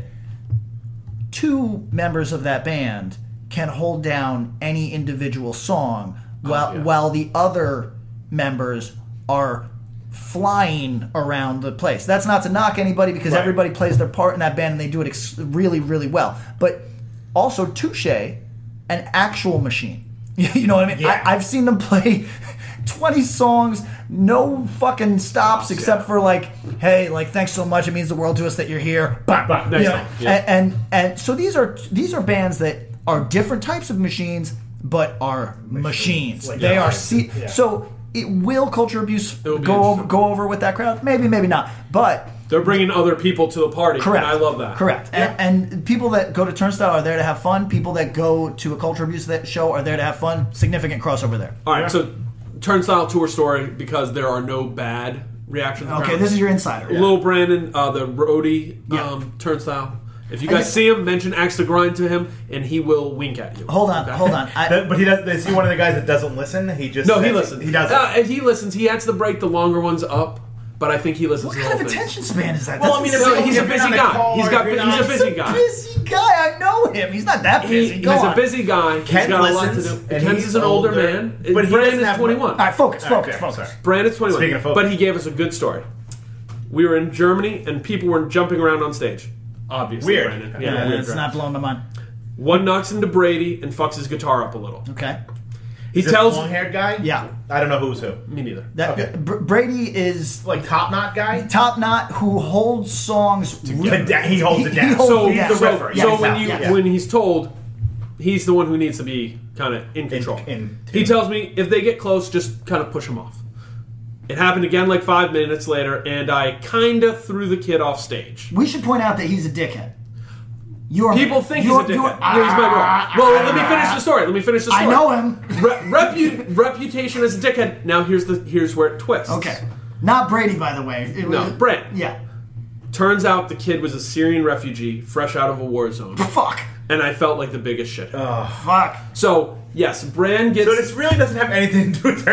Speaker 3: two members of that band can hold down any individual song while
Speaker 4: Oh, yeah.
Speaker 3: while the other members are flying around the place. That's not to knock anybody because
Speaker 5: Right.
Speaker 3: everybody plays their part in that band and they do it ex- really really well. But also Touche, an actual machine. you know what I mean?
Speaker 5: Yeah.
Speaker 3: I, I've seen them play 20 songs, no fucking stops except for like, hey, like thanks so much. It means the world to us that you're here. Bah, bah,
Speaker 4: Next
Speaker 3: you know,
Speaker 4: time. Yeah.
Speaker 3: and, and and so these are these are bands that are different types of machines, but are machines.
Speaker 5: Like,
Speaker 3: they
Speaker 5: yeah.
Speaker 3: are se-
Speaker 5: Yeah.
Speaker 3: so it will culture abuse
Speaker 4: will be
Speaker 3: go over,
Speaker 4: interesting.
Speaker 3: go over with that crowd? Maybe, maybe not. But
Speaker 4: They're bringing other people to the party.
Speaker 3: correct,
Speaker 4: And I love that.
Speaker 3: Correct,
Speaker 5: Yeah.
Speaker 3: and, and people that go to Turnstile are there to have fun. People that go to a culture abuse that show are there to have fun. Significant crossover there.
Speaker 4: All right, so Turnstile tour story because there are no bad reactions.
Speaker 3: Okay,
Speaker 4: around.
Speaker 3: this is your insider.
Speaker 4: Lil Brandon, uh, the roadie um,
Speaker 3: Yeah.
Speaker 4: Turnstile. If you
Speaker 3: And
Speaker 4: guys
Speaker 3: the-
Speaker 4: see him, mention Axe to Grind to him, and he will wink at you.
Speaker 3: Hold on,
Speaker 4: Okay?
Speaker 3: hold on. I,
Speaker 5: That- but he does. Is he one of the guys that doesn't listen? He just
Speaker 4: No, he
Speaker 5: says-
Speaker 4: listens.
Speaker 5: He doesn't.
Speaker 4: Uh, he listens. He has to break the longer ones up, but I think he listens.
Speaker 3: what
Speaker 4: to the
Speaker 3: kind
Speaker 4: whole
Speaker 3: of
Speaker 4: thing.
Speaker 3: attention span is that? That's
Speaker 5: Well, I mean,
Speaker 3: insane.
Speaker 4: No, he's a
Speaker 5: If you're
Speaker 4: busy
Speaker 5: not
Speaker 4: guy.
Speaker 5: a car,
Speaker 4: he's got.
Speaker 5: if you're
Speaker 4: He's a
Speaker 5: not-
Speaker 4: busy guy.
Speaker 3: busy guy. I know him. He's not that
Speaker 4: He-
Speaker 3: busy.
Speaker 4: he's
Speaker 3: Go
Speaker 4: a
Speaker 3: on.
Speaker 4: busy guy. he's
Speaker 5: Ken
Speaker 4: got
Speaker 5: listens,
Speaker 4: a lot to do.
Speaker 5: and
Speaker 4: Ken's
Speaker 5: he's
Speaker 4: is an older,
Speaker 5: older,
Speaker 4: man.
Speaker 5: but he
Speaker 4: Brandon
Speaker 5: doesn't
Speaker 4: is
Speaker 5: have-
Speaker 4: twenty-one.
Speaker 3: All right, focus,
Speaker 5: All right,
Speaker 3: focus,
Speaker 5: okay,
Speaker 3: focus.
Speaker 5: sorry.
Speaker 4: Brandon is 21.
Speaker 5: Speaking of folks.
Speaker 4: But he gave us a good story. We were in Germany and people were jumping around on stage. Obviously,
Speaker 5: Weird.
Speaker 4: Brandon.
Speaker 5: Yeah,
Speaker 4: Yeah,
Speaker 3: Yeah,
Speaker 4: weird.
Speaker 3: it's
Speaker 4: right.
Speaker 3: not blowing my mind.
Speaker 4: One knocks into Brady and fucks his guitar up a little.
Speaker 3: Okay.
Speaker 4: He
Speaker 5: This
Speaker 4: tells
Speaker 5: long-haired guy.
Speaker 3: Yeah.
Speaker 5: I don't know who's who.
Speaker 4: me neither.
Speaker 3: That
Speaker 5: Okay.
Speaker 3: Br- Brady is
Speaker 5: Like top knot guy.
Speaker 3: top knot who holds songs.
Speaker 5: But da- he holds it down.
Speaker 3: He holds
Speaker 4: So,
Speaker 3: it down.
Speaker 5: the
Speaker 4: so,
Speaker 5: riffer, yeah,
Speaker 4: so
Speaker 5: yeah,
Speaker 4: when you
Speaker 5: yeah.
Speaker 4: when he's told, he's the one who needs to be kind of in control.
Speaker 5: in
Speaker 4: he tells me if they get close, just kind of push them off. It happened again like five minutes later, and I kind of threw the kid off stage.
Speaker 3: We should point out that he's a dickhead. You're
Speaker 4: People think he's a
Speaker 3: you're-
Speaker 4: dickhead.
Speaker 3: you're- Ah.
Speaker 4: Yeah, he's my bro. Well, let me finish the story. Let me finish the story.
Speaker 3: I know him.
Speaker 4: Re- repu- reputation as a dickhead. Now here's the here's where it twists.
Speaker 3: ah, Okay, not Brady, by the way. It
Speaker 4: No,
Speaker 3: was-
Speaker 4: Brent.
Speaker 3: Yeah.
Speaker 4: Turns out the kid was a Syrian refugee, fresh out of a war zone,
Speaker 3: Fuck.
Speaker 4: and I felt like the biggest shit.
Speaker 3: Uh. Fuck.
Speaker 4: so yes, Brand gets.
Speaker 5: So this really doesn't have anything to do with
Speaker 4: no,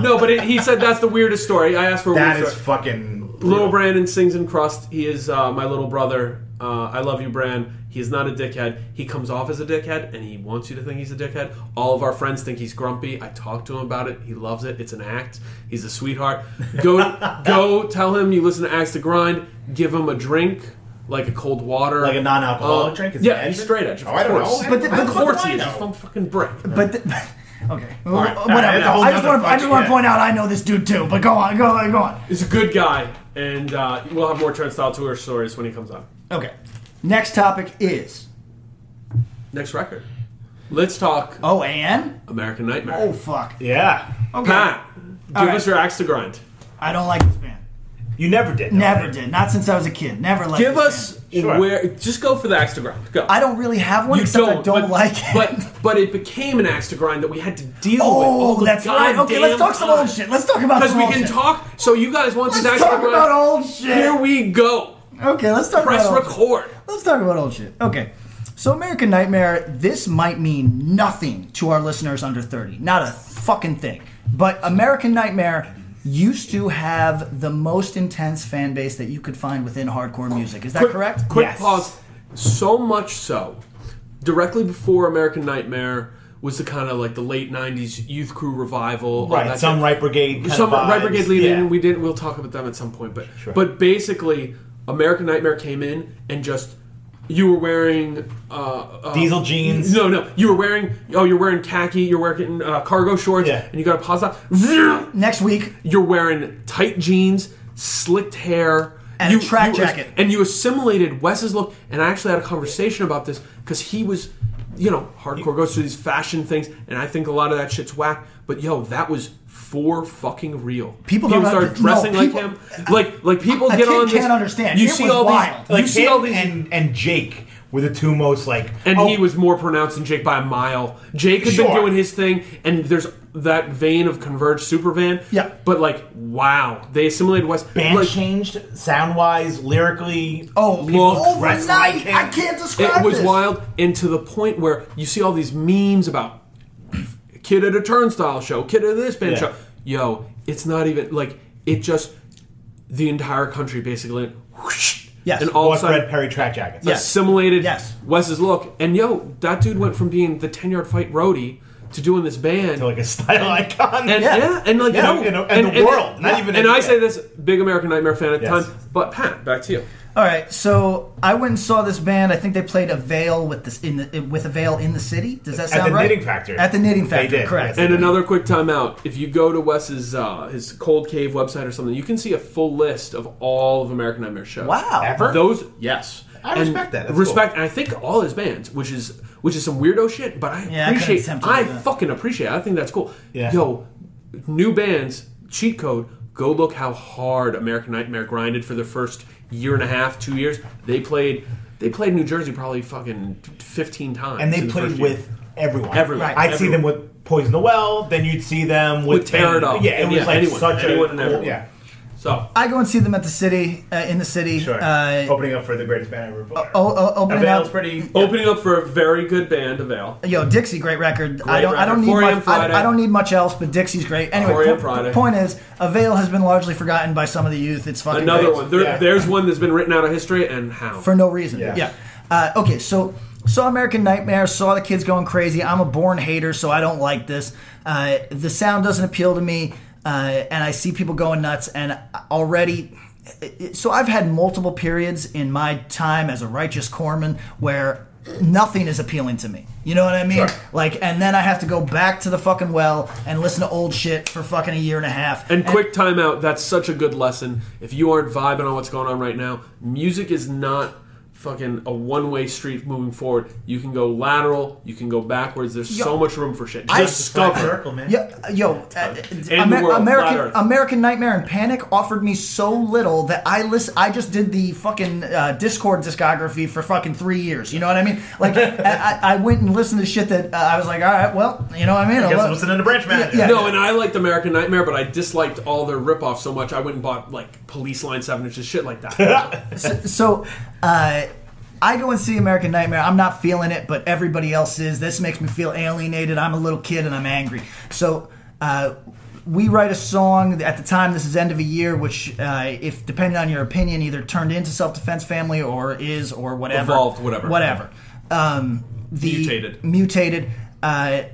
Speaker 4: no, but it, he said that's the weirdest story. I asked for a
Speaker 5: That
Speaker 4: weird
Speaker 5: is
Speaker 4: story.
Speaker 5: fucking
Speaker 4: Little Brandon sings in crust. He is uh, my little brother. Uh, I love you, Brand. He's not a dickhead. He comes off as a dickhead, and he wants you to think he's a dickhead. All of our friends think he's grumpy. I talk to him about it. He loves it. It's an act. He's a sweetheart. Go, go. Tell him you listen to Axe to Grind. Give him a drink, like a cold water,
Speaker 5: Like a non-alcoholic
Speaker 4: Uh,
Speaker 5: drink? Is
Speaker 4: yeah,
Speaker 5: it
Speaker 4: he's
Speaker 5: Advent?
Speaker 4: straight edge. Of
Speaker 5: Oh, I don't know.
Speaker 4: course.
Speaker 5: I
Speaker 3: don't- I
Speaker 4: of
Speaker 3: don't
Speaker 4: course
Speaker 5: know.
Speaker 4: he is. He's from fucking brick.
Speaker 3: But the, okay,
Speaker 5: right.
Speaker 3: Wh-
Speaker 5: All right,
Speaker 3: whatever.
Speaker 5: that's a whole
Speaker 3: I just
Speaker 5: nother
Speaker 3: want to, I just
Speaker 5: fucking-
Speaker 3: want to
Speaker 5: yeah.
Speaker 3: point out I know this dude too. But go on, go on, go on.
Speaker 4: He's a good guy, and uh, we'll have more turnstile tour stories when he comes on.
Speaker 3: Okay. Next topic is
Speaker 4: Next record. Let's talk
Speaker 3: oh, and
Speaker 4: American Nightmare.
Speaker 3: oh fuck.
Speaker 5: Yeah.
Speaker 3: Okay.
Speaker 4: Pat, give
Speaker 3: right.
Speaker 4: us your axe to grind.
Speaker 3: I don't like this man.
Speaker 5: You never did. though,
Speaker 3: Never
Speaker 5: right?
Speaker 3: did. Not since I was a kid. Never liked.
Speaker 4: Give
Speaker 3: this
Speaker 4: us
Speaker 3: man.
Speaker 5: Sure.
Speaker 4: where. Just go for the axe to grind. Go.
Speaker 3: I don't really have one.
Speaker 4: You
Speaker 3: except
Speaker 4: don't.
Speaker 3: I don't
Speaker 4: but,
Speaker 3: like it.
Speaker 4: But but it became an axe to grind that we had to deal with. all
Speaker 3: oh,
Speaker 4: the
Speaker 3: that's right. Okay, let's
Speaker 4: goddamn
Speaker 3: talk some old
Speaker 4: time.
Speaker 3: shit. Let's talk about
Speaker 4: Because
Speaker 3: some
Speaker 4: we
Speaker 3: old
Speaker 4: can
Speaker 3: shit.
Speaker 4: talk. So you guys want this
Speaker 3: Let's
Speaker 4: axe to
Speaker 3: talk
Speaker 4: grind?
Speaker 3: about old shit. Oh.
Speaker 4: Here we go.
Speaker 3: okay, let's talk
Speaker 4: Press
Speaker 3: about old shit.
Speaker 4: record.
Speaker 3: Let's talk about old shit. Okay. So American Nightmare, this might mean nothing to our listeners under 30. Not a fucking thing. But American Nightmare used to have the most intense fan base that you could find within hardcore music. Is that
Speaker 4: quick,
Speaker 3: correct?
Speaker 4: Quick
Speaker 5: Yes.
Speaker 4: pause. So much so, directly before American Nightmare was the kind of like the late '90s youth crew revival. all
Speaker 5: Right.
Speaker 4: that
Speaker 5: Some
Speaker 4: shit.
Speaker 5: right brigade. Kind
Speaker 4: Oh, some
Speaker 5: of vibes.
Speaker 4: right brigade lead
Speaker 5: yeah.
Speaker 4: in. We did. We'll talk about them at some point. But but basically, American Nightmare came in and just you were wearing uh, uh,
Speaker 5: Diesel jeans.
Speaker 4: No, no, you were wearing oh, you're wearing khaki. You're wearing uh, cargo shorts,
Speaker 5: Yeah.
Speaker 4: and you got a pause up.
Speaker 3: Next week,
Speaker 4: You're wearing tight jeans, slicked hair,
Speaker 3: And a track jacket.
Speaker 4: and you assimilated Wes's look. And I actually had a conversation about this because he was, you know, hardcore goes through these fashion things, and I think a lot of that shit's whack. But yo, that was for fucking real.
Speaker 3: People
Speaker 4: people
Speaker 3: don't
Speaker 4: start
Speaker 3: under- no,
Speaker 4: dressing like
Speaker 3: people-
Speaker 4: him, like like people
Speaker 3: A
Speaker 4: get
Speaker 3: kid
Speaker 4: on. this-
Speaker 3: can't understand.
Speaker 4: You
Speaker 3: It
Speaker 4: see
Speaker 3: was
Speaker 4: all
Speaker 3: wild.
Speaker 4: these.
Speaker 5: Like
Speaker 4: you see
Speaker 5: him
Speaker 4: all these. And-
Speaker 5: and and Jake were the two most like. oh,
Speaker 4: he was more pronounced than Jake by a mile. Jake had been
Speaker 5: Sure.
Speaker 4: doing his thing, and there's that vein of Converge Supervan.
Speaker 3: Yeah.
Speaker 4: But, like, wow. They assimilated West.
Speaker 5: Band
Speaker 4: like,
Speaker 5: changed sound wise, lyrically.
Speaker 3: oh,
Speaker 4: Look,
Speaker 3: overnight,
Speaker 5: wrestling
Speaker 3: I
Speaker 5: came-
Speaker 3: can't describe
Speaker 4: It was
Speaker 3: this.
Speaker 4: wild, and to the point where you see all these memes about kid at a turnstile show, kid at this band
Speaker 5: Yeah.
Speaker 4: show. Yo, it's not even like it just the entire country basically. went Whoosh,
Speaker 3: Yes.
Speaker 4: and all of a
Speaker 5: What Fred
Speaker 4: sudden
Speaker 5: Perry track jackets.
Speaker 3: Yes.
Speaker 4: assimilated
Speaker 3: Yes.
Speaker 4: Wes's look, and yo, that dude went from being the ten yard fight roadie to doing this band.
Speaker 5: Like a style icon.
Speaker 4: and yeah,
Speaker 3: Yeah.
Speaker 4: and like
Speaker 5: Yeah,
Speaker 4: yo,
Speaker 5: you know, and the world, not even
Speaker 4: And
Speaker 5: in-
Speaker 4: I say this, big American Nightmare fan at the
Speaker 5: Yes.
Speaker 4: time. But Pat, back to you.
Speaker 3: All right, so I went and saw this band. I think they played a veil with this in the, with a veil in the city. Does that
Speaker 5: At
Speaker 3: sound
Speaker 5: the
Speaker 3: right?
Speaker 5: Knitting Factory.
Speaker 3: At the knitting
Speaker 5: They
Speaker 3: factory,
Speaker 5: did,
Speaker 3: correct?
Speaker 5: yes.
Speaker 4: And another quick timeout. If you go to Wes's uh, his Cold Cave website or something, you can see a full list of all of American Nightmare shows.
Speaker 3: Wow.
Speaker 5: Ever?
Speaker 4: Those yes,
Speaker 5: I
Speaker 4: And
Speaker 5: respect that. That's
Speaker 4: respect, and I think all his bands, which is which is some weirdo shit, but I
Speaker 3: Yeah, I couldn't
Speaker 4: appreciate.
Speaker 3: attempt to
Speaker 4: I,
Speaker 3: do that.
Speaker 4: fucking appreciate. it. I think that's cool.
Speaker 5: Yeah.
Speaker 4: Yo, new bands cheat code. Go look how hard American Nightmare grinded for the first year and a half, two years. They played. They played New Jersey probably fucking fifteen times,
Speaker 5: and they
Speaker 4: in the
Speaker 5: played
Speaker 4: first year.
Speaker 5: with everyone.
Speaker 4: Everyone.
Speaker 3: Right.
Speaker 5: I'd see
Speaker 4: Everyone.
Speaker 5: them with Poison the Well, then you'd see them with,
Speaker 4: With Tear It Up.
Speaker 5: Yeah, it was
Speaker 4: Yeah,
Speaker 5: like
Speaker 4: anyone.
Speaker 5: such
Speaker 4: Anyone and
Speaker 5: a cool,
Speaker 4: everyone.
Speaker 5: yeah.
Speaker 4: so.
Speaker 3: I go and see them at the city uh, in the city.
Speaker 5: Sure.
Speaker 3: Uh,
Speaker 5: opening up for the greatest band ever. Before.
Speaker 3: o- o- opening
Speaker 5: Avail's
Speaker 3: up.
Speaker 5: pretty.
Speaker 4: Opening up for a very good band, Avail.
Speaker 3: Yo, Dixie, great record. I don't, I
Speaker 4: record.
Speaker 3: don't need
Speaker 4: 4 a.m.
Speaker 3: much. I,
Speaker 4: Friday.
Speaker 3: I don't need much else, but Dixie's great. Anyway,
Speaker 4: 4 a.m.
Speaker 3: po-
Speaker 4: Friday.
Speaker 3: point is, a veil has been largely forgotten by some of the youth. It's fucking
Speaker 4: Another
Speaker 3: great.
Speaker 4: one. There,
Speaker 5: Yeah.
Speaker 4: There's one that's been written out of history, and how?
Speaker 3: for no reason.
Speaker 5: Yeah.
Speaker 3: Yeah. Uh, okay, so saw American Nightmare, saw the kids going crazy. I'm a born hater, so I don't like this. Uh, the sound doesn't appeal to me, uh, and I see people going nuts, and already. So I've had multiple periods in my time as a righteous corpsman where nothing is appealing to me. You know what I mean?
Speaker 5: Sure.
Speaker 3: Like, and then I have to go back to the fucking well and listen to old shit for fucking a year and a half.
Speaker 4: and quick timeout. That's such a good lesson. If you aren't vibing on what's going on right now, music is not fucking a one-way street moving forward. You can go lateral. You can go backwards. There's so much room for shit. Just discover.
Speaker 5: circle, man.
Speaker 3: Yeah, uh, yo, uh,
Speaker 4: the
Speaker 3: Amer-
Speaker 4: world, flat
Speaker 3: American
Speaker 4: Earth.
Speaker 3: American Nightmare and Panic offered me so little that I list. I just did the fucking uh, Discord discography for fucking three years. You know what I mean? Like, I, I I went and listened to shit that uh, I was like, all right, well, you know what I mean?
Speaker 5: I guess
Speaker 3: love-
Speaker 5: I'm listening to Branch Manager.
Speaker 3: yeah.
Speaker 4: No, and I liked American Nightmare, but I disliked all their ripoffs so much. I went and bought like Police Line Seven inches shit like that.
Speaker 3: so uh, I go and see American Nightmare. I'm not feeling it, but everybody else is. This makes me feel alienated. I'm a little kid and I'm angry. So uh, we write a song at the time. This is end of a year, which, uh, if depending on your opinion, either turned into self defense family or is or whatever
Speaker 4: Evolved, whatever.
Speaker 3: whatever. Um, the
Speaker 4: Mutated.
Speaker 3: mutated. Uh,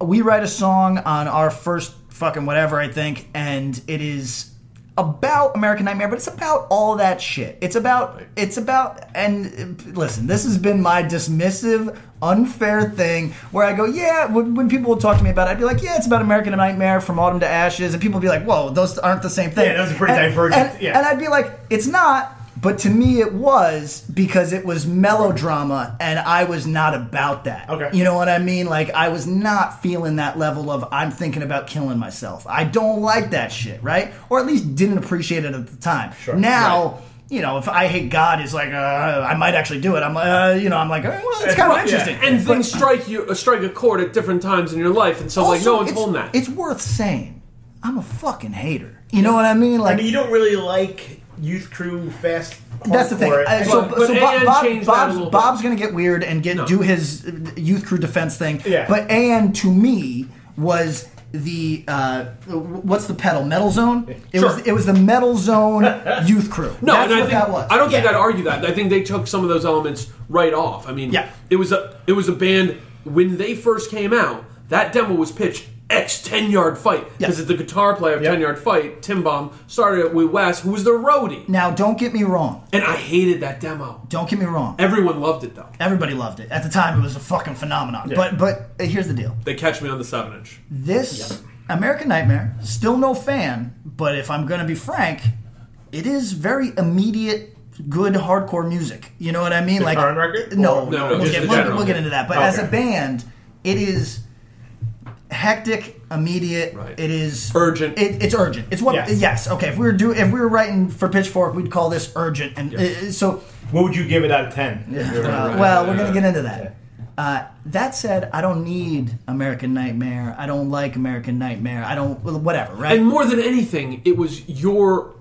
Speaker 3: we write a song on our first fucking whatever I think, and it is about American Nightmare, but it's about all that shit. It's about it's about and uh, listen, this has been my dismissive, unfair thing where I go, yeah. When, when people would talk to me about it, I'd be like, yeah, it's about American Nightmare from Autumn to Ashes, and people would be like, whoa, those aren't the same thing.
Speaker 5: Yeah, those are pretty
Speaker 3: And-
Speaker 5: divergent,
Speaker 3: and-
Speaker 5: yeah.
Speaker 3: and I I'd be like, it's not. But to me, it was because it was melodrama, and I was not about that.
Speaker 5: Okay.
Speaker 3: You know what I mean? Like, I was not feeling that level of I'm thinking about killing myself. I don't like that shit, right? Or at least didn't appreciate it at the time. Sure. Now. You know, if I hate God, it's like uh, I might actually do it. I'm, uh, you know, I'm like, uh, well, it's kind of
Speaker 4: Right,
Speaker 3: interesting.
Speaker 4: yeah. And things strike you, uh, strike a chord at different times in your life, and so like
Speaker 3: Also,
Speaker 4: no one's
Speaker 3: it's-
Speaker 4: holding that.
Speaker 3: It's worth saying, I'm a fucking hater. You know what I mean? Like,
Speaker 5: I mean, you don't really like youth crew fast.
Speaker 3: That's the thing.
Speaker 5: hardcore.
Speaker 3: Uh, so
Speaker 4: But- but
Speaker 3: so
Speaker 4: AN
Speaker 3: Bob, Bob,
Speaker 4: changed that a
Speaker 3: Bob's,
Speaker 4: little bit.
Speaker 3: Bob's going to get weird and get
Speaker 4: No.
Speaker 3: do his uh, youth crew defense thing.
Speaker 5: Yeah.
Speaker 3: But An to me was the uh, what's the pedal metal zone? It
Speaker 5: Sure.
Speaker 3: was it was the metal zone youth crew.
Speaker 4: No,
Speaker 3: That's
Speaker 4: and
Speaker 3: what
Speaker 4: I think,
Speaker 3: that was.
Speaker 4: I don't think
Speaker 3: Yeah.
Speaker 4: I'd argue that. I think they took some of those elements right off. I mean,
Speaker 3: Yeah.
Speaker 4: it was a it was a band when they first came out. That demo was pitched X Ten Yard Fight because
Speaker 3: Yes.
Speaker 4: it's the guitar player of
Speaker 5: Yep.
Speaker 4: Ten Yard Fight, Tim Bomb, started it with Wes, who was the roadie,
Speaker 3: Now don't get me wrong.
Speaker 4: and I hated that demo.
Speaker 3: Don't get me wrong.
Speaker 4: Everyone loved it though.
Speaker 3: Everybody loved it at the time. It was a fucking phenomenon. But but uh, here's the deal.
Speaker 4: They catch me on the seven inch.
Speaker 3: This American Nightmare, still no fan, but if I'm going to be frank, it is very immediate, good hardcore music. You know what I mean?
Speaker 5: The current record?
Speaker 3: No,
Speaker 4: No,
Speaker 5: Or-
Speaker 4: no,
Speaker 3: we'll,
Speaker 4: just
Speaker 3: get,
Speaker 4: the
Speaker 3: we'll-
Speaker 4: general.
Speaker 3: we'll get into that. But as a
Speaker 5: Okay.
Speaker 3: band, it is hectic, immediate.
Speaker 4: Right.
Speaker 3: It is
Speaker 4: Urgent.
Speaker 3: It, it's urgent. It's what?
Speaker 5: Yes.
Speaker 3: Yes. Okay. If we were do, if we were writing for Pitchfork, we'd call this urgent. And uh, so
Speaker 5: What would you give it out of ten?
Speaker 3: uh, well, we're going to get into that. Uh, that said, I don't need American Nightmare. I don't like American Nightmare. I don't, well, whatever, right?
Speaker 4: And more than anything, it was your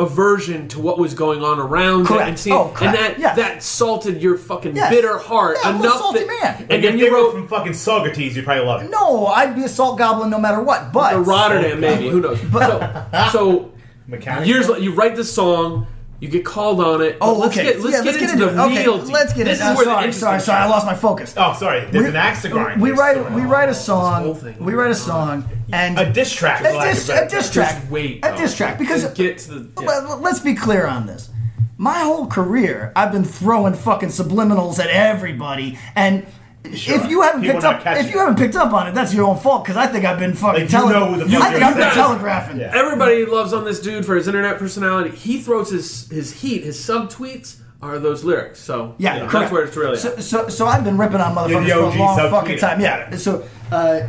Speaker 4: aversion to what was going on around
Speaker 3: Correct.
Speaker 4: it and seeing,
Speaker 3: Oh, correct.
Speaker 4: and that
Speaker 3: Yes.
Speaker 4: that salted your fucking
Speaker 3: Yes.
Speaker 4: bitter heart
Speaker 3: Yeah, I'm a
Speaker 4: enough
Speaker 3: salty
Speaker 4: that,
Speaker 3: man.
Speaker 4: and
Speaker 5: if
Speaker 4: then
Speaker 5: they
Speaker 4: you
Speaker 5: were
Speaker 4: wrote
Speaker 5: from fucking Socrates, you'd probably love it.
Speaker 3: no, I'd be a salt goblin no matter what, but.
Speaker 4: or
Speaker 5: Oh,
Speaker 4: Rotterdam, maybe who knows? so, so
Speaker 5: Mechanic.
Speaker 4: years la- you write this song, you get called on it.
Speaker 3: Oh,
Speaker 4: but let's
Speaker 3: okay.
Speaker 4: Get, let's
Speaker 3: yeah,
Speaker 4: get
Speaker 3: let's
Speaker 4: into
Speaker 3: get into
Speaker 4: the
Speaker 3: it. Okay,
Speaker 4: real. deal.
Speaker 3: let's get
Speaker 4: this
Speaker 3: into
Speaker 4: is
Speaker 3: it.
Speaker 4: where
Speaker 3: I'm
Speaker 4: the
Speaker 3: sorry, sorry,
Speaker 4: interesting
Speaker 3: sorry. I
Speaker 4: shit-
Speaker 3: lost my focus.
Speaker 5: Oh, sorry. There's
Speaker 3: We-
Speaker 5: an axe to grind.
Speaker 3: We
Speaker 5: There's
Speaker 3: write,
Speaker 5: still-
Speaker 3: we write a
Speaker 4: whole
Speaker 3: song.
Speaker 4: thing.
Speaker 3: We write a song, and
Speaker 5: A diss track, for
Speaker 3: A
Speaker 5: lack of
Speaker 3: diss,
Speaker 5: better
Speaker 3: a diss
Speaker 5: term.
Speaker 3: track.
Speaker 4: Just wait,
Speaker 3: A
Speaker 4: though.
Speaker 3: diss track because
Speaker 4: And get to the- yeah.
Speaker 3: Let- let- Let's be clear on this. My whole career, I've been throwing fucking subliminals at everybody, and if you haven't
Speaker 5: People
Speaker 3: picked
Speaker 5: not
Speaker 3: up,
Speaker 5: catching
Speaker 3: if you
Speaker 5: it.
Speaker 3: haven't picked up on it, that's your own fault. Because I think I've been fucking
Speaker 5: Like, you
Speaker 3: tele-
Speaker 5: know who the fuck
Speaker 3: I think
Speaker 5: you're
Speaker 3: I've been
Speaker 4: with.
Speaker 3: telegraphing.
Speaker 5: Yeah.
Speaker 4: Everybody loves on this dude for his internet personality. He throws his his heat. His subtweets are those lyrics. So
Speaker 3: Yeah,
Speaker 4: that's
Speaker 3: correct.
Speaker 4: where it's really.
Speaker 3: So, so, so I've been ripping on motherfuckers for
Speaker 5: You're the
Speaker 3: a
Speaker 5: OG
Speaker 3: long
Speaker 5: sub
Speaker 3: fucking
Speaker 5: tweeter.
Speaker 3: time. Yeah. So, uh,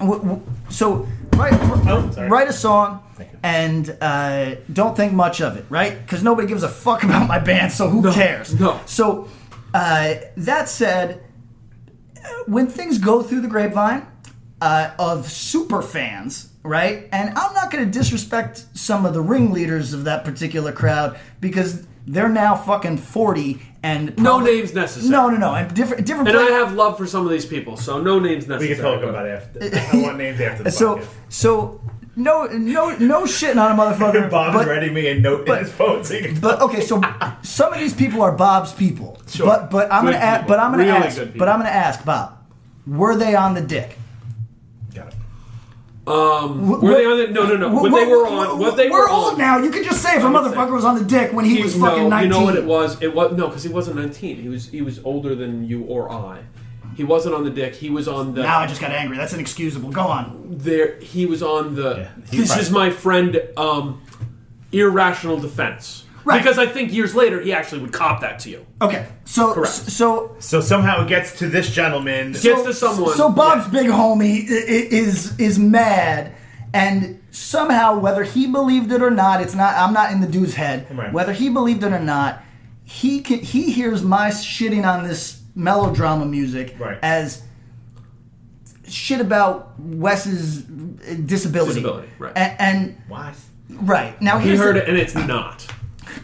Speaker 3: w- w- so write,
Speaker 5: Oh, sorry.
Speaker 3: write a song
Speaker 5: you.
Speaker 3: and uh, don't think much of it, right? Because nobody gives a fuck about my band, so who cares?
Speaker 4: no.
Speaker 3: So, uh, that said, uh, when things go through the grapevine uh, of super fans, right? And I'm not going to disrespect some of the ringleaders of that particular crowd because they're now fucking 40 and
Speaker 4: no
Speaker 3: probably-
Speaker 4: names necessary.
Speaker 3: no, no, no. And different, different.
Speaker 4: And I
Speaker 3: pla-
Speaker 4: have love for some of these people, so no names necessary.
Speaker 5: We can talk about it after. I want names after the
Speaker 3: so,
Speaker 5: podcast.
Speaker 3: so no, no, no shitting on a motherfucker.
Speaker 5: Bob's
Speaker 3: but,
Speaker 5: writing me a note
Speaker 3: but-
Speaker 5: in his phone. So you can
Speaker 3: But okay, so some of these people are Bob's people.
Speaker 5: Sure.
Speaker 3: But but I'm
Speaker 4: Good
Speaker 3: gonna ask.
Speaker 4: people.
Speaker 3: But I'm gonna
Speaker 4: Really
Speaker 3: ask.
Speaker 4: good people.
Speaker 3: But I'm gonna ask Bob. Were they on the dick?
Speaker 5: Got it.
Speaker 4: Um, were they on the, No, no, no. What they were on. What they
Speaker 3: we're
Speaker 4: were
Speaker 3: old
Speaker 4: on-
Speaker 3: now. You can just say if a
Speaker 4: I'm gonna
Speaker 3: motherfucker
Speaker 4: say-
Speaker 3: was on the dick when he,
Speaker 4: He-
Speaker 3: was fucking
Speaker 4: no,
Speaker 3: nineteen.
Speaker 4: You know what it was? It was no, because he wasn't nineteen. He was he was older than you or I. He wasn't on the dick. He was on the
Speaker 3: Now I just got angry. That's inexcusable. Go on.
Speaker 4: there. He was on the.
Speaker 5: he's
Speaker 4: this
Speaker 5: right.
Speaker 4: is my friend. Um, irrational defense.
Speaker 3: Right.
Speaker 4: Because I think years later he actually would cop that to you.
Speaker 3: Okay, so
Speaker 4: Correct.
Speaker 3: so
Speaker 5: So somehow it gets to this gentleman.
Speaker 4: Gets to someone.
Speaker 3: So Bob's big homie i- i- is is mad, and somehow whether he believed it or not, it's not. I'm not in the dude's head.
Speaker 5: Right.
Speaker 3: Whether he believed it or not, he can, he hears my shitting on this melodrama music
Speaker 5: Right.
Speaker 3: as shit about Wes's uh, disability.
Speaker 4: Disability, right.
Speaker 3: A- and
Speaker 5: Why?
Speaker 3: right now
Speaker 4: He
Speaker 3: here's
Speaker 4: heard
Speaker 3: the-
Speaker 4: it, and it's not.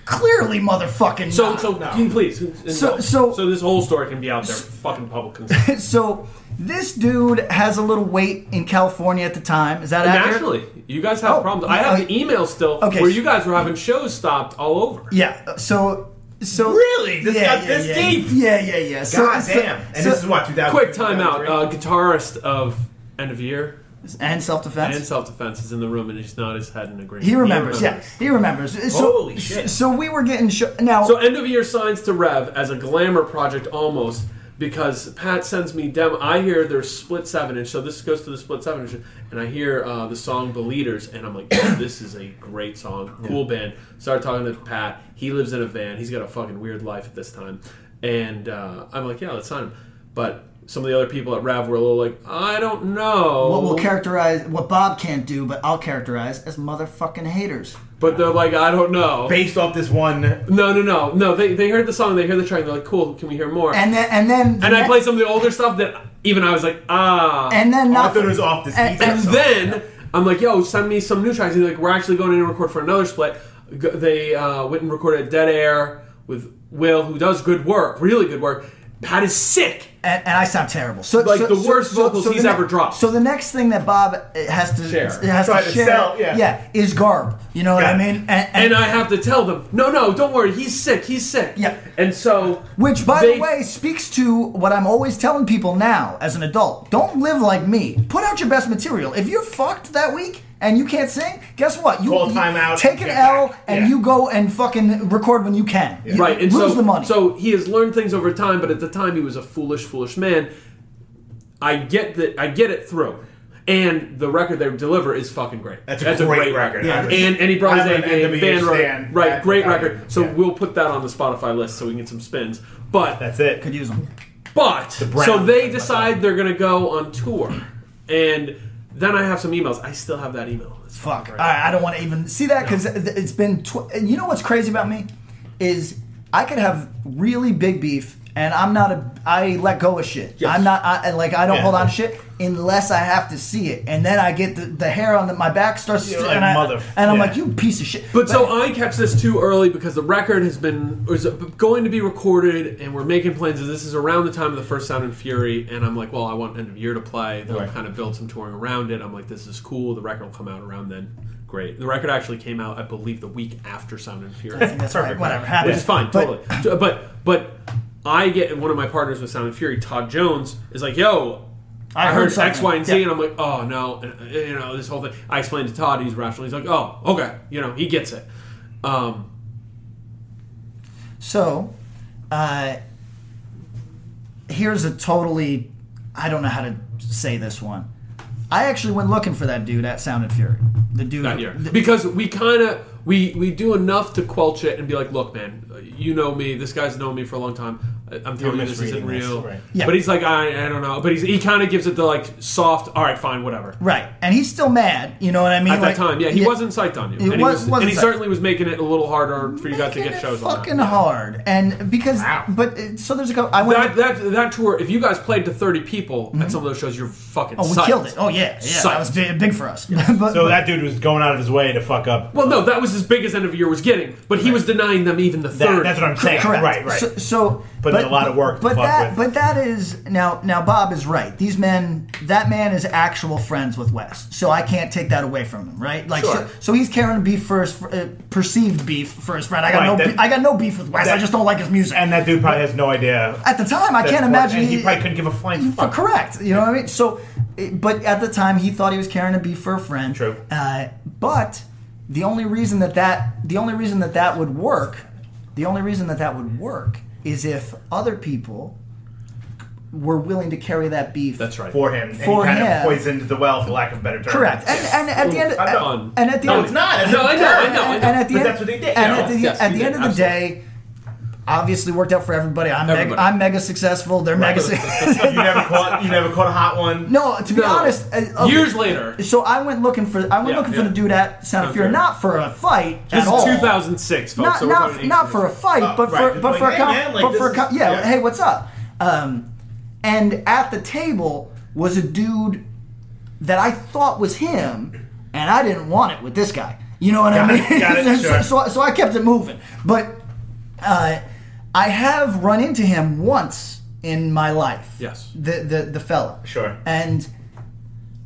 Speaker 3: clearly motherfucking.
Speaker 4: So,
Speaker 3: not.
Speaker 4: so can you please?
Speaker 3: So- so-
Speaker 4: so this whole story can be out there, for fucking public consumption.
Speaker 3: so This dude has a little wait in California at the time. Is that accurate?
Speaker 4: Naturally, you guys have
Speaker 3: Oh,
Speaker 4: problems. I have
Speaker 3: uh,
Speaker 4: the email still
Speaker 3: okay,
Speaker 4: where
Speaker 3: so-
Speaker 4: you guys were having shows stopped all over.
Speaker 3: Yeah. So so
Speaker 5: Really? This
Speaker 3: yeah,
Speaker 5: got this
Speaker 3: yeah, yeah,
Speaker 5: deep?
Speaker 3: Yeah, yeah, yeah. So,
Speaker 5: God
Speaker 3: so-
Speaker 5: damn. And
Speaker 3: so-
Speaker 5: this is what, 2000?
Speaker 4: Quick timeout. Uh, guitarist of End of Year
Speaker 3: and self defense.
Speaker 4: and Self Defense is in the room and he's not his head in agreement.
Speaker 3: he remembers. Yeah, he remembers. So,
Speaker 5: Holy shit.
Speaker 3: So we were getting sh- now.
Speaker 4: So End of Year signs to Rev as a glamour project almost because Pat sends me demo. I hear there's split seven inch, so this goes to the split seven inch, and I hear uh, the song "The Leaders," and I'm like, "Oh, "This is a great song, cool band." Start talking to Pat. He lives in a van. He's got a fucking weird life at this time, and uh, I'm like, "Yeah, let's sign him." But some of the other people at Rev were a little like, "I don't know."
Speaker 3: what
Speaker 5: oh.
Speaker 3: we'll characterize, what Bob can't do, but I'll characterize as motherfucking haters.
Speaker 4: but they're like, "I don't know."
Speaker 5: Based off this one.
Speaker 4: no, no, no, no. They, they heard the song. They hear the track. They're like, "Cool, can we hear more?"
Speaker 3: And then, and then,
Speaker 4: and I played some of the older stuff that even I was like, ah.
Speaker 3: and then
Speaker 5: I thought
Speaker 3: nothing.
Speaker 5: it was off this
Speaker 3: And-
Speaker 5: deep.
Speaker 4: And then I'm like, yo, send me some new tracks. And they're like, we're actually going in and record for another split. G- They uh, went and recorded Dead Air with Will, who does good work, really good work. Pat is sick.
Speaker 3: and, and I sound terrible. So
Speaker 4: Like
Speaker 3: so-
Speaker 4: the
Speaker 3: so-
Speaker 4: worst
Speaker 3: so-
Speaker 4: vocals
Speaker 3: so the
Speaker 4: he's
Speaker 3: ne-
Speaker 4: ever dropped.
Speaker 3: So the next thing that Bob eh, has to
Speaker 4: Share.
Speaker 3: it has
Speaker 5: Try
Speaker 3: to
Speaker 5: to
Speaker 3: share,
Speaker 5: sell, yeah.
Speaker 3: is garb. You know what
Speaker 5: Yeah.
Speaker 3: I mean? And,
Speaker 4: And I have to tell them, no, no, don't worry, he's sick, he's sick.
Speaker 3: Yeah.
Speaker 4: And so.
Speaker 3: which, by
Speaker 4: they-
Speaker 3: the way, speaks to what I'm always telling people now as an adult: don't live like me. Put out your best material. If you're fucked that week and you can't sing, guess what? You
Speaker 5: Call
Speaker 3: you
Speaker 5: timeout,
Speaker 3: take an
Speaker 5: get
Speaker 3: L,
Speaker 5: back.
Speaker 3: and
Speaker 5: Yeah.
Speaker 3: you go and fucking record when you can. You
Speaker 4: Right, and
Speaker 3: lose
Speaker 4: so
Speaker 3: the money.
Speaker 4: so he has learned things over time, but at the time he was a foolish, foolish man. I get that. I get it through, and the record they deliver is fucking great.
Speaker 5: That's a great record.
Speaker 4: Yeah.
Speaker 5: I was-
Speaker 4: and and he brought his
Speaker 5: I'm
Speaker 4: A
Speaker 5: an
Speaker 4: game,
Speaker 5: NWA
Speaker 4: band
Speaker 5: stan.
Speaker 4: right, right,
Speaker 5: That-
Speaker 4: great
Speaker 5: I-
Speaker 4: record. So
Speaker 5: yeah.
Speaker 4: we'll put that on the Spotify list so we can get some spins. But
Speaker 5: That's it.
Speaker 3: could use them.
Speaker 4: but
Speaker 5: Brown.
Speaker 4: so they decide they're gonna go on tour, and then I have some emails. I still have that email. It's
Speaker 3: Fuck. I, I don't want to even see that because it's been. Tw- and you know what's crazy about me is I could have really big beef, and I'm not a. I let go of shit.
Speaker 4: Yes.
Speaker 3: I'm not. I, like I don't
Speaker 5: Yeah.
Speaker 3: hold on to shit unless I have to see it, and then I get the, the hair on the, my back starts.
Speaker 5: You're
Speaker 3: to-
Speaker 5: like,
Speaker 3: and, I,
Speaker 5: motherf-
Speaker 3: and I'm
Speaker 5: yeah.
Speaker 3: like, you piece of shit.
Speaker 4: But so I catch this too early because the record has been is going to be recorded, and we're making plans. And this is around the time of the first Sound and Fury, and I'm like, well, I want end of year to play. They'll
Speaker 5: Right.
Speaker 4: kind of build some touring around it. I'm like, this is cool. The record will come out around then. Great. The record actually came out, I believe, the week after Sound and Fury
Speaker 3: that's right.
Speaker 5: Perfect.
Speaker 3: Whatever happens.
Speaker 4: which is fine,
Speaker 3: But-
Speaker 4: totally. So, But but I get one of my partners with Sound and Fury, Todd Jones, is like, "Yo, I,
Speaker 3: heard
Speaker 4: heard, X,
Speaker 3: something."
Speaker 4: Y, and Z,"
Speaker 3: Yeah.
Speaker 4: and I'm like, "Oh no," and, uh, you know, this whole thing. I explained to Todd, he's rational. He's like, "Oh, okay," you know, he gets it. Um,
Speaker 3: So, uh, here's a totally. I don't know how to say this one. I actually went looking for that dude at Sound and Fury. The dude.
Speaker 4: that year,
Speaker 3: the-
Speaker 4: because we kind of we we do enough to quelch it and be like, "Look, man, you know me. This guy's known me for a long time." I- I'm telling you, this isn't
Speaker 5: misreading this,
Speaker 4: real.
Speaker 5: right.
Speaker 3: Yeah.
Speaker 4: But he's like, I, I don't know. But he's, he kind of gives it the like soft, all right, fine, whatever.
Speaker 3: Right, and he's still mad. You know what I mean?
Speaker 4: At
Speaker 3: Like-
Speaker 4: that time, yeah, he wasn't psyched on you,
Speaker 3: He
Speaker 4: and he,
Speaker 3: was-
Speaker 4: was,
Speaker 3: wasn't
Speaker 4: and he
Speaker 3: psyched.
Speaker 4: certainly was making it a little harder for you guys to
Speaker 3: Making
Speaker 4: get
Speaker 3: it
Speaker 4: shows
Speaker 3: fucking
Speaker 4: on. That.
Speaker 3: hard, and because
Speaker 5: Wow.
Speaker 3: but uh, so there's a couple. I went.
Speaker 4: That, that that tour, if you guys played to thirty people at some of those shows, you're fucking.
Speaker 3: Mm-hmm. oh, we
Speaker 4: psyched.
Speaker 3: killed it. Oh yeah, yeah, that was big, big for us. but,
Speaker 5: So that dude was going out of his way to fuck up.
Speaker 4: Well, no, that was as big as end of year was getting, but he was denying them even the
Speaker 5: That,
Speaker 4: third.
Speaker 5: that's what I'm saying.
Speaker 3: correct,
Speaker 5: Right, right.
Speaker 3: So, so
Speaker 5: Put in a lot of work to
Speaker 3: But
Speaker 5: fuck
Speaker 3: that,
Speaker 5: with.
Speaker 3: but that is now. Now Bob is right. These men, that man is actual friends with Wes, so I can't take that away from him. Right, like
Speaker 4: Sure.
Speaker 3: so, so he's carrying beef for his fr- uh, perceived beef for his friend. I got
Speaker 5: Right,
Speaker 3: no,
Speaker 5: that-
Speaker 3: be- I got no beef with Wes. I
Speaker 5: that-
Speaker 3: just don't like his music.
Speaker 5: and that dude probably has no idea.
Speaker 3: at the time, I
Speaker 5: that's
Speaker 3: can't
Speaker 5: what-
Speaker 3: imagine
Speaker 5: And he probably couldn't give a flying
Speaker 3: But
Speaker 5: fuck.
Speaker 3: correct. You know what I mean? So, it- but at the time, he thought he was carrying a beef for a friend.
Speaker 5: True.
Speaker 3: Uh, but the only reason that that the only reason that that would work, the only reason that that would work is if other people were willing to carry that beef.
Speaker 4: That's right.
Speaker 5: For him, and
Speaker 3: For
Speaker 5: he kind
Speaker 3: him.
Speaker 5: of poisoned the well, for lack of a better term.
Speaker 3: Correct. And, and at the end,
Speaker 5: Ooh, I'm not-
Speaker 3: and, and at the
Speaker 4: No,
Speaker 3: end,
Speaker 4: it's not.
Speaker 5: It's
Speaker 4: No, I know,
Speaker 5: not.
Speaker 4: I know, I
Speaker 3: and
Speaker 4: know.
Speaker 3: at the
Speaker 5: But
Speaker 3: end,
Speaker 5: that's what they did,
Speaker 3: And
Speaker 5: you
Speaker 3: at
Speaker 5: know?
Speaker 3: the,
Speaker 4: Yes,
Speaker 3: at
Speaker 4: you
Speaker 3: the end
Speaker 4: did,
Speaker 3: of the
Speaker 4: absolutely.
Speaker 3: day, obviously worked out for everybody. I'm mega,
Speaker 4: Everybody.
Speaker 3: I'm mega successful. They're mega.
Speaker 5: You never caught. You never caught a hot one.
Speaker 3: no, to be
Speaker 4: No.
Speaker 3: honest, uh, okay.
Speaker 4: Years later, this
Speaker 3: So I went looking for I went
Speaker 4: Yeah,
Speaker 3: looking for
Speaker 4: yeah.
Speaker 3: the dude at Sound of
Speaker 4: Sound
Speaker 3: Fury,
Speaker 4: Fury.
Speaker 3: not for a fight
Speaker 4: is
Speaker 3: at all.
Speaker 4: 2006, folks.
Speaker 3: Not
Speaker 4: so we're talking
Speaker 3: not,
Speaker 4: eighteen
Speaker 3: not
Speaker 4: years.
Speaker 3: for a fight,
Speaker 5: Oh,
Speaker 3: but for
Speaker 5: right.
Speaker 3: but
Speaker 5: Like,
Speaker 3: for a
Speaker 5: hey,
Speaker 3: com-
Speaker 5: man, like,
Speaker 3: but for a
Speaker 5: this
Speaker 3: com-
Speaker 5: is-
Speaker 3: yeah,
Speaker 5: yeah.
Speaker 3: Hey, what's up? Um, and at the table was a dude that I thought was him, and I didn't want it with this guy. You know what I
Speaker 5: Got
Speaker 3: mean?
Speaker 5: it, got it,
Speaker 3: so,
Speaker 5: sure.
Speaker 3: so so I kept it moving, but uh, I have run into him once in my life.
Speaker 4: Yes.
Speaker 3: The the the fella.
Speaker 5: Sure.
Speaker 3: And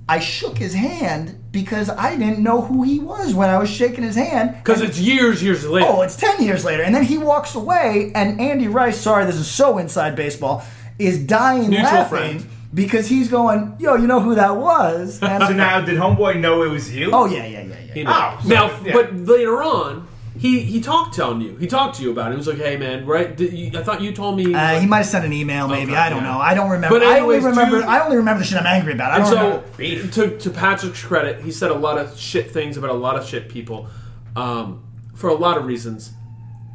Speaker 3: I shook his hand because I didn't know who he was when I was shaking his hand.
Speaker 4: Because it's years, years later.
Speaker 3: Oh, it's 10 years later. And then he walks away, and Andy Rice, sorry, this is so inside baseball, is dying
Speaker 4: Mutual
Speaker 3: laughing
Speaker 4: friend.
Speaker 3: because he's going, yo, you know who that was? And
Speaker 5: So now, did Homeboy know it was you?
Speaker 3: oh, yeah, yeah, yeah, yeah.
Speaker 4: You
Speaker 5: Oh, so-
Speaker 4: now,
Speaker 5: yeah.
Speaker 4: but later on, he he talked on you. He talked to you about it. He was like, "Hey, man, right? Did you, I thought you told me."
Speaker 3: Uh, he might have sent an email, maybe.
Speaker 4: Okay,
Speaker 3: I don't
Speaker 4: Oh, yeah.
Speaker 3: know. I don't remember.
Speaker 4: But anyways,
Speaker 3: I only remember.
Speaker 4: dude-
Speaker 3: I only remember the shit I'm angry about. I
Speaker 4: And
Speaker 3: don't
Speaker 4: so,
Speaker 3: remember.
Speaker 5: Beef.
Speaker 4: to, to Patrick's credit, he said a lot of shit things about a lot of shit people, um, for a lot of reasons.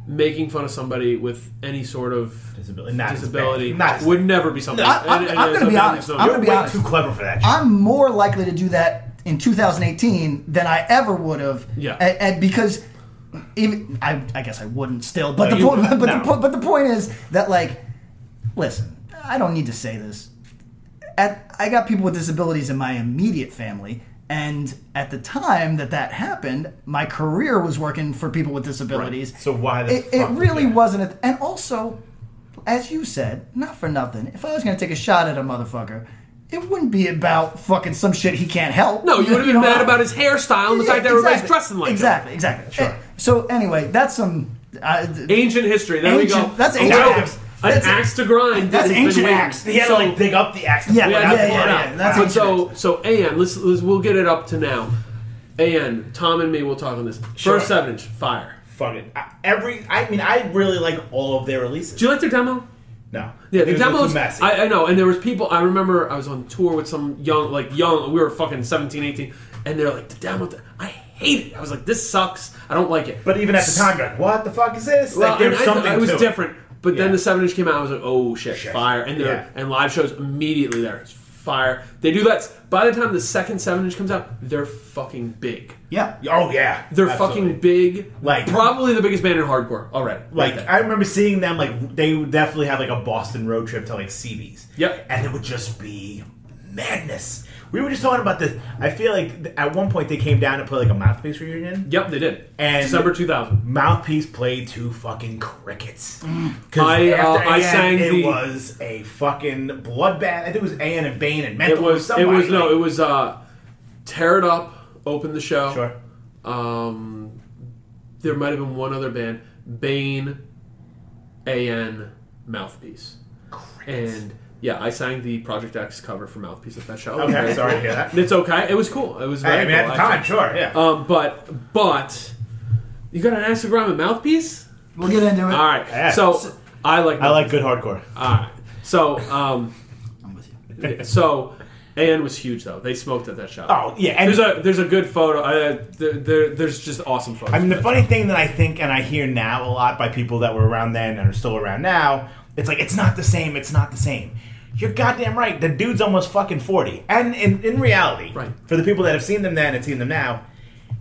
Speaker 4: Making fun of somebody with any sort of
Speaker 5: Disability. Not his
Speaker 4: disability
Speaker 5: bad. Not his-
Speaker 4: would never be something.
Speaker 3: I- I'm- I'm gonna
Speaker 4: it's
Speaker 3: be
Speaker 4: okay,
Speaker 3: honest.
Speaker 4: so-
Speaker 3: I'm
Speaker 5: You're
Speaker 3: gonna be
Speaker 5: way
Speaker 3: honest.
Speaker 5: too clever for that. shit.
Speaker 3: I'm more likely to do that in 2018 than I ever would have.
Speaker 4: Yeah.
Speaker 3: And, because even I, I guess I wouldn't still. But
Speaker 5: No,
Speaker 3: the
Speaker 5: you
Speaker 3: point, but,
Speaker 5: wouldn't.
Speaker 3: the,
Speaker 5: No.
Speaker 3: po- but the point is that like, listen, I don't need to say this. At I got people with disabilities in my immediate family. And at the time that that happened, my career was working for people with disabilities.
Speaker 5: So why the
Speaker 3: it, it
Speaker 5: fuck would
Speaker 3: really
Speaker 5: that?
Speaker 3: wasn't. A, and also, as you said, not for nothing. If I was going to take a shot at a motherfucker, it wouldn't be about fucking some shit he can't help.
Speaker 4: No, you would have been
Speaker 3: know?
Speaker 4: mad about his hairstyle and the
Speaker 3: Yeah,
Speaker 4: fact that everybody's
Speaker 3: exactly.
Speaker 4: dressing like him.
Speaker 3: exactly, exactly. Sure. so anyway, that's some. Uh,
Speaker 4: Ancient history. There we go.
Speaker 3: Ancient- that's
Speaker 4: A
Speaker 3: ancient
Speaker 4: welcome-
Speaker 3: axe.
Speaker 4: An
Speaker 3: That's-
Speaker 4: axe to grind.
Speaker 3: that's
Speaker 4: that has been
Speaker 3: ancient
Speaker 4: waiting.
Speaker 3: axe.
Speaker 5: He had
Speaker 4: So-
Speaker 5: to like dig up the axe. to
Speaker 3: Yeah,
Speaker 5: pull
Speaker 4: yeah,
Speaker 5: it out
Speaker 4: yeah,
Speaker 5: the blood
Speaker 4: yeah,
Speaker 5: out.
Speaker 4: yeah,
Speaker 3: that's
Speaker 5: Wow.
Speaker 4: But so, so Ann, let's, let's we'll get it up to now. Ann, Tom and me will talk on this.
Speaker 5: Sure.
Speaker 4: First seven inch, fire.
Speaker 5: Fuck it. I, every, I mean, I really like all of their releases.
Speaker 4: Do you like their demo?
Speaker 5: no,
Speaker 4: Yeah, the
Speaker 5: It was a little
Speaker 4: demos.
Speaker 5: too messy.
Speaker 4: I, I know, and there was people. I remember I was on tour with some young, like young. We were fucking 17, 18, and they're like, "The demo." th- I hate it. I was like, "This sucks. I don't like it."
Speaker 5: but even at the time, you're like, what the fuck is this?
Speaker 4: Well,
Speaker 5: like, there's
Speaker 4: and I
Speaker 5: something.
Speaker 4: thought it was
Speaker 5: to
Speaker 4: different. But then
Speaker 5: Yeah.
Speaker 4: the seven inch came out. I was like, "Oh shit,
Speaker 5: Shit.
Speaker 4: fire!" And there
Speaker 5: Yeah.
Speaker 4: and live shows immediately there. It's fire. They do that. By the time the second seven inch comes out, they're fucking big.
Speaker 3: yeah.
Speaker 5: Oh yeah,
Speaker 4: They're
Speaker 5: Absolutely.
Speaker 4: fucking big.
Speaker 5: Like-
Speaker 4: probably the biggest band in hardcore already.
Speaker 5: Like
Speaker 4: that.
Speaker 5: I remember seeing them. Like they would definitely had like a Boston road trip to like CB's.
Speaker 4: Yep.
Speaker 5: And it would just be madness. We were just talking about this. I feel like th- at one point they came down to play like a mouthpiece reunion.
Speaker 4: yep, they did.
Speaker 5: And-
Speaker 4: December two thousand.
Speaker 5: Mouthpiece played two fucking crickets. 'Cause
Speaker 4: I, uh,
Speaker 5: after
Speaker 4: I
Speaker 5: AN,
Speaker 4: sang
Speaker 5: it
Speaker 4: the-
Speaker 5: was a fucking bloodbath. I think it was An and Bane and Mental.
Speaker 4: It was.
Speaker 5: somebody.
Speaker 4: It was no. It was uh, tear it up. Open the show.
Speaker 5: sure.
Speaker 4: Um, there might have been one other band, Bane, An, Mouthpiece, and yeah, I sang the Project X cover for Mouthpiece at that show.
Speaker 5: Okay, sorry to hear that.
Speaker 4: It's okay. It was cool. It was. Very
Speaker 5: I mean, at
Speaker 4: cool,
Speaker 5: the time,
Speaker 4: actually.
Speaker 5: sure, yeah.
Speaker 4: Um, but but you got an Instagram and Mouthpiece.
Speaker 3: We'll get into it.
Speaker 4: All right.
Speaker 5: Yeah.
Speaker 4: So I like.
Speaker 5: I like good hardcore.
Speaker 4: All right. So um,
Speaker 3: I'm with you.
Speaker 4: so. An was huge though. They smoked at that show.
Speaker 5: Oh, yeah, and-
Speaker 4: there's a there's a good photo. Uh, there, there, there's just awesome photos.
Speaker 5: I mean, the funny thing that I think and I hear now a lot by people that were around then and are still around now, it's like, it's not the same, it's not the same. You're goddamn right. The dude's almost fucking 40. And in, in reality,
Speaker 4: Right.
Speaker 5: for the people that have seen them then and seen them now,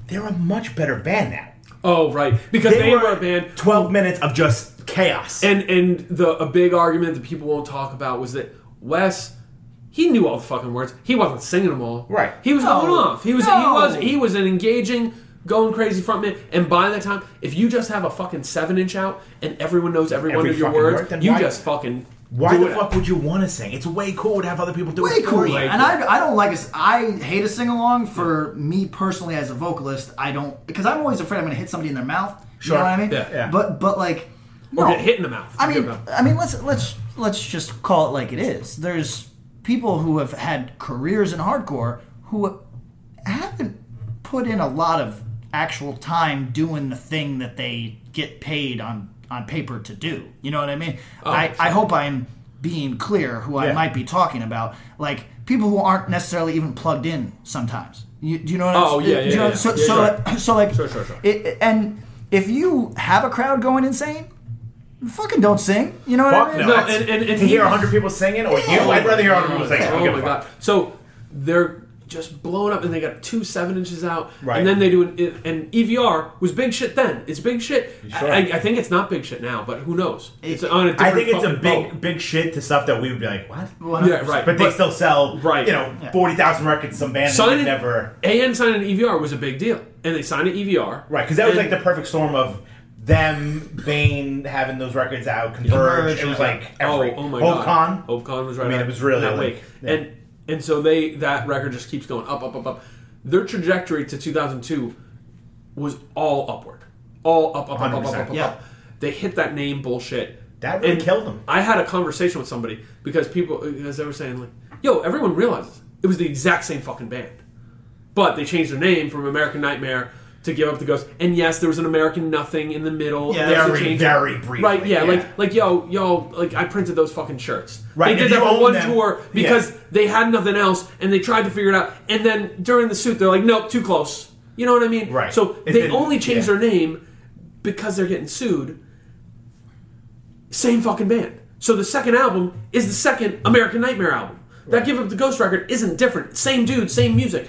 Speaker 5: they're a much better band now.
Speaker 4: Oh right, because they, were, a band,
Speaker 5: 12 minutes of just chaos.
Speaker 4: and and the a big argument that people won't talk about was that Wes, he knew all the fucking words. He wasn't singing them all.
Speaker 5: Right.
Speaker 4: He was going off. He was he
Speaker 3: No.
Speaker 4: was he was an engaging, going crazy frontman. And by that time, if you just have a fucking seven inch out and everyone knows every, one
Speaker 5: Every
Speaker 4: of your
Speaker 5: fucking
Speaker 4: words,
Speaker 5: word, then
Speaker 4: you
Speaker 5: why-
Speaker 4: just fucking
Speaker 5: Why
Speaker 4: do
Speaker 5: the
Speaker 4: it.
Speaker 5: fuck would you want to sing? It's way cool to have other people do
Speaker 3: Way
Speaker 5: it. for
Speaker 3: cool.
Speaker 5: you.
Speaker 3: And I, I don't like it. I hate a sing along for me personally as a vocalist. I don't because I'm always afraid I'm going to hit somebody in their mouth.
Speaker 5: Sure.
Speaker 3: You know what I mean?
Speaker 4: Yeah,
Speaker 5: yeah.
Speaker 3: But but like
Speaker 4: Or
Speaker 3: no.
Speaker 4: get hit in the mouth.
Speaker 3: I mean,
Speaker 4: Good mouth.
Speaker 3: I mean, let's let's let's just call it like it is. There's people who have had careers in hardcore who haven't put in a lot of actual time doing the thing that they get paid on on paper to do. You know what I mean?
Speaker 4: Oh,
Speaker 3: I, I hope I'm being clear who I
Speaker 5: Yeah.
Speaker 3: might be talking about. Like people who aren't necessarily even plugged in sometimes. You, do you know what
Speaker 4: Oh,
Speaker 3: I'm
Speaker 4: yeah,
Speaker 3: do
Speaker 4: yeah,
Speaker 3: you know-
Speaker 4: yeah.
Speaker 3: So,
Speaker 4: Yeah,
Speaker 3: so,
Speaker 4: sure.
Speaker 3: like- so like
Speaker 4: Sure, sure, sure.
Speaker 3: It, and if you have a crowd going insane, fucking don't sing. You know what I
Speaker 5: Fuck
Speaker 3: mean?
Speaker 5: no.
Speaker 4: No,
Speaker 5: That's-
Speaker 4: and- and- and
Speaker 5: to
Speaker 4: he-
Speaker 5: hear 100 people singing or you, I'd rather hear 100 people singing. I don't
Speaker 4: Oh
Speaker 5: give a
Speaker 4: my
Speaker 5: fuck.
Speaker 4: god! So they're just blown up, and they got two seven inches out,
Speaker 5: Right.
Speaker 4: and then they do an and EVR was big shit then. It's big shit.
Speaker 5: Sure.
Speaker 4: I, I think it's not big shit now, but who knows? It's
Speaker 3: It-
Speaker 4: on a different
Speaker 5: I think it's a
Speaker 4: fucking
Speaker 5: big,
Speaker 4: boat.
Speaker 5: big shit to stuff that we would be like, what?
Speaker 4: Yeah, right.
Speaker 5: But they still sell,
Speaker 4: Right.
Speaker 5: You know, forty thousand records. Some band that would
Speaker 4: signing E
Speaker 5: never,
Speaker 4: AN signing an EVR was a big deal, and they signed an EVR,
Speaker 5: right? Because that was
Speaker 4: And-
Speaker 5: like the perfect storm of them, Bane having those records out, Converge.
Speaker 3: Converge,
Speaker 5: it was
Speaker 3: yeah.
Speaker 5: like
Speaker 4: Oh,
Speaker 5: every,
Speaker 4: oh my god.
Speaker 5: Hope Con.
Speaker 4: Ocon was right.
Speaker 5: I mean,
Speaker 4: out
Speaker 5: it was really
Speaker 4: that
Speaker 5: like-
Speaker 4: week.
Speaker 5: yeah.
Speaker 4: And and so they that record just keeps going up, up, up, up. Their trajectory to 2002 was all upward, all up, up, up, up, up, up,
Speaker 5: 100%.
Speaker 4: up,
Speaker 3: Yeah.
Speaker 4: up. They hit that name bullshit.
Speaker 5: That really
Speaker 4: And
Speaker 5: killed them.
Speaker 4: I had a conversation with somebody because people, as they were saying, like, "Yo, everyone realizes it was the exact same fucking band, but they changed their name from American Nightmare." To give up the ghost, and yes, there was an American Nothing in the middle.
Speaker 3: Yeah,
Speaker 4: There was a
Speaker 5: very,
Speaker 4: change-
Speaker 5: very briefly,
Speaker 4: Right? Yeah,
Speaker 5: yeah.
Speaker 4: like like yo yo like I printed those fucking shirts.
Speaker 5: Right,
Speaker 4: They
Speaker 5: and
Speaker 4: did
Speaker 5: you
Speaker 4: that for
Speaker 5: own
Speaker 4: one
Speaker 5: them.
Speaker 4: tour because
Speaker 5: Yeah.
Speaker 4: they had nothing else and they tried to figure it out. And then during the suit, they're like, nope, too close. You know what I mean?
Speaker 5: Right.
Speaker 4: So
Speaker 5: It
Speaker 4: they
Speaker 5: didn't-
Speaker 4: only changed
Speaker 5: yeah.
Speaker 4: their name because they're getting sued. Same fucking band. So the second album is the second American Nightmare album. That Give Up the Ghost record isn't different. Same dude, same music.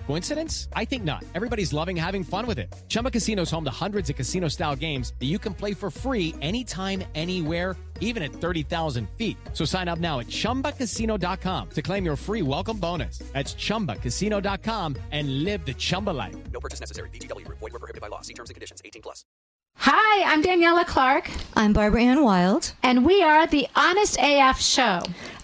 Speaker 6: Coincidence? I think not. Everybody's loving having fun with it. Chumba Casino is home to hundreds of casino style games that you can play for free anytime, anywhere even at 30,000 feet. So sign up now at ChumbaCasino.com to claim your free welcome bonus. That's ChumbaCasino.com and live the Chumba life.
Speaker 7: No purchase necessary. VGW Group. Void were prohibited by law. See terms and conditions. 18 plus.
Speaker 8: Hi, I'm Daniela Clark,
Speaker 9: I'm Barbara Ann Wild.
Speaker 8: and we are the Honest AF Show.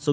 Speaker 10: So,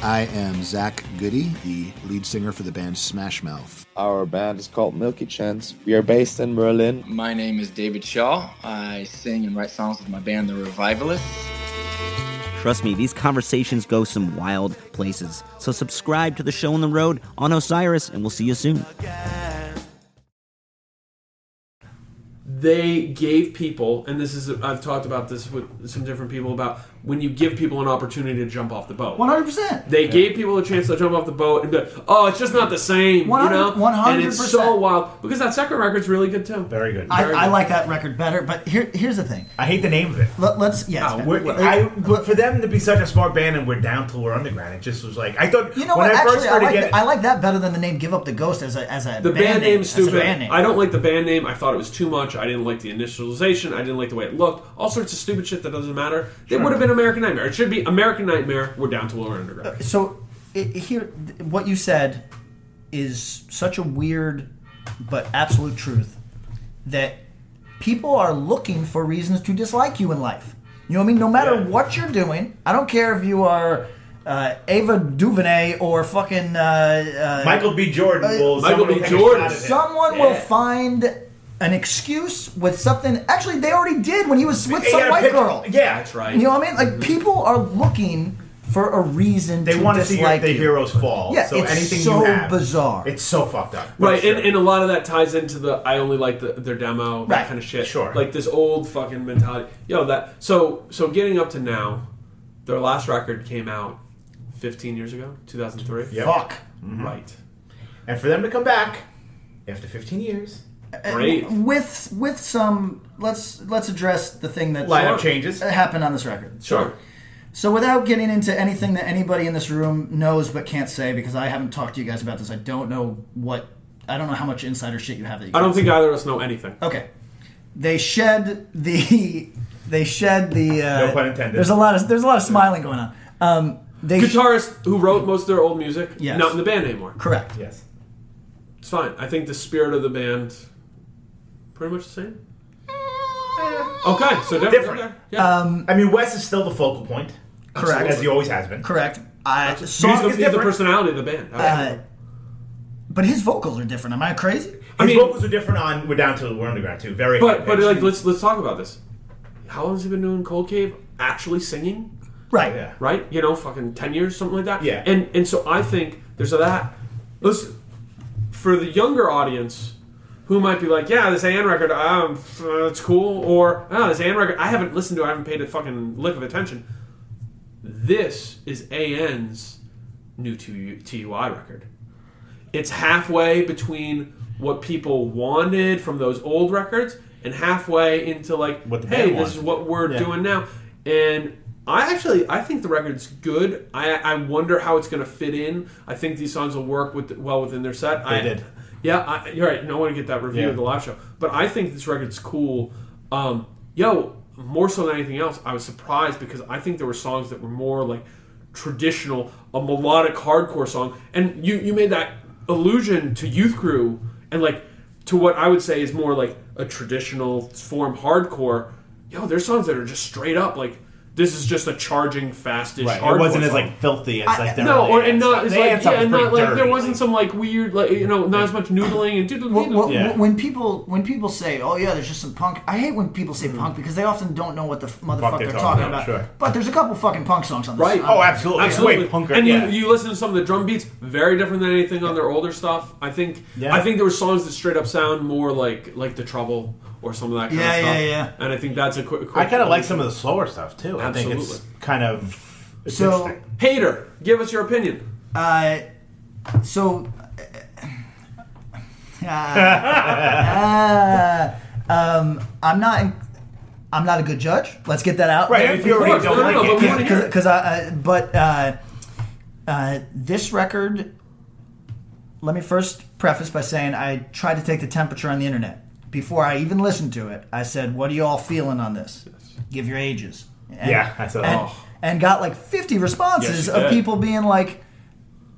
Speaker 11: I am Zach Goody, the lead singer for the band Smash Mouth.
Speaker 10: Our band is called Milky Chance. We are based in Berlin.
Speaker 7: My name is David Shaw. I sing and write songs with my band, The Revivalists.
Speaker 10: Trust me, these conversations go some wild places. So, subscribe to the show on the road on Osiris, and we'll see you soon.
Speaker 4: they gave people, and this is I've talked about this with some different people about when you give people an opportunity to jump off the boat.
Speaker 3: One hundred percent.
Speaker 4: They gave people a chance to jump off the boat and be like, oh, it's just not the same, you know?
Speaker 3: 100%.
Speaker 4: And it's so wild. Because that second record's really good, too.
Speaker 5: Very good.
Speaker 3: I,
Speaker 4: Very
Speaker 3: I
Speaker 4: good.
Speaker 3: like that record better, but here, here's the thing.
Speaker 5: I hate the name of it.
Speaker 3: Let, let's yeah.
Speaker 4: Oh,
Speaker 3: it's
Speaker 5: Ah, We're-
Speaker 3: bad.
Speaker 5: I, but for them to be such a smart band and we're down till we're underground, it just was like I thought.
Speaker 3: you know
Speaker 5: when
Speaker 3: what?
Speaker 5: I
Speaker 3: Actually,
Speaker 5: first
Speaker 3: I
Speaker 5: heard
Speaker 3: like,
Speaker 5: again,
Speaker 3: th- I like that better than the name "Give Up the Ghost" as a as a
Speaker 4: The band,
Speaker 3: name,
Speaker 4: name's
Speaker 3: as a
Speaker 4: stupid.
Speaker 3: band name.
Speaker 4: I don't like the band name. I thought it was too much. I didn't like the initialization. I didn't like the way it looked. All sorts of stupid shit that doesn't matter. They would have been American Nightmare. It should be American Nightmare. We're down to lower underground.
Speaker 3: So i here, th- what you said is such a weird but absolute truth that people are looking for reasons to dislike you in life. You know what I mean? No matter
Speaker 5: Yeah.
Speaker 3: what you're doing, I don't care if you are uh, Ava DuVernay or fucking uh, uh,
Speaker 5: Michael B. Jordan will.
Speaker 4: Michael
Speaker 5: someone
Speaker 4: B.
Speaker 5: will take a
Speaker 4: Jordan.
Speaker 5: shot at it.
Speaker 3: Someone
Speaker 4: Yeah.
Speaker 3: will find an excuse with something. Actually, they already did when he was with
Speaker 5: They had
Speaker 3: some
Speaker 5: a
Speaker 3: white
Speaker 5: pic-
Speaker 3: girl.
Speaker 5: Yeah, Mm-hmm.
Speaker 4: That's right.
Speaker 3: You know what I mean? Like people are looking for a reason.
Speaker 5: They
Speaker 3: to
Speaker 5: want to see
Speaker 3: dislike
Speaker 5: your, the
Speaker 3: you.
Speaker 5: heroes fall.
Speaker 3: Yeah,
Speaker 5: so
Speaker 3: it's
Speaker 5: anything
Speaker 3: so
Speaker 5: you have,
Speaker 3: bizarre.
Speaker 5: It's so fucked up.
Speaker 4: Right, and,
Speaker 5: Sure.
Speaker 4: and a lot of that ties into the I only like the, their demo, that
Speaker 3: Right,
Speaker 4: kind of shit.
Speaker 5: sure.
Speaker 4: Like this old fucking mentality. Yo, that so so getting up to now, their last record came out fifteen years ago, two thousand three.
Speaker 5: Yep. Mm-hmm.
Speaker 3: Fuck.
Speaker 4: Right.
Speaker 5: And for them to come back after 15 years,
Speaker 4: Great.
Speaker 3: With with some let's let's address the thing that
Speaker 5: lineup changes.
Speaker 3: happened on this record.
Speaker 4: Sure.
Speaker 3: So without getting into anything that anybody in this room knows but can't say because I haven't talked to you guys about this. I don't know what I don't know how much insider shit you have that you
Speaker 4: I don't
Speaker 3: can't
Speaker 4: think either of us know anything.
Speaker 3: Okay. They shed the. They shed the. Uh,
Speaker 5: No pun intended.
Speaker 3: There's a lot of there's a lot of smiling going on. Um, they sh-
Speaker 4: Guitarist who wrote most of their old music,
Speaker 3: Yes.
Speaker 4: not in the band anymore.
Speaker 3: correct.
Speaker 5: Yes.
Speaker 4: It's fine. I think the spirit of the band, pretty much the same. Okay, so different.
Speaker 5: different.
Speaker 3: Um,
Speaker 5: I mean, Wes is still the focal point,
Speaker 3: Correct.
Speaker 5: as he always has been.
Speaker 3: Correct. I
Speaker 4: So he's, the, he's the personality of the band.
Speaker 3: Uh, but his vocals are different. Am I crazy?
Speaker 5: His vocals are different on "We're Down to We're Underground" too. Very,
Speaker 4: but but
Speaker 5: high-pitched.
Speaker 4: like let's let's talk about this. How long has he been doing Cold Cave? Actually singing,
Speaker 3: right?
Speaker 5: Yeah.
Speaker 4: Right? You know, fucking ten years, something like that.
Speaker 5: Yeah.
Speaker 4: And and so I think there's that. Listen, for the younger audience, who might be like, yeah, this Ann record, um, f- uh, it's cool, or oh, this Ann record, I haven't listened to, it, I haven't paid a fucking lick of attention. This is AN's new TU- TUI record. It's halfway between what people wanted from those old records and halfway into like,
Speaker 5: What the
Speaker 4: hey,
Speaker 5: band
Speaker 4: this is
Speaker 5: wanted.
Speaker 4: what we're
Speaker 5: Yeah.
Speaker 4: doing now. And I actually, I think the record's good. I, I wonder how it's going to fit in. I think these songs will work with well within their set.
Speaker 5: They
Speaker 4: I
Speaker 5: did.
Speaker 4: Yeah, I, you're right. No one get that review
Speaker 5: Yeah.
Speaker 4: of the live show, but I think this record's cool. Um, yo, more so than anything else, I was surprised because I think there were songs that were more like traditional, a melodic hardcore song, and you you made that allusion to Youth Crew and like to what I would say is more like a traditional form hardcore. Yo, there's songs that are just straight up like this is just a charging fastish.
Speaker 5: Right.
Speaker 4: hardcore
Speaker 5: It wasn't as
Speaker 4: song
Speaker 5: like filthy as like their
Speaker 4: no,
Speaker 5: early
Speaker 4: or, and
Speaker 5: Ants.
Speaker 4: not it's
Speaker 5: Their
Speaker 4: like,
Speaker 5: Ants stuff
Speaker 4: yeah,
Speaker 5: was
Speaker 4: and
Speaker 5: pretty
Speaker 4: not like
Speaker 5: dirty. Oh,
Speaker 4: there wasn't some like weird like you know not as much noodling and doodle
Speaker 3: Well, well,
Speaker 4: doodle.
Speaker 3: When people when people say, "Oh yeah, there's just some punk," I hate when people say punk because they often don't know what the f- motherfucker
Speaker 5: Hmm. they're
Speaker 3: they're
Speaker 5: talking
Speaker 3: talking
Speaker 5: about,
Speaker 3: about.
Speaker 5: sure.
Speaker 3: But there's a couple fucking punk songs on this.
Speaker 4: Right.
Speaker 3: on
Speaker 5: Oh,
Speaker 3: this.
Speaker 5: absolutely. It's
Speaker 4: Absolutely,
Speaker 5: way punker.
Speaker 4: and
Speaker 5: yeah.
Speaker 4: you, you listen to some of the drum beats, very different than anything on their older stuff. I think
Speaker 5: Yeah.
Speaker 4: I think there were songs that straight up sound more like like the trouble or some of that kind
Speaker 3: Yeah,
Speaker 4: of stuff.
Speaker 3: yeah, yeah.
Speaker 4: And I think that's a quick.
Speaker 5: I kind of like some of the slower stuff too. I think it's
Speaker 4: Absolutely.
Speaker 5: kind of it's
Speaker 3: So
Speaker 5: interesting.
Speaker 4: hater. Give us your opinion.
Speaker 3: uh, so. Uh, uh, um, I'm not. I'm not a good judge. Let's get that out.
Speaker 5: Right,
Speaker 3: there.
Speaker 5: if you already don't
Speaker 4: No, no,
Speaker 5: like
Speaker 4: no, but
Speaker 5: it,
Speaker 4: we wanna hear it.
Speaker 3: because I, I but uh, uh, this record let me first preface by saying I tried to take the temperature on the internet before I even listened to it. I said, "What are you all feeling on this? Give your ages." And,
Speaker 5: Yeah, I said,
Speaker 3: and,
Speaker 5: "Oh."
Speaker 3: and got like 50
Speaker 5: Yes,
Speaker 3: responses
Speaker 5: you
Speaker 3: of
Speaker 5: did.
Speaker 3: people being like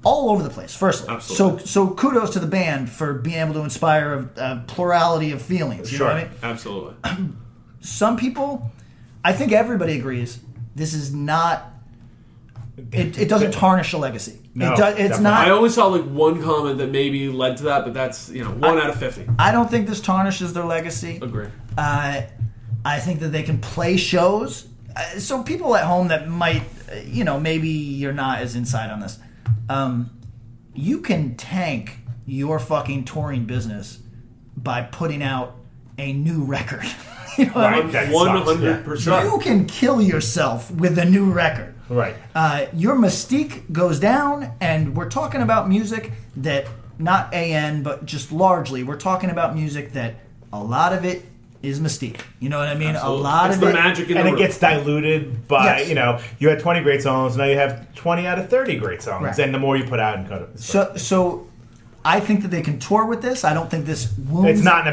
Speaker 3: all over the place. Firstly,
Speaker 4: Absolutely.
Speaker 3: so so kudos to the band for being able to inspire a, a plurality of feelings. You
Speaker 5: Sure.
Speaker 3: know what I mean?
Speaker 4: Absolutely.
Speaker 3: some people i think everybody agrees this is not it, it doesn't tarnish a legacy
Speaker 5: No,
Speaker 3: it does, it's
Speaker 5: definitely.
Speaker 4: I
Speaker 3: not
Speaker 4: only saw like one comment that maybe led to that, but that's you know one out of fifty.
Speaker 3: i don't think this tarnishes their legacy
Speaker 4: Agree.
Speaker 3: uh, i think that they can play shows uh, so people at home that might uh, you know maybe you're not as inside on this um, you can tank your fucking touring business by putting out a new record you know what I mean?
Speaker 5: Right, that sucks,
Speaker 4: One hundred
Speaker 3: you
Speaker 4: percent.
Speaker 3: can kill yourself with a new record
Speaker 5: yeah. Right.
Speaker 3: uh, your mystique goes down, and we're talking about music that not an, but just largely, we're talking about music that a lot of it is mystique. You know what I mean? A lot
Speaker 4: It's
Speaker 3: of
Speaker 4: the
Speaker 3: it.
Speaker 4: magic in
Speaker 5: and
Speaker 4: the
Speaker 5: it
Speaker 4: room.
Speaker 5: gets diluted by
Speaker 3: Yes.
Speaker 5: you know you had 20 great songs now you have 20 out of 30 great songs
Speaker 3: Right.
Speaker 5: and the more you put out and cut it
Speaker 3: So, so I think that they can tour with this. I don't think this wounds.
Speaker 5: it's not an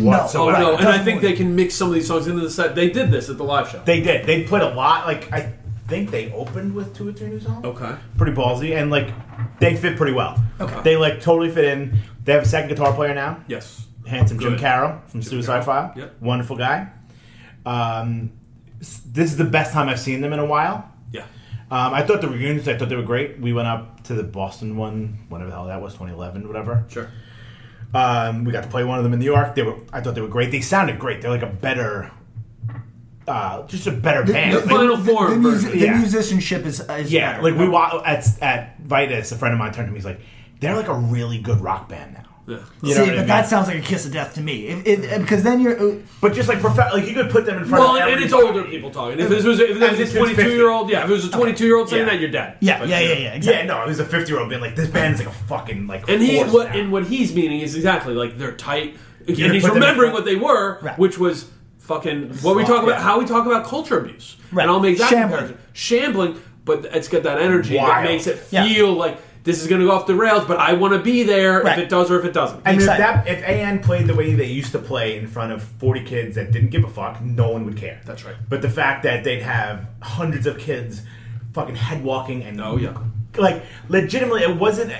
Speaker 3: No.
Speaker 4: Oh
Speaker 5: whatsoever
Speaker 4: no!
Speaker 3: Right.
Speaker 4: And I think they can mix some of these songs into the set. They did this at the live show.
Speaker 5: they did they put a lot like i think they opened with two or three new songs
Speaker 4: Okay.
Speaker 5: pretty ballsy and like they fit pretty well
Speaker 4: Okay.
Speaker 5: they like totally fit in they have a second guitar player now
Speaker 4: Yes.
Speaker 5: handsome Jim
Speaker 4: Good.
Speaker 5: Carroll from Suicide File
Speaker 4: Yep.
Speaker 5: wonderful guy um, s- this is the best time I've seen them in a while
Speaker 4: Yeah.
Speaker 5: Um, I thought the reunions, I thought they were great. We went up to the Boston one, whatever the hell that was, 2011, whatever.
Speaker 4: Sure.
Speaker 5: Um, we got to play one of them in New York. They were, I thought they were great. They sounded great. They're like a better, uh, just a better band.
Speaker 4: the
Speaker 5: Like,
Speaker 4: final
Speaker 3: the,
Speaker 4: form
Speaker 3: the, mus-
Speaker 4: version.
Speaker 3: the
Speaker 5: Yeah.
Speaker 3: musicianship is, is
Speaker 5: yeah,
Speaker 3: better.
Speaker 5: like we wa- at at Vitus, a friend of mine turned to me. He's like, they're like a really good rock band now. You know
Speaker 3: See,
Speaker 5: what I
Speaker 3: but
Speaker 5: mean?
Speaker 3: that sounds like a kiss of death to me. It, it, because then you're uh,
Speaker 5: But just like prof- like you could put them in front
Speaker 4: Well,
Speaker 5: of.
Speaker 4: and,
Speaker 5: everybody.
Speaker 4: it's older people talking. If this was if
Speaker 5: And
Speaker 4: this
Speaker 5: this
Speaker 4: was
Speaker 5: is
Speaker 4: a 22 year old, yeah, if it was a 22 year old saying
Speaker 5: Yeah.
Speaker 4: that, you're dead.
Speaker 3: yeah,
Speaker 4: But,
Speaker 3: yeah,
Speaker 4: you
Speaker 3: yeah,
Speaker 4: know.
Speaker 3: yeah,
Speaker 5: Yeah,
Speaker 3: exactly.
Speaker 5: no, there's a 50 year old band. Like this band's like a fucking like.
Speaker 4: And he
Speaker 5: force
Speaker 4: what
Speaker 5: now.
Speaker 4: and what he's meaning is exactly like they're tight,
Speaker 5: gonna
Speaker 4: and he's
Speaker 5: put them in
Speaker 4: remembering what
Speaker 5: front-
Speaker 4: they were,
Speaker 3: Right.
Speaker 4: which was fucking what we talk about,
Speaker 5: yeah.
Speaker 4: how we talk about culture abuse.
Speaker 3: Right.
Speaker 4: And I'll make that
Speaker 3: Shambling.
Speaker 4: comparison. Shambling, but it's got that energy
Speaker 5: Wild.
Speaker 4: that makes it
Speaker 3: Yeah.
Speaker 4: feel like this is going to go off the rails, but I want to be there
Speaker 3: Right.
Speaker 4: if it does or if it doesn't.
Speaker 5: I mean, if
Speaker 3: Excited.
Speaker 5: that if AN played the way they used to play in front of forty kids that didn't give a fuck, no one would care.
Speaker 4: That's right.
Speaker 5: But the fact that they'd have hundreds of kids fucking head walking and
Speaker 4: Oh, yeah.
Speaker 5: like legitimately, it wasn't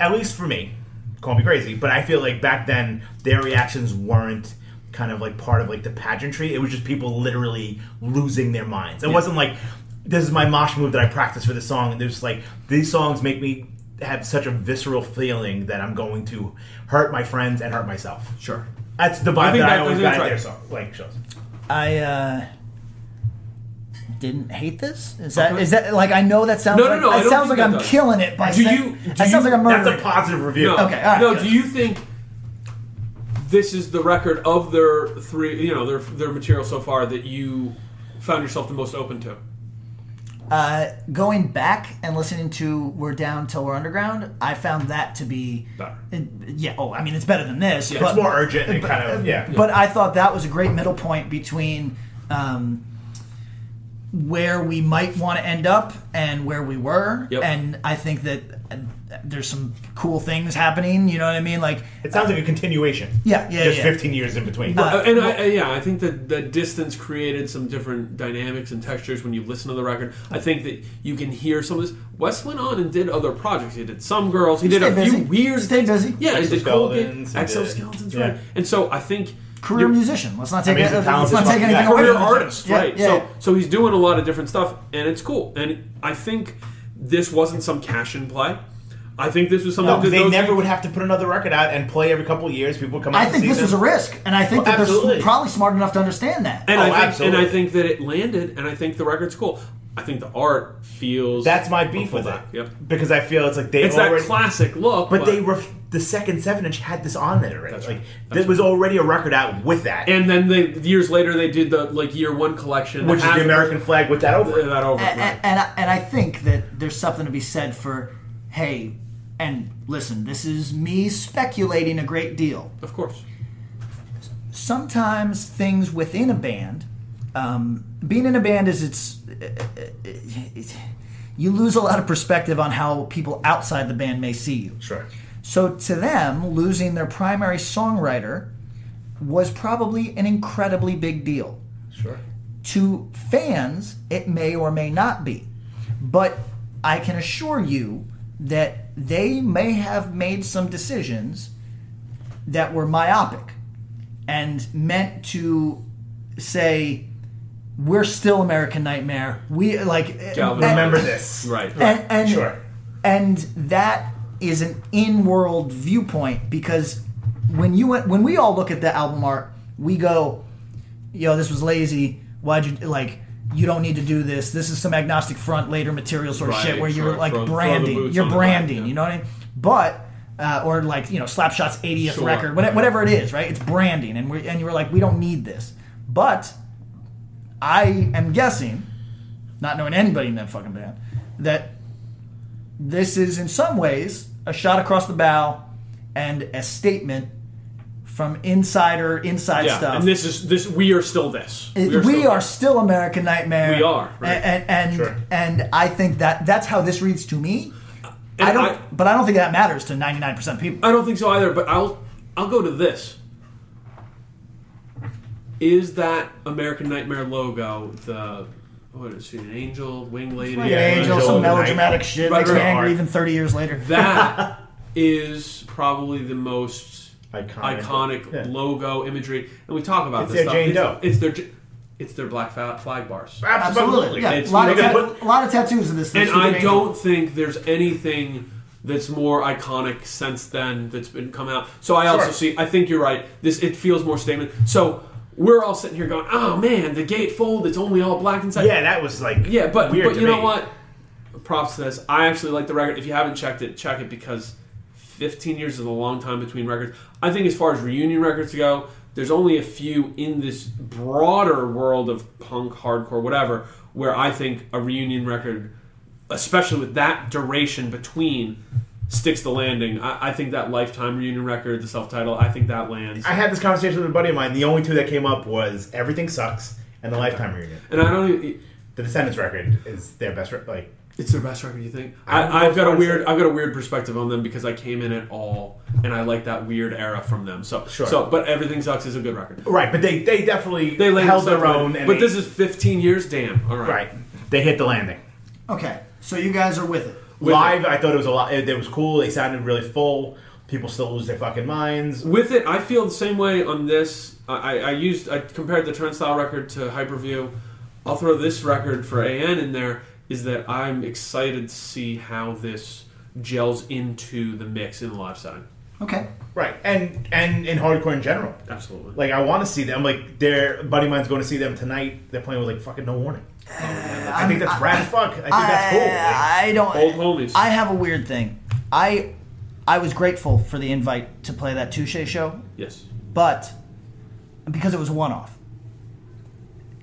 Speaker 5: at least for me. Call me crazy, but I feel like back then their reactions weren't kind of like part of like the pageantry. It was just people literally losing their minds. It
Speaker 12: Yeah.
Speaker 5: wasn't like this is my mosh move that I practiced for this song. And there's like these songs make me have such a visceral feeling that I'm going to hurt my friends and hurt myself. Sure, that's the vibe
Speaker 4: I think
Speaker 5: that I
Speaker 4: that-
Speaker 5: always
Speaker 4: I think
Speaker 5: got
Speaker 4: that's
Speaker 5: at
Speaker 4: right.
Speaker 5: their song, like shows.
Speaker 3: I uh, didn't hate this. Is that is that like I know that sounds
Speaker 4: No, no,
Speaker 3: like
Speaker 4: no, I
Speaker 3: it
Speaker 4: don't
Speaker 3: sounds
Speaker 4: think
Speaker 3: like
Speaker 4: that
Speaker 3: I'm
Speaker 4: does.
Speaker 3: killing it by
Speaker 4: Do
Speaker 3: saying-
Speaker 4: you? Do
Speaker 3: that sounds
Speaker 4: you-
Speaker 3: like I'm murdering. it.
Speaker 4: No.
Speaker 3: Okay, all right.
Speaker 4: no,
Speaker 3: good.
Speaker 4: do you think this is the record of their three? You know, their their material so far that you found yourself the most open to?
Speaker 3: Uh, going back and listening to "We're Down Till We're Underground," I found that to be It- yeah. Oh, I mean, it's better than this.
Speaker 5: Yeah,
Speaker 3: but,
Speaker 5: it's more urgent and
Speaker 3: but-
Speaker 5: kind of- yeah.
Speaker 3: But I thought that was a great middle point between um, where we might want to end up and where we were,
Speaker 5: Yep.
Speaker 3: and I think that uh, there's some cool things happening. You know what I mean? Like
Speaker 5: it sounds like a continuation.
Speaker 3: Yeah, yeah,
Speaker 5: Just
Speaker 3: yeah.
Speaker 5: 15 years in between.
Speaker 4: Uh, and I, I- yeah, I think that the distance created some different dynamics and textures when you listen to the record. I think that you can hear some of this. Wes went on and did other projects. He did some girls. He did a
Speaker 3: Stay busy.
Speaker 4: few weird.
Speaker 3: Stay busy.
Speaker 4: Yeah, he did Cold Game,
Speaker 5: Exoskeletons, he did-
Speaker 4: exoskeletons,
Speaker 5: yeah.
Speaker 4: right? And so I think
Speaker 3: Career
Speaker 4: you're-
Speaker 3: musician. Let's not take I mean, it- he's a let's talented not take fucking anything guy. away
Speaker 4: Career
Speaker 3: from him.
Speaker 4: artist,
Speaker 3: Yeah,
Speaker 4: right?
Speaker 3: yeah,
Speaker 4: so
Speaker 3: yeah.
Speaker 4: so he's doing a lot of different stuff, and it's cool. And I think this wasn't some cash in play. I think this was something
Speaker 5: No,
Speaker 4: that
Speaker 5: they
Speaker 4: those-
Speaker 5: never would have to put another record out and play every couple of years. People would come out.
Speaker 3: I
Speaker 5: and
Speaker 3: think
Speaker 5: see
Speaker 3: this
Speaker 5: them.
Speaker 3: was a risk, and I think
Speaker 5: Well,
Speaker 3: that they're
Speaker 5: absolutely.
Speaker 3: s- probably smart enough to understand that. Uh,
Speaker 4: And
Speaker 5: Oh,
Speaker 4: I think, and
Speaker 5: absolutely.
Speaker 4: I think that it landed, and I think the record's cool. I think the art feels.
Speaker 5: That's my beef with it.
Speaker 4: Yep.
Speaker 5: Because I feel it's like they
Speaker 4: It's that
Speaker 5: already
Speaker 4: classic look,
Speaker 5: but,
Speaker 4: but-
Speaker 5: they ref- the second seven inch had this on there already. like this was already a record out with that,
Speaker 4: And then they years later they did the like year one collection,
Speaker 5: which is
Speaker 4: Has-
Speaker 5: the American flag with that over. it.
Speaker 4: That over. it,
Speaker 3: and,
Speaker 4: right.
Speaker 3: and, and, I, and I think that there's something to be said for hey and listen this is me speculating a great deal
Speaker 4: of course
Speaker 3: sometimes things within a band um, being in a band is it's uh, you lose a lot of perspective on how people outside the band may see you
Speaker 5: sure
Speaker 3: so to them losing their primary songwriter was probably an incredibly big deal
Speaker 5: Sure.
Speaker 3: to fans, it may or may not be. But I can assure you that they may have made some decisions that were myopic and meant to say, we're still American Nightmare. We like eh,
Speaker 5: Galvin. Remember this. Right.
Speaker 3: And, and
Speaker 5: Sure.
Speaker 3: and that is an in-world viewpoint because when you when we all look at the album art, we go, yo, this was lazy. Why'd you like? You don't need to do this. This is some agnostic front later material sort of
Speaker 12: Right,
Speaker 3: shit where
Speaker 12: sure.
Speaker 3: you're like
Speaker 12: Throw- throw the
Speaker 3: branding.
Speaker 12: boots
Speaker 3: you're
Speaker 12: on the ground,
Speaker 3: branding. You know what I mean? But uh, or like you know Slapshot's 80th
Speaker 12: Sure.
Speaker 3: record, whate- whatever it is, right? It's branding, and we and you were like, we don't need this. But I am guessing, not knowing anybody in that fucking band, that this is in some ways a shot across the bow and a statement from insider inside
Speaker 4: yeah.
Speaker 3: stuff
Speaker 4: And this is this. We are still this.
Speaker 3: it- we, are, still American Nightmare.
Speaker 4: We are, right.
Speaker 3: and and
Speaker 4: Sure.
Speaker 3: and I think that that's how this reads to me. I don't,
Speaker 4: I-
Speaker 3: but I don't think that matters to ninety nine percent of people.
Speaker 4: I don't think so either. But I'll I'll go to this. Is that American Nightmare logo the what is she an angel wing lady?
Speaker 3: Like an angel, some melodramatic shit
Speaker 4: Right,
Speaker 3: makes me
Speaker 4: right.
Speaker 3: angry even thirty years later.
Speaker 4: that is probably the most
Speaker 5: Iconic.
Speaker 4: iconic, logo imagery, and we talk about
Speaker 5: It's
Speaker 4: this
Speaker 5: their
Speaker 4: stuff.
Speaker 5: Jane
Speaker 4: it's,
Speaker 5: Doe. Ah,
Speaker 4: it's their J- it's their black fa- flag bars.
Speaker 3: absolutely, yeah.
Speaker 4: It's-
Speaker 3: A lot, of
Speaker 4: they're
Speaker 3: ta-
Speaker 4: gonna put-
Speaker 3: a lot of tattoos in this. this
Speaker 4: and
Speaker 3: stupid
Speaker 4: I
Speaker 3: angel.
Speaker 4: don't think there's anything that's more iconic since then that's been come out. So I also
Speaker 12: Sure.
Speaker 4: see. I think you're right. This it feels more statement. So we're all sitting here going, "Oh man, the gatefold. It's only all black inside."
Speaker 5: Yeah, that was like
Speaker 4: yeah, but
Speaker 5: weird
Speaker 4: but
Speaker 5: to
Speaker 4: you know
Speaker 5: me.
Speaker 4: what? Props to this. I actually like the record. If you haven't checked it, check it because 15 years is a long time between records. I think as far as reunion records go, there's only a few in this broader world of punk, hardcore, whatever, where I think a reunion record, especially with that duration between, sticks the landing. I, I think that lifetime reunion record, the self title, I think that lands.
Speaker 5: I had this conversation with a buddy of mine. The only two that came up was "Everything Sucks" and the Lifetime reunion.
Speaker 4: And I don't. e-, Even,
Speaker 5: the Descendants record is their best. Re- like
Speaker 4: It's their best record, you think?
Speaker 5: I don't know
Speaker 4: I, I've
Speaker 5: if
Speaker 4: got a
Speaker 5: I-
Speaker 4: weird, I've got a weird perspective on them because I came in at all, and I like that weird era from them. So,
Speaker 5: Sure.
Speaker 4: so, but everything sucks is a good record,
Speaker 5: Right, but they they definitely
Speaker 4: They landed
Speaker 5: held their
Speaker 4: somewhere.
Speaker 5: own. And
Speaker 4: But
Speaker 5: they-
Speaker 4: this is 15 years. Damn. All right.
Speaker 5: right. They hit the landing.
Speaker 3: Okay, so you guys are with it.
Speaker 5: Live, I thought it was a lot. It, it was cool. They sounded really full. People still lose their fucking minds.
Speaker 4: With it, I feel the same way on this I, I used I compared the Turnstile record to Hyperview. I'll throw this record for AN in there. Is that I'm excited to see how this gels into the mix in the live setting.
Speaker 3: Okay.
Speaker 5: Right, and and in hardcore in general.
Speaker 4: Absolutely.
Speaker 5: Like I want to see them. Like their buddy of mine's going to see them tonight. They're playing with like fucking no warning. I think that's rad as fuck. I think that's cool.
Speaker 3: I don't.
Speaker 5: Old homies.
Speaker 3: I have a weird thing. I I was grateful for the invite to play that Touche show,
Speaker 4: Yes.
Speaker 3: but because it was a one-off.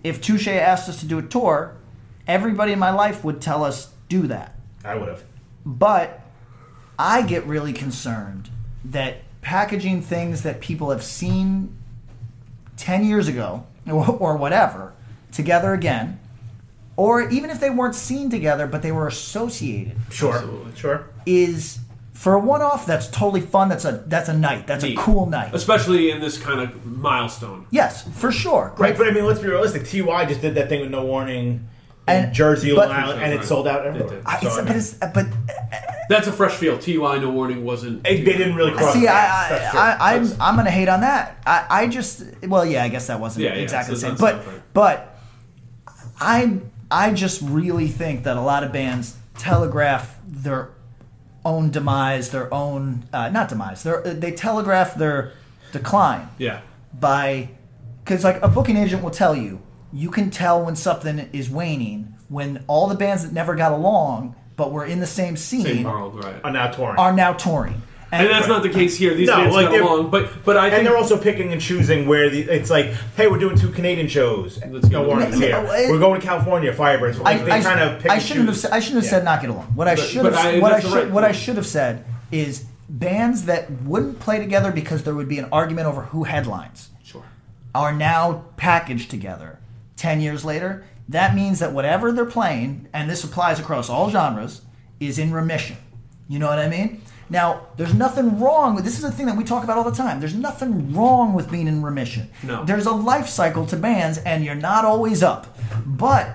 Speaker 3: If Touche asked us to do a tour, everybody in my life would tell us do that.
Speaker 5: I would have.
Speaker 3: But I get really concerned that packaging things that people have seen 10 years ago or or whatever together again, or even if they weren't seen together but they were associated.
Speaker 5: Sure. Sure.
Speaker 3: Is for a one off that's totally fun. That's a that's a night. That's a cool night.
Speaker 4: Especially in this kind of milestone.
Speaker 3: Yes, for sure.
Speaker 5: Right, but I mean, let's be realistic. Ty just did that thing with no warning in Jersey,
Speaker 3: but-
Speaker 5: Long Island, and it sold out everywhere.
Speaker 3: I- it's-
Speaker 5: So, I
Speaker 3: but
Speaker 5: mean,
Speaker 3: it's, but
Speaker 4: That's a fresh field. TY No Warning wasn't.
Speaker 5: It- they didn't really
Speaker 3: see, I, I, I, I'm I'm gonna hate on that. I, I just well, yeah, I guess that wasn't
Speaker 4: Yeah, yeah,
Speaker 3: exactly
Speaker 4: so
Speaker 3: the same,
Speaker 4: that's
Speaker 3: but
Speaker 4: not fair.
Speaker 3: but I I just really think that a lot of bands telegraph their own demise, their own uh, not demise, their, they telegraph their decline
Speaker 4: yeah.
Speaker 3: by because like a booking agent will tell you you can tell when something is waning when all the bands that never got along but were in the same scene
Speaker 4: Same world, right.
Speaker 5: Are now touring.
Speaker 3: are now touring
Speaker 4: And, that's not the case here. These
Speaker 5: No,
Speaker 4: bands
Speaker 5: like,
Speaker 4: got
Speaker 5: they're-
Speaker 4: along, but but I
Speaker 5: and
Speaker 4: think
Speaker 5: they're also picking and choosing where the it's like, hey, we're doing two Canadian shows. no warnings
Speaker 3: No,
Speaker 5: here.
Speaker 3: no, it-
Speaker 5: we're going to California. Firebirds. Like, they
Speaker 3: I,
Speaker 5: kind
Speaker 3: I,
Speaker 5: of pick
Speaker 3: I
Speaker 5: and
Speaker 3: shouldn't have.
Speaker 5: choose.
Speaker 3: Said, I shouldn't have said knock it along. What I
Speaker 5: But-
Speaker 3: should
Speaker 5: but
Speaker 3: have.
Speaker 5: I-
Speaker 3: what I
Speaker 5: that's the
Speaker 3: should.
Speaker 5: right
Speaker 3: what I
Speaker 5: point.
Speaker 3: should have said is bands that wouldn't play together because there would be an argument over who headlines.
Speaker 4: Sure.
Speaker 3: Are now packaged together. Ten years later, that means that whatever they're playing, and this applies across all genres, is in remission. You know what I mean? Now, there's nothing wrong with this. Is a thing that we talk about all the time. There's nothing wrong with being in remission.
Speaker 4: No.
Speaker 3: There's a life cycle to bands, and you're not always up. But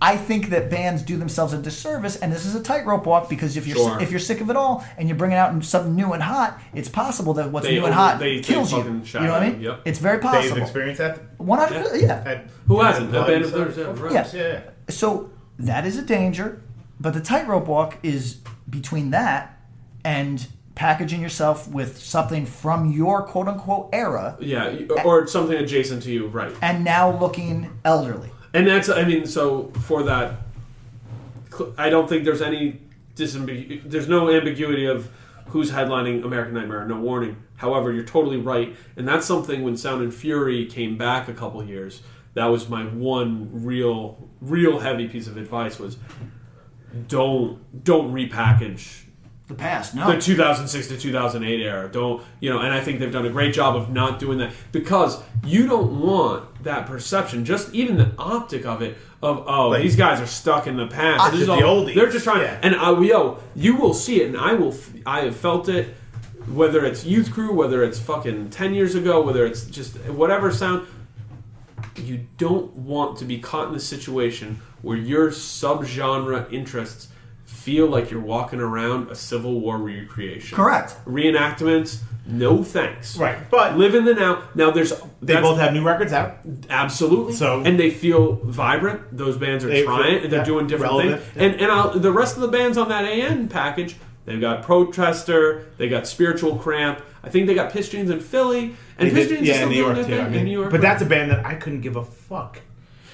Speaker 3: I think that bands do themselves a disservice, and this is a tightrope walk because if you're
Speaker 4: Sure.
Speaker 3: if you're sick of it all and you're bringing out something new and hot, it's possible that what's
Speaker 4: They
Speaker 3: new and
Speaker 4: over-
Speaker 3: hot
Speaker 4: they- they
Speaker 3: kills you. You
Speaker 4: fucking
Speaker 3: know what
Speaker 4: shadow
Speaker 3: I
Speaker 4: you,
Speaker 3: mean?
Speaker 4: yep.
Speaker 3: It's very
Speaker 5: They've
Speaker 3: possible.
Speaker 5: experienced that.
Speaker 3: One hundred, yeah.
Speaker 5: At-
Speaker 4: Who hasn't?
Speaker 5: Blood
Speaker 4: That band
Speaker 5: and
Speaker 4: of theirs,
Speaker 5: stuff.
Speaker 4: yeah, right.
Speaker 3: Yeah.
Speaker 5: yeah.
Speaker 3: So that is a danger, but the tightrope walk is between that and packaging yourself with something from your quote unquote era
Speaker 4: Yeah, you- or something adjacent to you, right?
Speaker 3: and now looking elderly.
Speaker 4: And that's, I mean, so for that, cl- I don't think there's any disambi- there's no ambiguity of who's headlining American Nightmare. No warning. However, you're totally right, and that's something when Sound and Fury came back a couple years. That was my one real, real heavy piece of advice was don't don't repackage
Speaker 3: The past, no.
Speaker 4: the 2006 to 2008 era. Don't you know? And I think they've done a great job of not doing that because you don't want that perception, just even the optic of it, of oh these guys are stuck in the past.
Speaker 5: Ah,
Speaker 4: This is
Speaker 5: the
Speaker 4: all-
Speaker 5: oldies.
Speaker 4: They're just trying.
Speaker 5: Yeah.
Speaker 4: And I, yo, you will see it, and I will. f- I have felt it. Whether it's youth crew, whether it's fucking ten years ago, whether it's just whatever sound, you don't want to be caught in the situation where your subgenre interests feel like you're walking around a Civil War recreation.
Speaker 3: Correct.
Speaker 4: Reenactments, no thanks.
Speaker 5: Right, but-
Speaker 4: live in the now. Now there's
Speaker 5: They both have new records out.
Speaker 4: absolutely
Speaker 5: So-
Speaker 4: and they feel vibrant. Those bands are
Speaker 5: They
Speaker 4: trying
Speaker 5: feel-
Speaker 4: and they're
Speaker 5: yeah,
Speaker 4: doing different
Speaker 5: relevant,
Speaker 4: things. And and I'll, the rest of the bands on that AN package, they've got Protester, they got Spiritual Cramp. I think they got Pistons in Philly and
Speaker 5: They did-
Speaker 4: Pistons is
Speaker 5: yeah,
Speaker 4: still
Speaker 5: in New
Speaker 4: doing
Speaker 5: York
Speaker 4: their
Speaker 5: too.
Speaker 4: thing
Speaker 5: I
Speaker 4: in
Speaker 5: mean,
Speaker 4: New York.
Speaker 5: but that's a band that I couldn't give a fuck.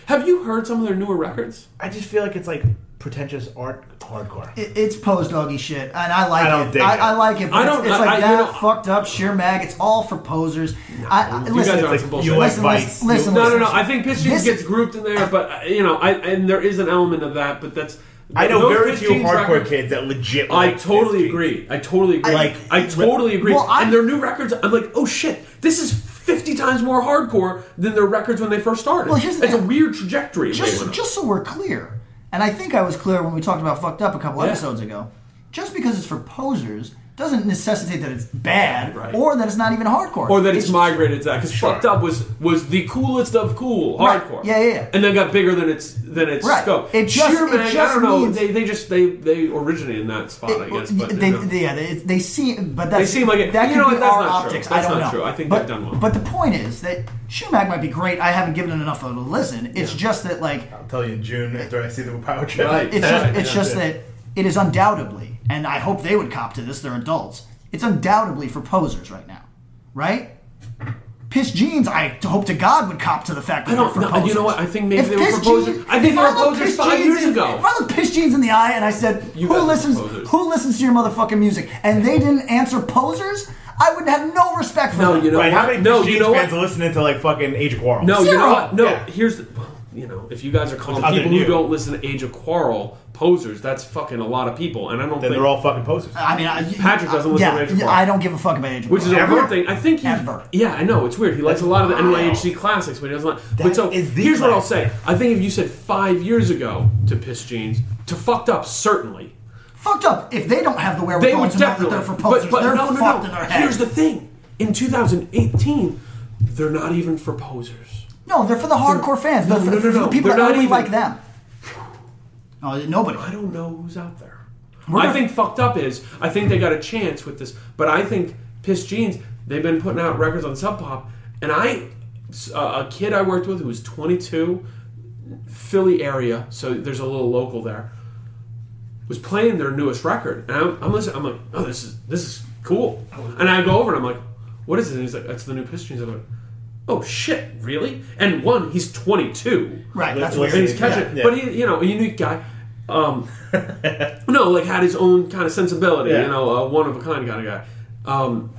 Speaker 4: Have you heard some of their newer records?
Speaker 5: I just feel like it's like pretentious art hardcore.
Speaker 3: It- It's post doggy shit, and I like
Speaker 5: I don't
Speaker 3: it.
Speaker 5: dig
Speaker 3: I,
Speaker 5: it.
Speaker 3: I like it. But
Speaker 4: I
Speaker 3: it's-
Speaker 4: don't-
Speaker 3: It's,
Speaker 4: I-
Speaker 3: like
Speaker 4: I-
Speaker 3: that
Speaker 4: you know-
Speaker 3: fucked up sheer mag. It's all for posers. I, I, listen,
Speaker 4: You guys are on
Speaker 3: listen,
Speaker 4: some bullshit.
Speaker 5: You like
Speaker 3: listen,
Speaker 5: Vice.
Speaker 3: listen, listen,
Speaker 4: no, no, no.
Speaker 3: listen.
Speaker 4: I think Piss Jeans
Speaker 3: This-
Speaker 4: gets grouped in there, but uh, you know, I and there is an element of that, but that's
Speaker 5: I know
Speaker 4: those
Speaker 5: very
Speaker 4: Piss
Speaker 5: few
Speaker 4: Jeans
Speaker 5: hardcore
Speaker 4: records-
Speaker 5: kids that legit.
Speaker 4: I
Speaker 5: like
Speaker 4: totally
Speaker 5: Disney.
Speaker 4: agree. I totally agree.
Speaker 5: Like-
Speaker 4: I totally agree.
Speaker 3: Well, I-
Speaker 4: and their new records, I'm like, oh shit, this is 50 times more hardcore than their records when they first started.
Speaker 3: Well, here's the
Speaker 4: it's a
Speaker 3: thing.
Speaker 4: weird trajectory. they went
Speaker 3: just
Speaker 4: on.
Speaker 3: just so we're clear, and I think I was clear when we talked about fucked up a couple episodes ago. Just because it's for posers doesn't necessitate that it's bad or that it's not even hardcore.
Speaker 4: Or that it's migrated to that because fucked up was was the coolest of cool
Speaker 3: Right.
Speaker 4: hardcore.
Speaker 3: Yeah, yeah, yeah.
Speaker 4: And then got bigger than its than its
Speaker 3: Right.
Speaker 4: scope.
Speaker 3: It just-
Speaker 4: Sheer
Speaker 3: it
Speaker 4: Bang, I
Speaker 3: just
Speaker 4: don't know.
Speaker 3: means-
Speaker 4: They, they just they they originated in that spot, I guess. But
Speaker 3: they,
Speaker 4: you know.
Speaker 3: they- yeah, they, they seem, but that's,
Speaker 4: They seem like it-
Speaker 3: that
Speaker 4: you
Speaker 3: could
Speaker 4: know
Speaker 3: be
Speaker 4: what, that's
Speaker 3: our
Speaker 4: not true.
Speaker 3: optics.
Speaker 4: That's
Speaker 3: I don't
Speaker 4: not
Speaker 3: know.
Speaker 4: true. I think
Speaker 3: but,
Speaker 4: they've done well.
Speaker 3: But the point is that Schumach might be great. I haven't given it enough of a listen. It's just that, like, I'll
Speaker 5: tell you in June after I see the power trip.
Speaker 3: It's just, it's
Speaker 5: Yeah.
Speaker 3: just that it is undoubtedly, and I hope they would cop to this. They're adults. It's undoubtedly for posers right now, right? Piss jeans. I hope to God would cop to the fact that
Speaker 4: I don't
Speaker 3: they're for
Speaker 4: know. You
Speaker 3: posers.
Speaker 4: know what? I think maybe
Speaker 3: If
Speaker 4: they were
Speaker 3: Piss
Speaker 4: for posers.
Speaker 3: Jeans-
Speaker 4: I think
Speaker 3: if
Speaker 4: they were
Speaker 3: looked
Speaker 4: posers
Speaker 3: Piss
Speaker 4: five
Speaker 3: Jeans
Speaker 4: years
Speaker 3: in-
Speaker 4: ago.
Speaker 3: If I looked Piss Jeans in the eye and I said, "Who listens? Who listens to your motherfucking music?" and they didn't answer posers, I would have no respect for them.
Speaker 5: Right, how many
Speaker 4: No,
Speaker 5: Jeans
Speaker 4: you know
Speaker 5: fans are listening to like fucking Age of Quarrel?
Speaker 4: No, you know what? No, here's the. well, You know, if you guys are calling
Speaker 5: Other
Speaker 4: people
Speaker 5: than
Speaker 4: who
Speaker 5: you.
Speaker 4: don't listen to Age of Quarrel posers, that's fucking a lot of people, and I don't.
Speaker 5: Then
Speaker 4: think,
Speaker 5: they're all fucking posers.
Speaker 3: I mean, I,
Speaker 4: Patrick doesn't
Speaker 3: I-
Speaker 4: listen
Speaker 3: yeah,
Speaker 4: to Age of
Speaker 3: yeah,
Speaker 4: Quarrel,
Speaker 3: I don't give a fuck about Age of
Speaker 4: which is a
Speaker 3: Quarrel.
Speaker 4: weird thing. I think he. Yeah, I know it's weird. He likes a lot of the
Speaker 3: Wow.
Speaker 4: NYHC classics, but he doesn't. Like, but so here's what I'll say. I think if you said five years ago to Piss Jeans to fucked up, certainly
Speaker 3: Fucked up. If they don't have the
Speaker 4: they
Speaker 3: wherewithal
Speaker 4: would
Speaker 3: to know that
Speaker 4: definitely.
Speaker 3: they're for posers,
Speaker 4: but, but
Speaker 3: they're
Speaker 4: no, no,
Speaker 3: fucked
Speaker 4: no.
Speaker 3: in their head.
Speaker 4: Here's the thing: in 2018, they're not even for posers.
Speaker 3: No, they're for the hardcore fans.
Speaker 4: No,
Speaker 3: They're for,
Speaker 4: no, no,
Speaker 3: for the
Speaker 4: no.
Speaker 3: people
Speaker 4: They're
Speaker 3: that
Speaker 4: not
Speaker 3: only
Speaker 4: even-
Speaker 3: like them. Oh, nobody. I
Speaker 4: don't know who's out there.
Speaker 3: We're
Speaker 4: I
Speaker 3: not-
Speaker 4: think fucked up is I think they got a chance with this, but I think Piss Jeans they've been putting out records on Sub Pop, and I s- uh, a kid I worked with who was 22, Philly area, so there's a little local there, was playing their newest record, and I'm, I'm listening, I'm like, oh this is this is cool, and I go over and I'm like, what is it? And he's like, that's the new Piss Jeans. I'm like. Oh shit! Really? And one, he's 22.
Speaker 3: Right, that's
Speaker 4: And
Speaker 3: weird.
Speaker 4: He's catching,
Speaker 3: Yeah.
Speaker 4: but he, you know, a unique guy. Um, no, like had his own kind of sensibility,
Speaker 5: Yeah.
Speaker 4: you know, a one of a kind kind of guy. Um,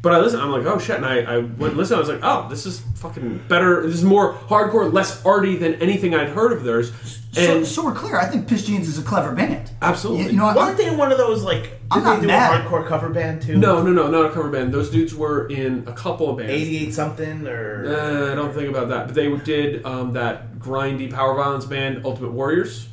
Speaker 4: but I listened, I'm like, oh shit, and I, I went and listened. I was like, oh, this is fucking better. This is more hardcore, less arty than anything I'd heard of theirs.
Speaker 3: So,
Speaker 4: And
Speaker 3: so we're clear. I think Piss Jeans is a clever band.
Speaker 4: absolutely,
Speaker 3: You know, what?
Speaker 5: Weren't they one of those like? Did
Speaker 3: I'm
Speaker 5: they
Speaker 3: not
Speaker 5: do
Speaker 3: mad.
Speaker 5: a hardcore cover band too?
Speaker 4: no, no, no, not a cover band. Those dudes were in a couple of bands.
Speaker 5: eighty-eight something or
Speaker 4: Uh, I don't think about that. But they did um, that grindy power violence band, Ultimate Warriors.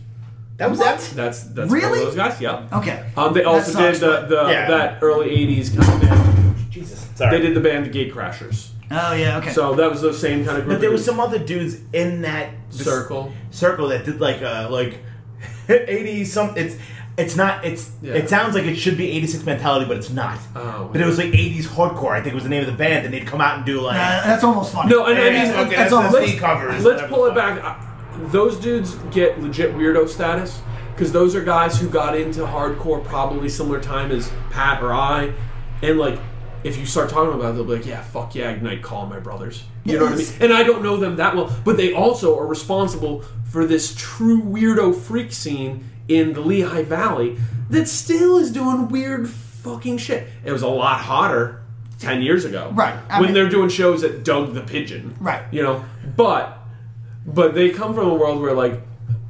Speaker 5: That was
Speaker 4: that. That's that's one of
Speaker 5: Really?
Speaker 4: those guys. Yeah.
Speaker 3: Okay.
Speaker 4: Um, they
Speaker 5: That
Speaker 4: also
Speaker 5: sucks,
Speaker 4: did
Speaker 5: but-
Speaker 4: the, the
Speaker 5: Yeah.
Speaker 4: that early '80s kind of band.
Speaker 5: Jesus, sorry.
Speaker 4: They did the band The Gate Crashers.
Speaker 3: Oh yeah, okay.
Speaker 4: So that was the same kind of group.
Speaker 5: But there
Speaker 4: of
Speaker 5: was
Speaker 4: dudes.
Speaker 5: some other dudes in that
Speaker 4: Circle.
Speaker 5: circle that did like uh like eighty something. It's it's not it's it sounds like it should be eighty six mentality, but it's not.
Speaker 4: Oh,
Speaker 5: but it was like eighties hardcore. I think was the name of the band, and they'd come out and do like
Speaker 3: Uh, that's almost funny.
Speaker 4: No, and I mean,
Speaker 5: Yeah, okay,
Speaker 4: let's-
Speaker 5: that's SSD
Speaker 4: let's,
Speaker 5: covers.
Speaker 4: let's pull it back. I- Those dudes get legit weirdo status because those are guys who got into hardcore probably similar time as Pat or I, and like if you start talking about it, they'll be like, "Yeah, fuck yeah, Ignite, call my brothers." You know what I mean?
Speaker 3: Yes.
Speaker 4: And I don't know them that well, but they also are responsible for this true weirdo freak scene in the Lehigh Valley that still is doing weird fucking shit. It was a lot hotter ten years ago,
Speaker 3: Right, I
Speaker 4: when
Speaker 3: mean-
Speaker 4: they're doing shows at Doug the Pigeon,
Speaker 3: Right.
Speaker 4: You know, but but they come from a world where like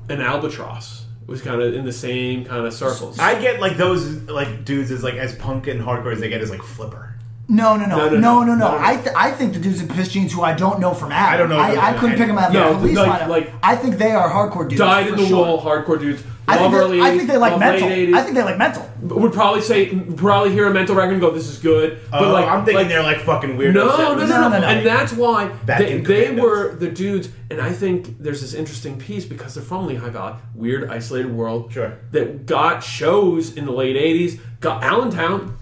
Speaker 4: an albatross was kind of in the same kind of circles.
Speaker 5: I get like those like dudes as like as punk and hardcore as they get is like Flipper.
Speaker 3: No, no, no, no,
Speaker 5: No, no,
Speaker 3: no,
Speaker 5: no.
Speaker 3: no.
Speaker 5: No, no, no.
Speaker 3: I, th- I think the dudes in Piss Jeans who I don't know from Adam.
Speaker 5: I don't know those
Speaker 3: I, I
Speaker 5: guys.
Speaker 3: couldn't pick them out of
Speaker 4: No,
Speaker 3: the police
Speaker 4: like-
Speaker 3: lineup.
Speaker 4: like-
Speaker 3: I think they are hardcore dudes.
Speaker 4: Died
Speaker 3: for
Speaker 4: in the
Speaker 3: sure.
Speaker 4: wool, hardcore dudes.
Speaker 3: I think,
Speaker 4: love early
Speaker 3: they, I
Speaker 4: 80s,
Speaker 3: think they like
Speaker 4: love
Speaker 3: mental.
Speaker 4: late 80s.
Speaker 3: I think they like mental.
Speaker 4: would probably say probably hear a mental record and go, "This is good." But
Speaker 5: Oh,
Speaker 4: like
Speaker 5: I'm thinking they're like fucking weirdos.
Speaker 4: No,
Speaker 5: that
Speaker 4: no, no,
Speaker 5: was-
Speaker 4: no, And that's why
Speaker 5: Back
Speaker 4: they,
Speaker 5: in
Speaker 4: they
Speaker 5: Commandos.
Speaker 4: were the dudes. And I think there's this interesting piece because they're from Lehigh Valley, weird, isolated world. Sure. That got shows in the late 80s, got Allentown,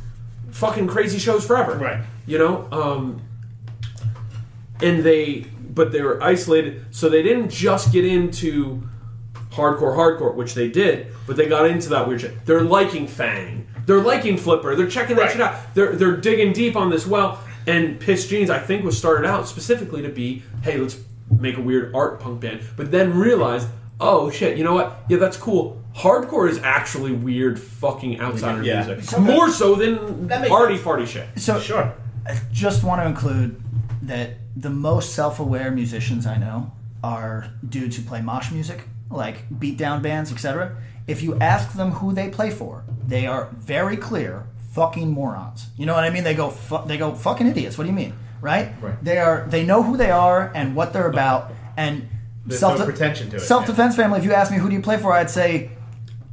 Speaker 4: fucking crazy shows forever. Right. You know? Um, and they, but they were isolated. So they didn't just get into hardcore, hardcore, which they did, but they got into that weird shit. They're liking Fang. They're liking Flipper. They're checking that shit out. They're they're digging deep on this well. And Piss Jeans, I think, was started out specifically to be, hey, let's make a weird art punk band, but then realized, oh shit, you know what? Yeah, that's cool. Hardcore is actually weird, fucking outsider
Speaker 5: Yeah.
Speaker 4: music,
Speaker 5: So-
Speaker 4: more so than
Speaker 5: That makes
Speaker 4: arty farty shit.
Speaker 3: So sure. I just want to include that the most self-aware musicians I know are dudes who play mosh music, like beatdown bands, etc. If you ask them who they play for, they are very clear fucking morons. You know what I mean? They go fu- they go fucking idiots. What do you mean? Right? Right. They are they know who they are and what they're about and
Speaker 5: There's
Speaker 3: self
Speaker 5: no pretension to it,
Speaker 3: Self defense family. If you ask me who do you play for, I'd say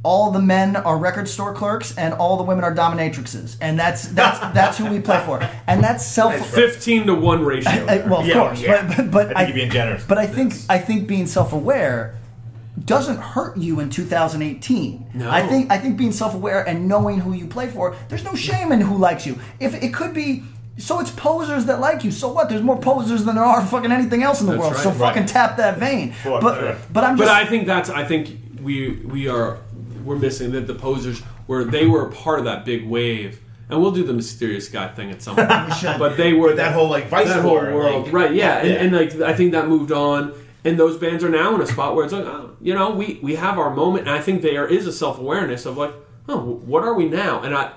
Speaker 3: all the men are record store clerks and all the women are dominatrixes, and that's that's that's who we play for, and that's self.
Speaker 4: Fifteen to one ratio.
Speaker 3: I- well, of
Speaker 4: Yeah,
Speaker 3: course,
Speaker 4: yeah.
Speaker 3: but, but, but
Speaker 4: I think you're being generous
Speaker 3: But I think I think being self-aware doesn't hurt you in 2018.
Speaker 4: No.
Speaker 3: I think I think being self-aware and knowing who you play for, there's no shame in who likes you. If it could be. So it's posers that like you. So what? There's more posers than there are fucking anything else in the
Speaker 4: That's
Speaker 3: world.
Speaker 4: right.
Speaker 3: So
Speaker 4: Right.
Speaker 3: fucking tap that vein. but but I'm just.
Speaker 4: I think that's. I think we we are we're missing that the posers were they were a part of that big wave. And we'll do the mysterious guy thing at some point. but they were
Speaker 5: that whole, like, Vice
Speaker 4: that whole
Speaker 5: War,
Speaker 4: world,
Speaker 5: like-
Speaker 4: right? Yeah,
Speaker 5: Yeah.
Speaker 4: And, and like I think that moved on, and those bands are now in a spot where it's like, oh, you know, we we have our moment, and I think there is a self awareness of like, oh, what are we now? And I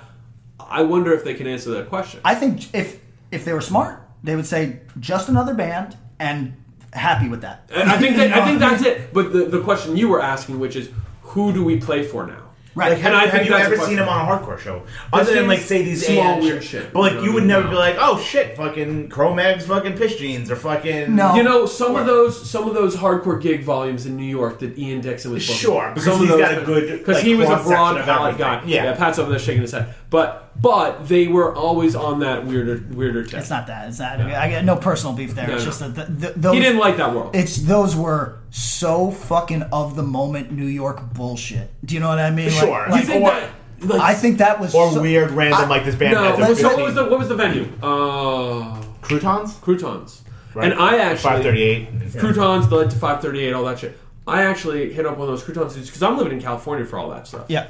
Speaker 4: I wonder if they can answer that question.
Speaker 3: I think if if they were smart, they would say just another band and happy with that.
Speaker 4: And I think that, I think that's it. But the, the question you were asking, which is, who do we play for now?
Speaker 5: Right. Like, have,
Speaker 4: and I
Speaker 5: have
Speaker 4: think
Speaker 5: you
Speaker 4: that's
Speaker 5: ever
Speaker 4: a
Speaker 5: seen him on a hardcore show? Other
Speaker 4: This
Speaker 5: than like
Speaker 4: is
Speaker 5: say these
Speaker 4: small,
Speaker 5: A&R
Speaker 4: weird shit.
Speaker 5: But like
Speaker 4: You know
Speaker 5: you
Speaker 4: what
Speaker 5: would
Speaker 4: I
Speaker 5: never
Speaker 4: mean?
Speaker 5: be like, oh shit, fucking Cro-Mags fucking piss jeans or fucking
Speaker 4: You know, some of those some of those hardcore gig volumes in New York that Ian Dixon was booking.
Speaker 5: Sure, because
Speaker 4: some
Speaker 5: he's
Speaker 4: of those,
Speaker 5: got a good,
Speaker 4: because
Speaker 5: like,
Speaker 4: he was a
Speaker 5: cross-section
Speaker 4: broad
Speaker 5: of
Speaker 4: palette
Speaker 5: everything.
Speaker 4: guy.
Speaker 5: Yeah.
Speaker 4: Pat's over there shaking his head, but but they were always on that weirder weirder tip.
Speaker 3: It's not that. It's not. I got no personal beef there.
Speaker 4: No,
Speaker 3: it's
Speaker 4: no.
Speaker 3: just that the, the, those,
Speaker 4: he didn't like that world.
Speaker 3: It's those were so fucking of the moment New York bullshit. Do you know what I mean?
Speaker 5: Sure. You think that- like-
Speaker 3: I think that was
Speaker 5: or
Speaker 3: so-
Speaker 5: weird random
Speaker 3: I-
Speaker 5: like this band.
Speaker 4: no,
Speaker 5: has a
Speaker 4: what was, so
Speaker 5: 15.
Speaker 4: what was the what was the venue? Uh,
Speaker 5: croutons.
Speaker 4: Croutons.
Speaker 5: Right.
Speaker 4: And I actually
Speaker 5: 538. Yeah.
Speaker 4: Croutons led to five thirty eight. All that shit. I actually hit up one of those croutons because I'm living in California for all that stuff.
Speaker 3: Yeah.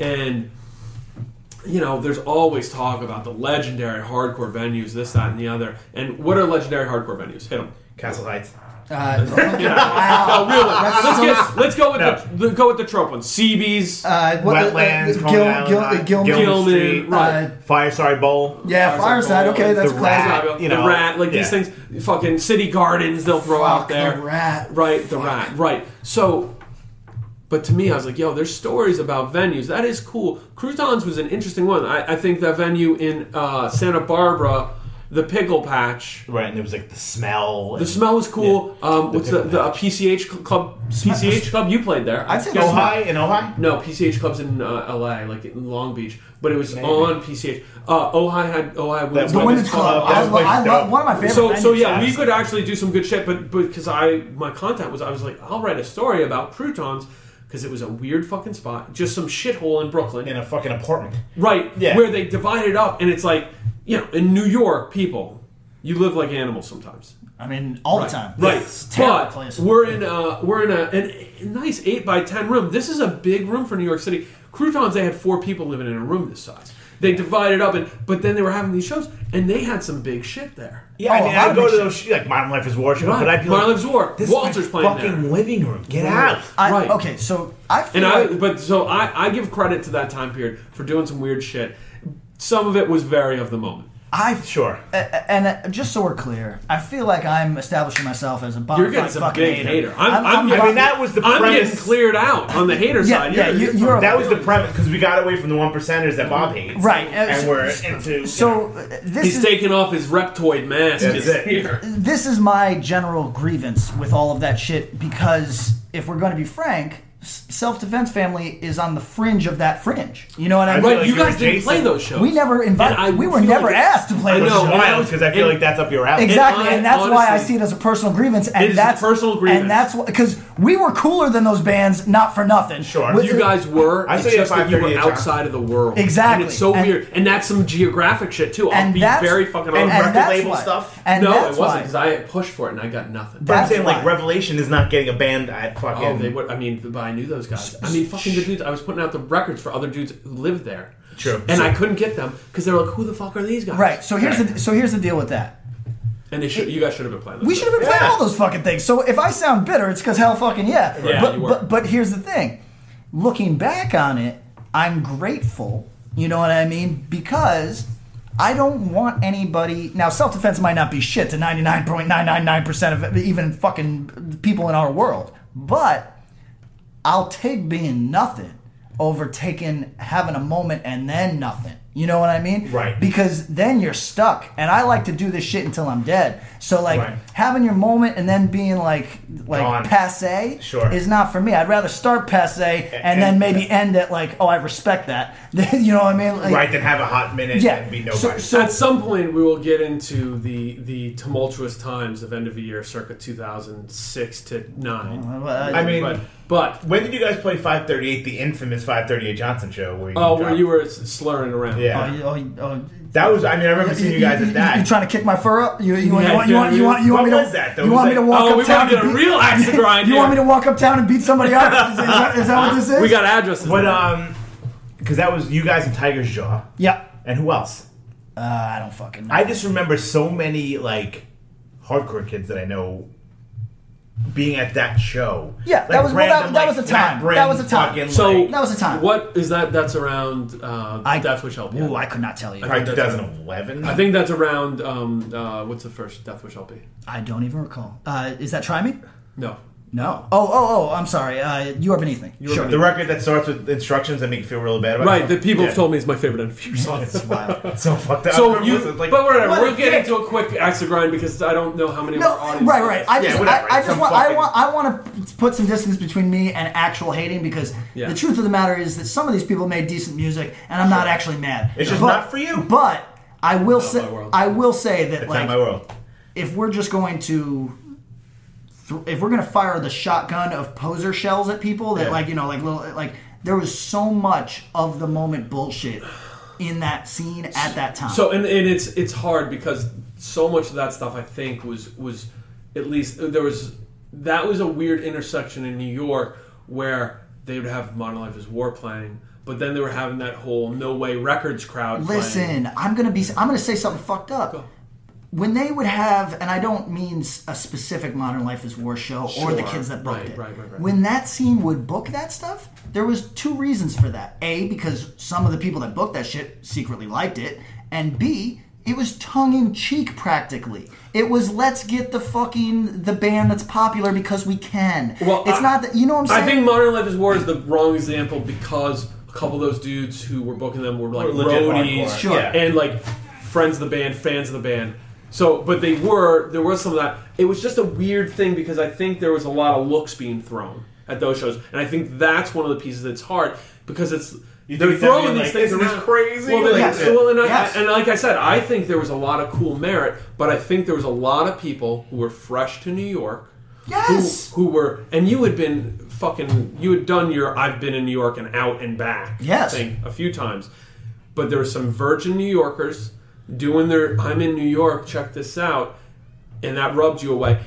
Speaker 4: and you know, there's always talk about the legendary hardcore venues, this, that, and the other. And what are legendary hardcore venues? Hit them.
Speaker 5: Castle Heights.
Speaker 3: Uh,
Speaker 4: yeah.
Speaker 3: Wow.
Speaker 4: No, really.
Speaker 3: That's
Speaker 4: Let's,
Speaker 3: so-
Speaker 4: get, let's go with the, the go with the trope one. CBs,
Speaker 3: Uh, what- uh, Wetlands, Gil- Coney Island, Gil- uh, Gilman
Speaker 4: Gilman,
Speaker 3: Street,
Speaker 4: right?
Speaker 3: uh,
Speaker 5: Fireside Bowl.
Speaker 3: Yeah, Fireside. Okay, that's
Speaker 5: the
Speaker 3: classic.
Speaker 5: rat, you know,
Speaker 4: the rat, like these
Speaker 5: yeah.
Speaker 4: things, fucking city gardens they'll throw out
Speaker 3: the
Speaker 4: there.
Speaker 3: rat.
Speaker 4: right? The rat, right? So, but to me, I was like, yo, there's stories about venues. That is cool. Croutons was an interesting one. I, I think that venue in uh, Santa Barbara, the Pickle Patch,
Speaker 5: Right, and it was like the smell.
Speaker 4: the smell was cool. Um, what's the,
Speaker 5: Pickle
Speaker 4: the uh, PCH club? PCH club you played there?
Speaker 5: I'd say
Speaker 4: Guess what?
Speaker 5: Ojai in Ojai?
Speaker 4: No, PCH clubs in uh, LA, like in Long Beach, but it was on PCH. Uh, Ojai had Ojai Women's,
Speaker 3: the Women's Club. I, lo- I love one of my favorite.
Speaker 4: so, so
Speaker 3: venues.
Speaker 4: yeah, we could actually do some good shit, but because I my content was I was like I'll write a story about croutons because it was a weird fucking spot, just some shithole in Brooklyn
Speaker 5: in a fucking apartment,
Speaker 4: right?
Speaker 5: Yeah.
Speaker 4: where they divide it up, and it's like you know in New York, people you live like animals sometimes.
Speaker 3: I mean, all
Speaker 4: Right.
Speaker 3: the time.
Speaker 4: Right,
Speaker 3: It's a terrible
Speaker 4: but
Speaker 3: place.
Speaker 4: we're in a we're in a, an, a nice eight by ten room. This is a big room for New York City. Croutons, they had four people living in a room this size. They divided up, and but then they were having these shows, and they had some big shit there.
Speaker 5: Yeah,
Speaker 3: Oh,
Speaker 5: Oh, I mean, I'd go to those sh- like Modern Life is War show,
Speaker 4: Right.
Speaker 5: but I'd be
Speaker 4: Modern
Speaker 5: like,
Speaker 4: Life is War.
Speaker 5: This is my
Speaker 4: Walter's playing
Speaker 5: fucking
Speaker 4: there.
Speaker 5: living room. Get out.
Speaker 3: I,
Speaker 4: right.
Speaker 3: Okay, so I feel
Speaker 4: And I,
Speaker 3: like-
Speaker 4: but so I, I give credit to that time period for doing some weird shit. Some of it was very of the moment.
Speaker 3: I
Speaker 5: sure.
Speaker 3: A- and uh, just so we're clear, I feel like I'm establishing myself as a bona
Speaker 4: You're getting
Speaker 3: fide
Speaker 4: some
Speaker 3: fucking
Speaker 4: big hater. I'm, I'm,
Speaker 5: I
Speaker 4: getting-
Speaker 5: mean, that was the
Speaker 4: I'm getting
Speaker 5: premise.
Speaker 4: cleared out on the hater
Speaker 3: Yeah,
Speaker 4: side.
Speaker 3: yeah,
Speaker 4: You're-
Speaker 3: you- you're a-
Speaker 5: that was the premise because we got away from the one percenters that Bob hates,
Speaker 3: Right, uh,
Speaker 5: And
Speaker 3: so-
Speaker 5: we're into
Speaker 3: So uh, this
Speaker 4: He's
Speaker 3: is
Speaker 4: taking off his reptoid mask.
Speaker 5: That's it.
Speaker 3: this is my general grievance with all of that shit because if we're going to be frank, self defense family is on the fringe of that fringe. You know what I
Speaker 5: I
Speaker 3: mean?
Speaker 5: feel
Speaker 4: Right,
Speaker 5: like
Speaker 4: you
Speaker 5: you're
Speaker 4: guys didn't
Speaker 5: adjacent.
Speaker 4: play those shows.
Speaker 3: We never invited.
Speaker 4: And I
Speaker 3: we were
Speaker 4: feel
Speaker 3: never
Speaker 4: like-
Speaker 3: asked to
Speaker 4: I
Speaker 3: play.
Speaker 5: you
Speaker 3: those
Speaker 4: know,
Speaker 3: shows.
Speaker 4: and I was-
Speaker 5: because I feel
Speaker 4: and-
Speaker 5: like that's up your alley.
Speaker 3: Exactly,
Speaker 4: I
Speaker 3: and, that's why I
Speaker 4: honestly-
Speaker 3: see it as a personal grievance,
Speaker 4: It
Speaker 3: and
Speaker 4: is a
Speaker 3: that's
Speaker 4: personal grievance.
Speaker 3: and that's why because we were cooler than those bands, not for nothing.
Speaker 5: Sure.
Speaker 3: With-
Speaker 4: You guys were.
Speaker 5: I
Speaker 4: it's
Speaker 5: say at
Speaker 4: just that you were
Speaker 5: 5:38, John.
Speaker 4: outside of the world.
Speaker 3: Exactly.
Speaker 4: And it's so
Speaker 3: And-
Speaker 4: weird. And that's some geographic shit too. I'll
Speaker 3: and
Speaker 4: be
Speaker 3: that's
Speaker 4: very fucking
Speaker 3: and,
Speaker 4: honest.
Speaker 3: that's
Speaker 5: label
Speaker 3: why-
Speaker 5: stuff?
Speaker 3: And
Speaker 4: no,
Speaker 3: that's
Speaker 4: it wasn't
Speaker 3: why-
Speaker 4: because I had pushed for it and I got nothing.
Speaker 5: But I'm
Speaker 3: That's
Speaker 5: saying
Speaker 3: why.
Speaker 5: like Revelation is not getting a band at fucking.
Speaker 4: Oh, they would. I mean, but I knew those guys. I mean, fucking the dudes. I was putting out the records for other dudes who lived there.
Speaker 5: True.
Speaker 4: And I couldn't get them because they were like, "Who the fuck are these guys?"
Speaker 3: Right. So here's the so here's the deal with that.
Speaker 4: And they should. You guys should have been playing. Those
Speaker 3: We should have been
Speaker 5: Yeah.
Speaker 3: playing all those fucking things. So if I sound bitter, it's because hell fucking yeah.
Speaker 4: Yeah,
Speaker 3: but,
Speaker 4: you were.
Speaker 3: but but here's the thing. Looking back on it, I'm grateful. You know what I mean? Because I don't want anybody now. Self defense might not be shit to 99.999 percent of even fucking people in our world, but I'll take being nothing over taking having a moment and then nothing. You know what I mean?
Speaker 5: Right.
Speaker 3: Because then you're stuck. And I like to do this shit until I'm dead. So like
Speaker 5: Right.
Speaker 3: having your moment and then being like like
Speaker 5: Gone.
Speaker 3: passe
Speaker 5: Sure.
Speaker 3: is not for me. I'd rather start passe and then maybe end at like, oh I respect that. you know what I mean? Like-
Speaker 5: right, then have a hot minute
Speaker 3: Yeah,
Speaker 5: and be nobody.
Speaker 4: at some point, we will get into the the tumultuous times of end of the year, circa 2006 to nine.
Speaker 3: uh,
Speaker 5: I
Speaker 3: oh,
Speaker 5: mean,
Speaker 4: but, but
Speaker 5: when did you guys play 538, the infamous 538 Johnson show? Where you
Speaker 4: oh, where
Speaker 5: dropped-
Speaker 4: you were s- slurring around?
Speaker 5: Yeah.
Speaker 3: Oh, you- oh, you- oh.
Speaker 5: That was. I mean, I remember seeing you guys at that.
Speaker 3: You trying to kick my fur up? You, you,
Speaker 5: Yeah,
Speaker 3: you, want, you, want, you want you want
Speaker 5: what
Speaker 3: me to
Speaker 5: was that, though?
Speaker 3: you
Speaker 5: It
Speaker 3: want
Speaker 5: was
Speaker 3: me to
Speaker 5: like-
Speaker 3: walk
Speaker 5: Oh, we wanna
Speaker 3: uptown?
Speaker 5: get
Speaker 3: and
Speaker 5: a
Speaker 3: beat-
Speaker 5: real axe
Speaker 3: you
Speaker 5: grind
Speaker 3: want me
Speaker 5: here.
Speaker 3: to walk uptown and beat somebody up? Is, is that, is that what this is?
Speaker 5: We got
Speaker 4: addresses.
Speaker 5: What
Speaker 3: uh,
Speaker 5: um, because that was you guys and Tiger's Jaw.
Speaker 3: Yeah.
Speaker 5: And who else?
Speaker 3: Uh, I don't fucking. know.
Speaker 5: I just remember so many like hardcore kids that I know being at that show.
Speaker 3: Yeah, that was- well, that- that was the time.
Speaker 5: flat-brimmed
Speaker 3: That was the time.
Speaker 5: fucking,
Speaker 4: So
Speaker 5: like-
Speaker 4: What is that? That's around. Uh, Death Wish LP.
Speaker 3: Ooh, I could not tell you.
Speaker 4: I
Speaker 5: Probably
Speaker 4: think that's-
Speaker 5: 2011.
Speaker 4: I think that's around. Um, uh, what's the first Death Wish LP?
Speaker 3: I don't even recall. Uh, is that try me?
Speaker 4: No.
Speaker 3: No. Oh, oh, oh. I'm sorry. Uh, you are beneath me. sure.
Speaker 5: The record that starts with instructions that make you feel really bad about
Speaker 4: Right,
Speaker 5: it.
Speaker 4: that people have told me is my favorite end of year song.
Speaker 5: It's wild. It's so fucked up.
Speaker 4: So you,
Speaker 5: It's like,
Speaker 4: but whatever.
Speaker 5: what
Speaker 4: we'll
Speaker 5: a
Speaker 4: get
Speaker 5: dick.
Speaker 4: into a quick axe of grind because I don't know how many of
Speaker 3: No,
Speaker 4: our audience.
Speaker 3: right, right. I just,
Speaker 4: whatever.
Speaker 3: I, I
Speaker 4: It's
Speaker 3: just
Speaker 4: a
Speaker 3: want, I
Speaker 4: fucking-
Speaker 3: want, I want to put some distance between me and actual hating because
Speaker 4: Yeah.
Speaker 3: the truth of the matter is that some of these people made decent music, and I'm not actually mad.
Speaker 5: It's just
Speaker 3: But-
Speaker 5: not for you.
Speaker 3: But I will say, I will say that
Speaker 5: It's
Speaker 3: like
Speaker 5: not my world.
Speaker 3: if we're just going to th- if we're going to fire the shotgun of poser shells at people that
Speaker 5: Yeah.
Speaker 3: like you know like little like there was so much of the moment bullshit in that scene at that time
Speaker 4: So and, and it's it's hard because so much of that stuff I think was was at least there was that was a weird intersection in New York where they would have Modern Life is War playing, but then they were having that whole No Way Records crowd. playing.
Speaker 3: Listen, I'm gonna be. I'm gonna say something fucked up. When they would have, and I don't mean s- a specific Modern Life is War show or the
Speaker 4: Sure.
Speaker 3: kids that booked
Speaker 4: Right,
Speaker 3: it.
Speaker 4: right, right, right.
Speaker 3: When that scene would book that stuff, there was two reasons for that. A, because some of the people that booked that shit secretly liked it, and B, it was tongue in cheek practically. It was let's get the fucking the band that's popular because we can.
Speaker 4: Well,
Speaker 3: it's
Speaker 4: I-
Speaker 3: not that you know what I'm saying.
Speaker 4: I think Modern Life is War is the wrong example because a couple of those dudes who were booking them were like
Speaker 5: Were legit
Speaker 4: roadies
Speaker 5: hardcore. Sure. Yeah.
Speaker 4: and like friends of the band, fans of the band. So, but they were there was some of that. It was just a weird thing because I think there was a lot of looks being thrown at those shows, and I think that's one of the pieces that's hard because it's.
Speaker 5: You
Speaker 4: They're
Speaker 5: think that'd
Speaker 4: throwing
Speaker 5: be
Speaker 4: these
Speaker 5: like,
Speaker 4: things
Speaker 5: "Isn't this
Speaker 4: around."
Speaker 5: crazy?
Speaker 4: Well, they-
Speaker 5: Yes.
Speaker 4: well, and, I-
Speaker 5: Yes.
Speaker 4: and like I said, I think there was a lot of cool merit, but I think there was a lot of people who were fresh to New York,
Speaker 3: Yes.
Speaker 4: who, who were and you had been fucking you had done your I've been in New York and out and back
Speaker 3: Yes.
Speaker 4: thing a few times. But there were some virgin New Yorkers doing their I'm in New York, check this out, and that rubbed you away.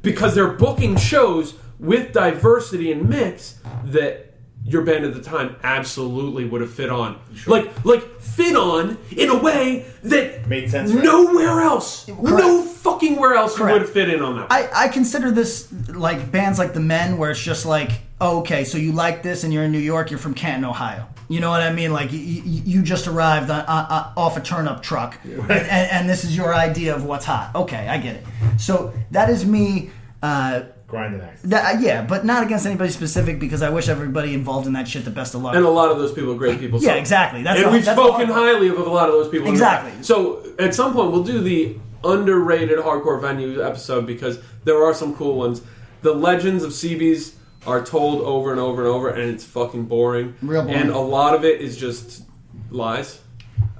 Speaker 4: Because they're booking shows with diversity and mix that your band at the time absolutely would have fit on. Like like fit on in a way that
Speaker 5: Made sense. right?
Speaker 4: nowhere else. No fucking where else
Speaker 3: Correct.
Speaker 4: you would have fit in on that.
Speaker 3: I, I consider this like bands like the men where it's just like oh, okay so you like this and you're in new york you're from canton ohio you know what i mean like you, you just arrived on, on, on- off a turnip truck and, and, and this is your idea of what's hot okay i get it so that is me uh,
Speaker 5: Grinding axe.
Speaker 3: that, uh, yeah but not against anybody specific because i wish everybody involved in that shit the best of luck
Speaker 4: And a lot of those people are great people.
Speaker 3: Yeah,
Speaker 4: so-
Speaker 3: exactly. That's
Speaker 4: and
Speaker 3: the-
Speaker 4: we've
Speaker 3: that's the
Speaker 4: spoken
Speaker 3: hard
Speaker 4: highly of a lot of those people.
Speaker 3: Exactly.
Speaker 4: So at some point we'll do the underrated hardcore venue episode because there are some cool ones. The legends of CBs are told over and over and over, and it's fucking boring.
Speaker 3: Real boring.
Speaker 4: And a lot of it is just lies.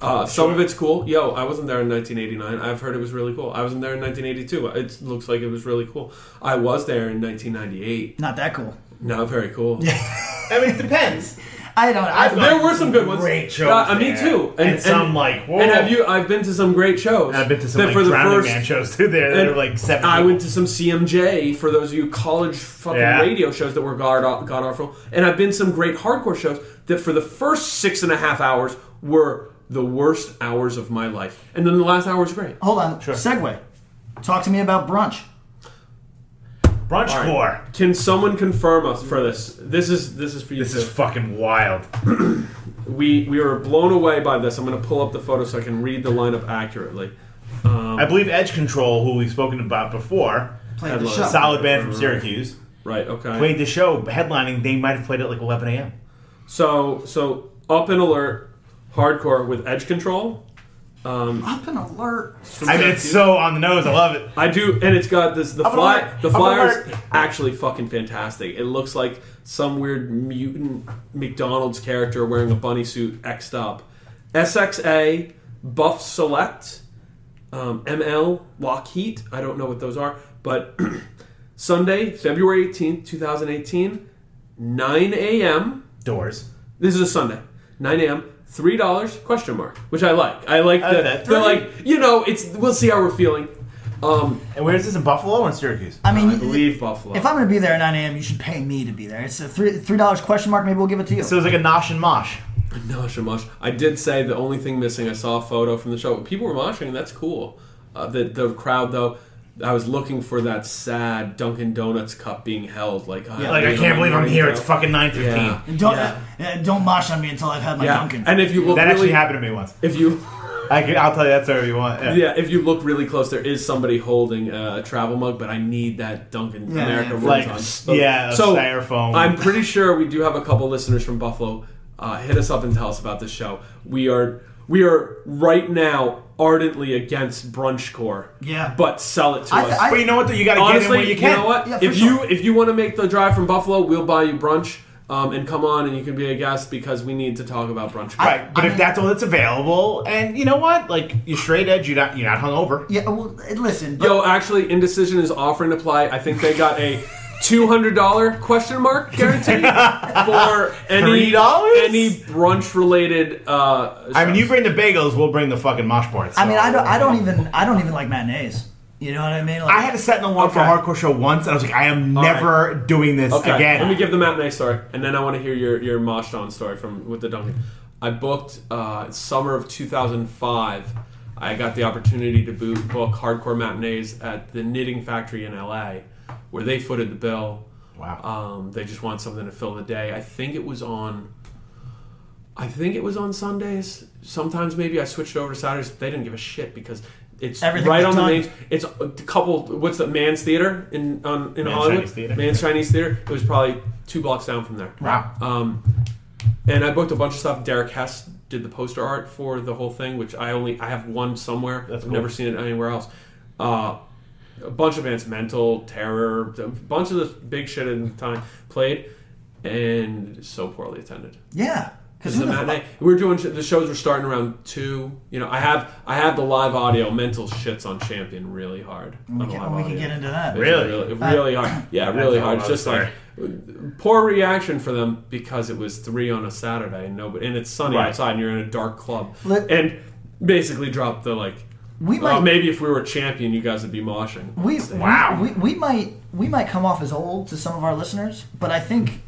Speaker 4: Uh, Some of it's cool. Yo, I wasn't there in 1989. I've heard it was really cool. I wasn't there in 1982. It looks like it was really cool. I was there in 1998.
Speaker 3: not that cool
Speaker 4: Not very cool.
Speaker 5: I mean, it depends.
Speaker 3: i don't i
Speaker 5: I've
Speaker 4: There
Speaker 5: gone
Speaker 4: were
Speaker 5: to
Speaker 4: some good ones.
Speaker 5: Great shows.
Speaker 4: Uh, me
Speaker 5: there.
Speaker 4: too.
Speaker 5: And, some like. Whoa.
Speaker 4: And have you? I've been to some great shows.
Speaker 5: And I've been to
Speaker 4: That
Speaker 5: some like, Drowning Man shows too. There,
Speaker 4: and
Speaker 5: they're like seven.
Speaker 4: I
Speaker 5: people.
Speaker 4: went to some CMJ for those of you college fucking
Speaker 5: Yeah.
Speaker 4: radio shows that were god god awful, and I've been to some great hardcore shows that for the first six and a half hours were the worst hours of my life, and then the last hour was great.
Speaker 3: hold on segue talk to me about brunch
Speaker 5: brunchcore.
Speaker 4: Can someone confirm us for this? This is this is for you.
Speaker 5: This
Speaker 4: too.
Speaker 5: is fucking wild.
Speaker 4: we we were blown away by this. I'm going to pull up the photo so I can read the lineup accurately.
Speaker 5: I believe Edge Control, who we've spoken about before,
Speaker 3: Played the
Speaker 4: Headline.
Speaker 3: show.
Speaker 5: solid band from Syracuse,
Speaker 4: Right. Okay.
Speaker 5: played the show headlining. They might have played it like 11 a.m.
Speaker 4: So so up and alert, hardcore with edge control. Um,
Speaker 3: Up and alert.
Speaker 4: I mean, it's so on the nose. I love it. I do, and it's got this. The
Speaker 3: Up and
Speaker 4: fly,
Speaker 3: alert.
Speaker 4: the
Speaker 3: Up and
Speaker 4: flyer's
Speaker 3: alert.
Speaker 4: actually fucking fantastic. It looks like some weird mutant McDonald's character wearing a bunny suit, xed up. SXA buff select, um, ML lock heat. I don't know what those are, but Sunday, February eighteenth, two thousand eighteen, nine a.m.
Speaker 5: Doors.
Speaker 4: This is a Sunday, nine a.m. Three dollars? Question mark. Which I like. I like
Speaker 5: I
Speaker 4: that.
Speaker 5: like that.
Speaker 4: They're like, you know, it's we'll see how we're feeling. Um,
Speaker 5: and where is this in Buffalo or in Syracuse?
Speaker 3: I mean,
Speaker 4: I believe Buffalo.
Speaker 3: If I'm going to be there at 9 a.m., you should pay me to be there. It's a three three dollars question mark. Maybe we'll give it to you.
Speaker 5: So it's like a nosh and mosh.
Speaker 4: Nosh and mosh. I did say the only thing missing. I saw a photo from the show. People were moshing. That's cool. Uh, the the crowd though. I was looking for that sad Dunkin' Donuts cup being held. Like, ah,
Speaker 5: Yeah, like, I
Speaker 4: really,
Speaker 5: can't believe I'm
Speaker 4: ready
Speaker 5: here.
Speaker 4: to
Speaker 5: It's
Speaker 4: go.
Speaker 5: fucking 9:15.
Speaker 4: Yeah.
Speaker 3: Don't
Speaker 4: Yeah.
Speaker 3: uh, don't mosh on me until I've had my
Speaker 4: Yeah.
Speaker 3: Dunkin'.
Speaker 4: And if you look
Speaker 5: that
Speaker 4: really-
Speaker 5: actually happened to me once.
Speaker 4: If you,
Speaker 5: I can, I'll tell you that story if you want.
Speaker 4: Yeah.
Speaker 5: Yeah.
Speaker 4: if you look really close, there is somebody holding a travel mug, but I need that Dunkin'
Speaker 5: Yeah,
Speaker 4: America
Speaker 5: yeah.
Speaker 4: yeah,
Speaker 5: Like, yeah, styrofoam.
Speaker 4: I'm pretty sure we do have a couple listeners from Buffalo. Uh, hit us up and tell us about this show. We are we are right now ardently against brunch core.
Speaker 5: Yeah.
Speaker 4: but sell it to
Speaker 5: I-
Speaker 4: us.
Speaker 5: I- But you know what, though? You gotta get in
Speaker 4: Honestly,
Speaker 5: where you can.
Speaker 4: You know what?
Speaker 5: Yeah, for
Speaker 4: if
Speaker 5: sure.
Speaker 4: you if you want to make the drive from Buffalo, we'll buy you brunch. Um, and come on, and you can be a guest because we need to talk about brunch. Core.
Speaker 5: Right, but if that's all that's available, and you know what, like you're straight edge, you're not you're not hungover.
Speaker 3: Yeah, well, listen.
Speaker 4: Yo, actually, Indecision is offering to play. I think they got a two hundred dollar question mark guarantee for any
Speaker 5: $3?
Speaker 4: any brunch related. Uh,
Speaker 5: I mean, you bring the bagels, we'll bring the fucking mosh parts.
Speaker 3: I mean, I don't, I don't even I don't even like matinees. You know what I mean? Like,
Speaker 5: I had to set an alarm for a hardcore show once, and I was like, I am never doing this
Speaker 4: Okay,
Speaker 5: again.
Speaker 4: let me give the matinee story, and then I want to hear your your Mosh Dawn story from with the Duncan. I booked uh, summer of 2005. I got the opportunity to boot, book hardcore matinees at the Knitting Factory in LA, where they footed the bill.
Speaker 5: Wow.
Speaker 4: Um, they just want something to fill the day. I think it was on. I think it was on Sundays. Sometimes maybe I switched over to Saturdays. They didn't give a shit because it's
Speaker 5: Everything
Speaker 4: right
Speaker 5: was
Speaker 4: on the
Speaker 5: done.
Speaker 4: main. It's a couple. What's the Man's Theater in on, in
Speaker 5: Man's
Speaker 4: Hollywood?
Speaker 5: Chinese Theater.
Speaker 4: Man's Chinese Theater. It was probably two blocks down from there.
Speaker 5: Wow.
Speaker 4: Um, and I booked a bunch of stuff. Derek Hess did the poster art for the whole thing, which I only I have one somewhere. That's I've
Speaker 5: cool.
Speaker 4: never seen it anywhere else. Uh, a bunch of bands, Mental, Terror, a bunch of the big shit at the time played, and so poorly attended.
Speaker 3: Yeah, because
Speaker 4: This is a matinee. We We're doing sh- the shows were starting around two. You know, I have I have the live audio. Mental shits on Champion really hard.
Speaker 3: We
Speaker 4: on
Speaker 3: can-
Speaker 4: live
Speaker 3: we can
Speaker 4: audio.
Speaker 3: get into that.
Speaker 4: It's
Speaker 3: Really?
Speaker 4: really,
Speaker 3: Uh,
Speaker 4: really hard. Yeah,
Speaker 5: That's
Speaker 4: really
Speaker 5: a
Speaker 4: hard. It's
Speaker 5: lot
Speaker 4: just
Speaker 5: of
Speaker 4: like poor reaction for them because it was three on a Saturday and nobody and it's sunny
Speaker 5: Right.
Speaker 4: outside and you're in a dark club
Speaker 3: Let-
Speaker 4: and basically dropped the like.
Speaker 3: We
Speaker 4: We
Speaker 3: might-
Speaker 4: maybe if we were champion, you guys would be moshing.
Speaker 3: we
Speaker 4: Instead.
Speaker 3: wow we, we might we might come off as old to some of our listeners, but I think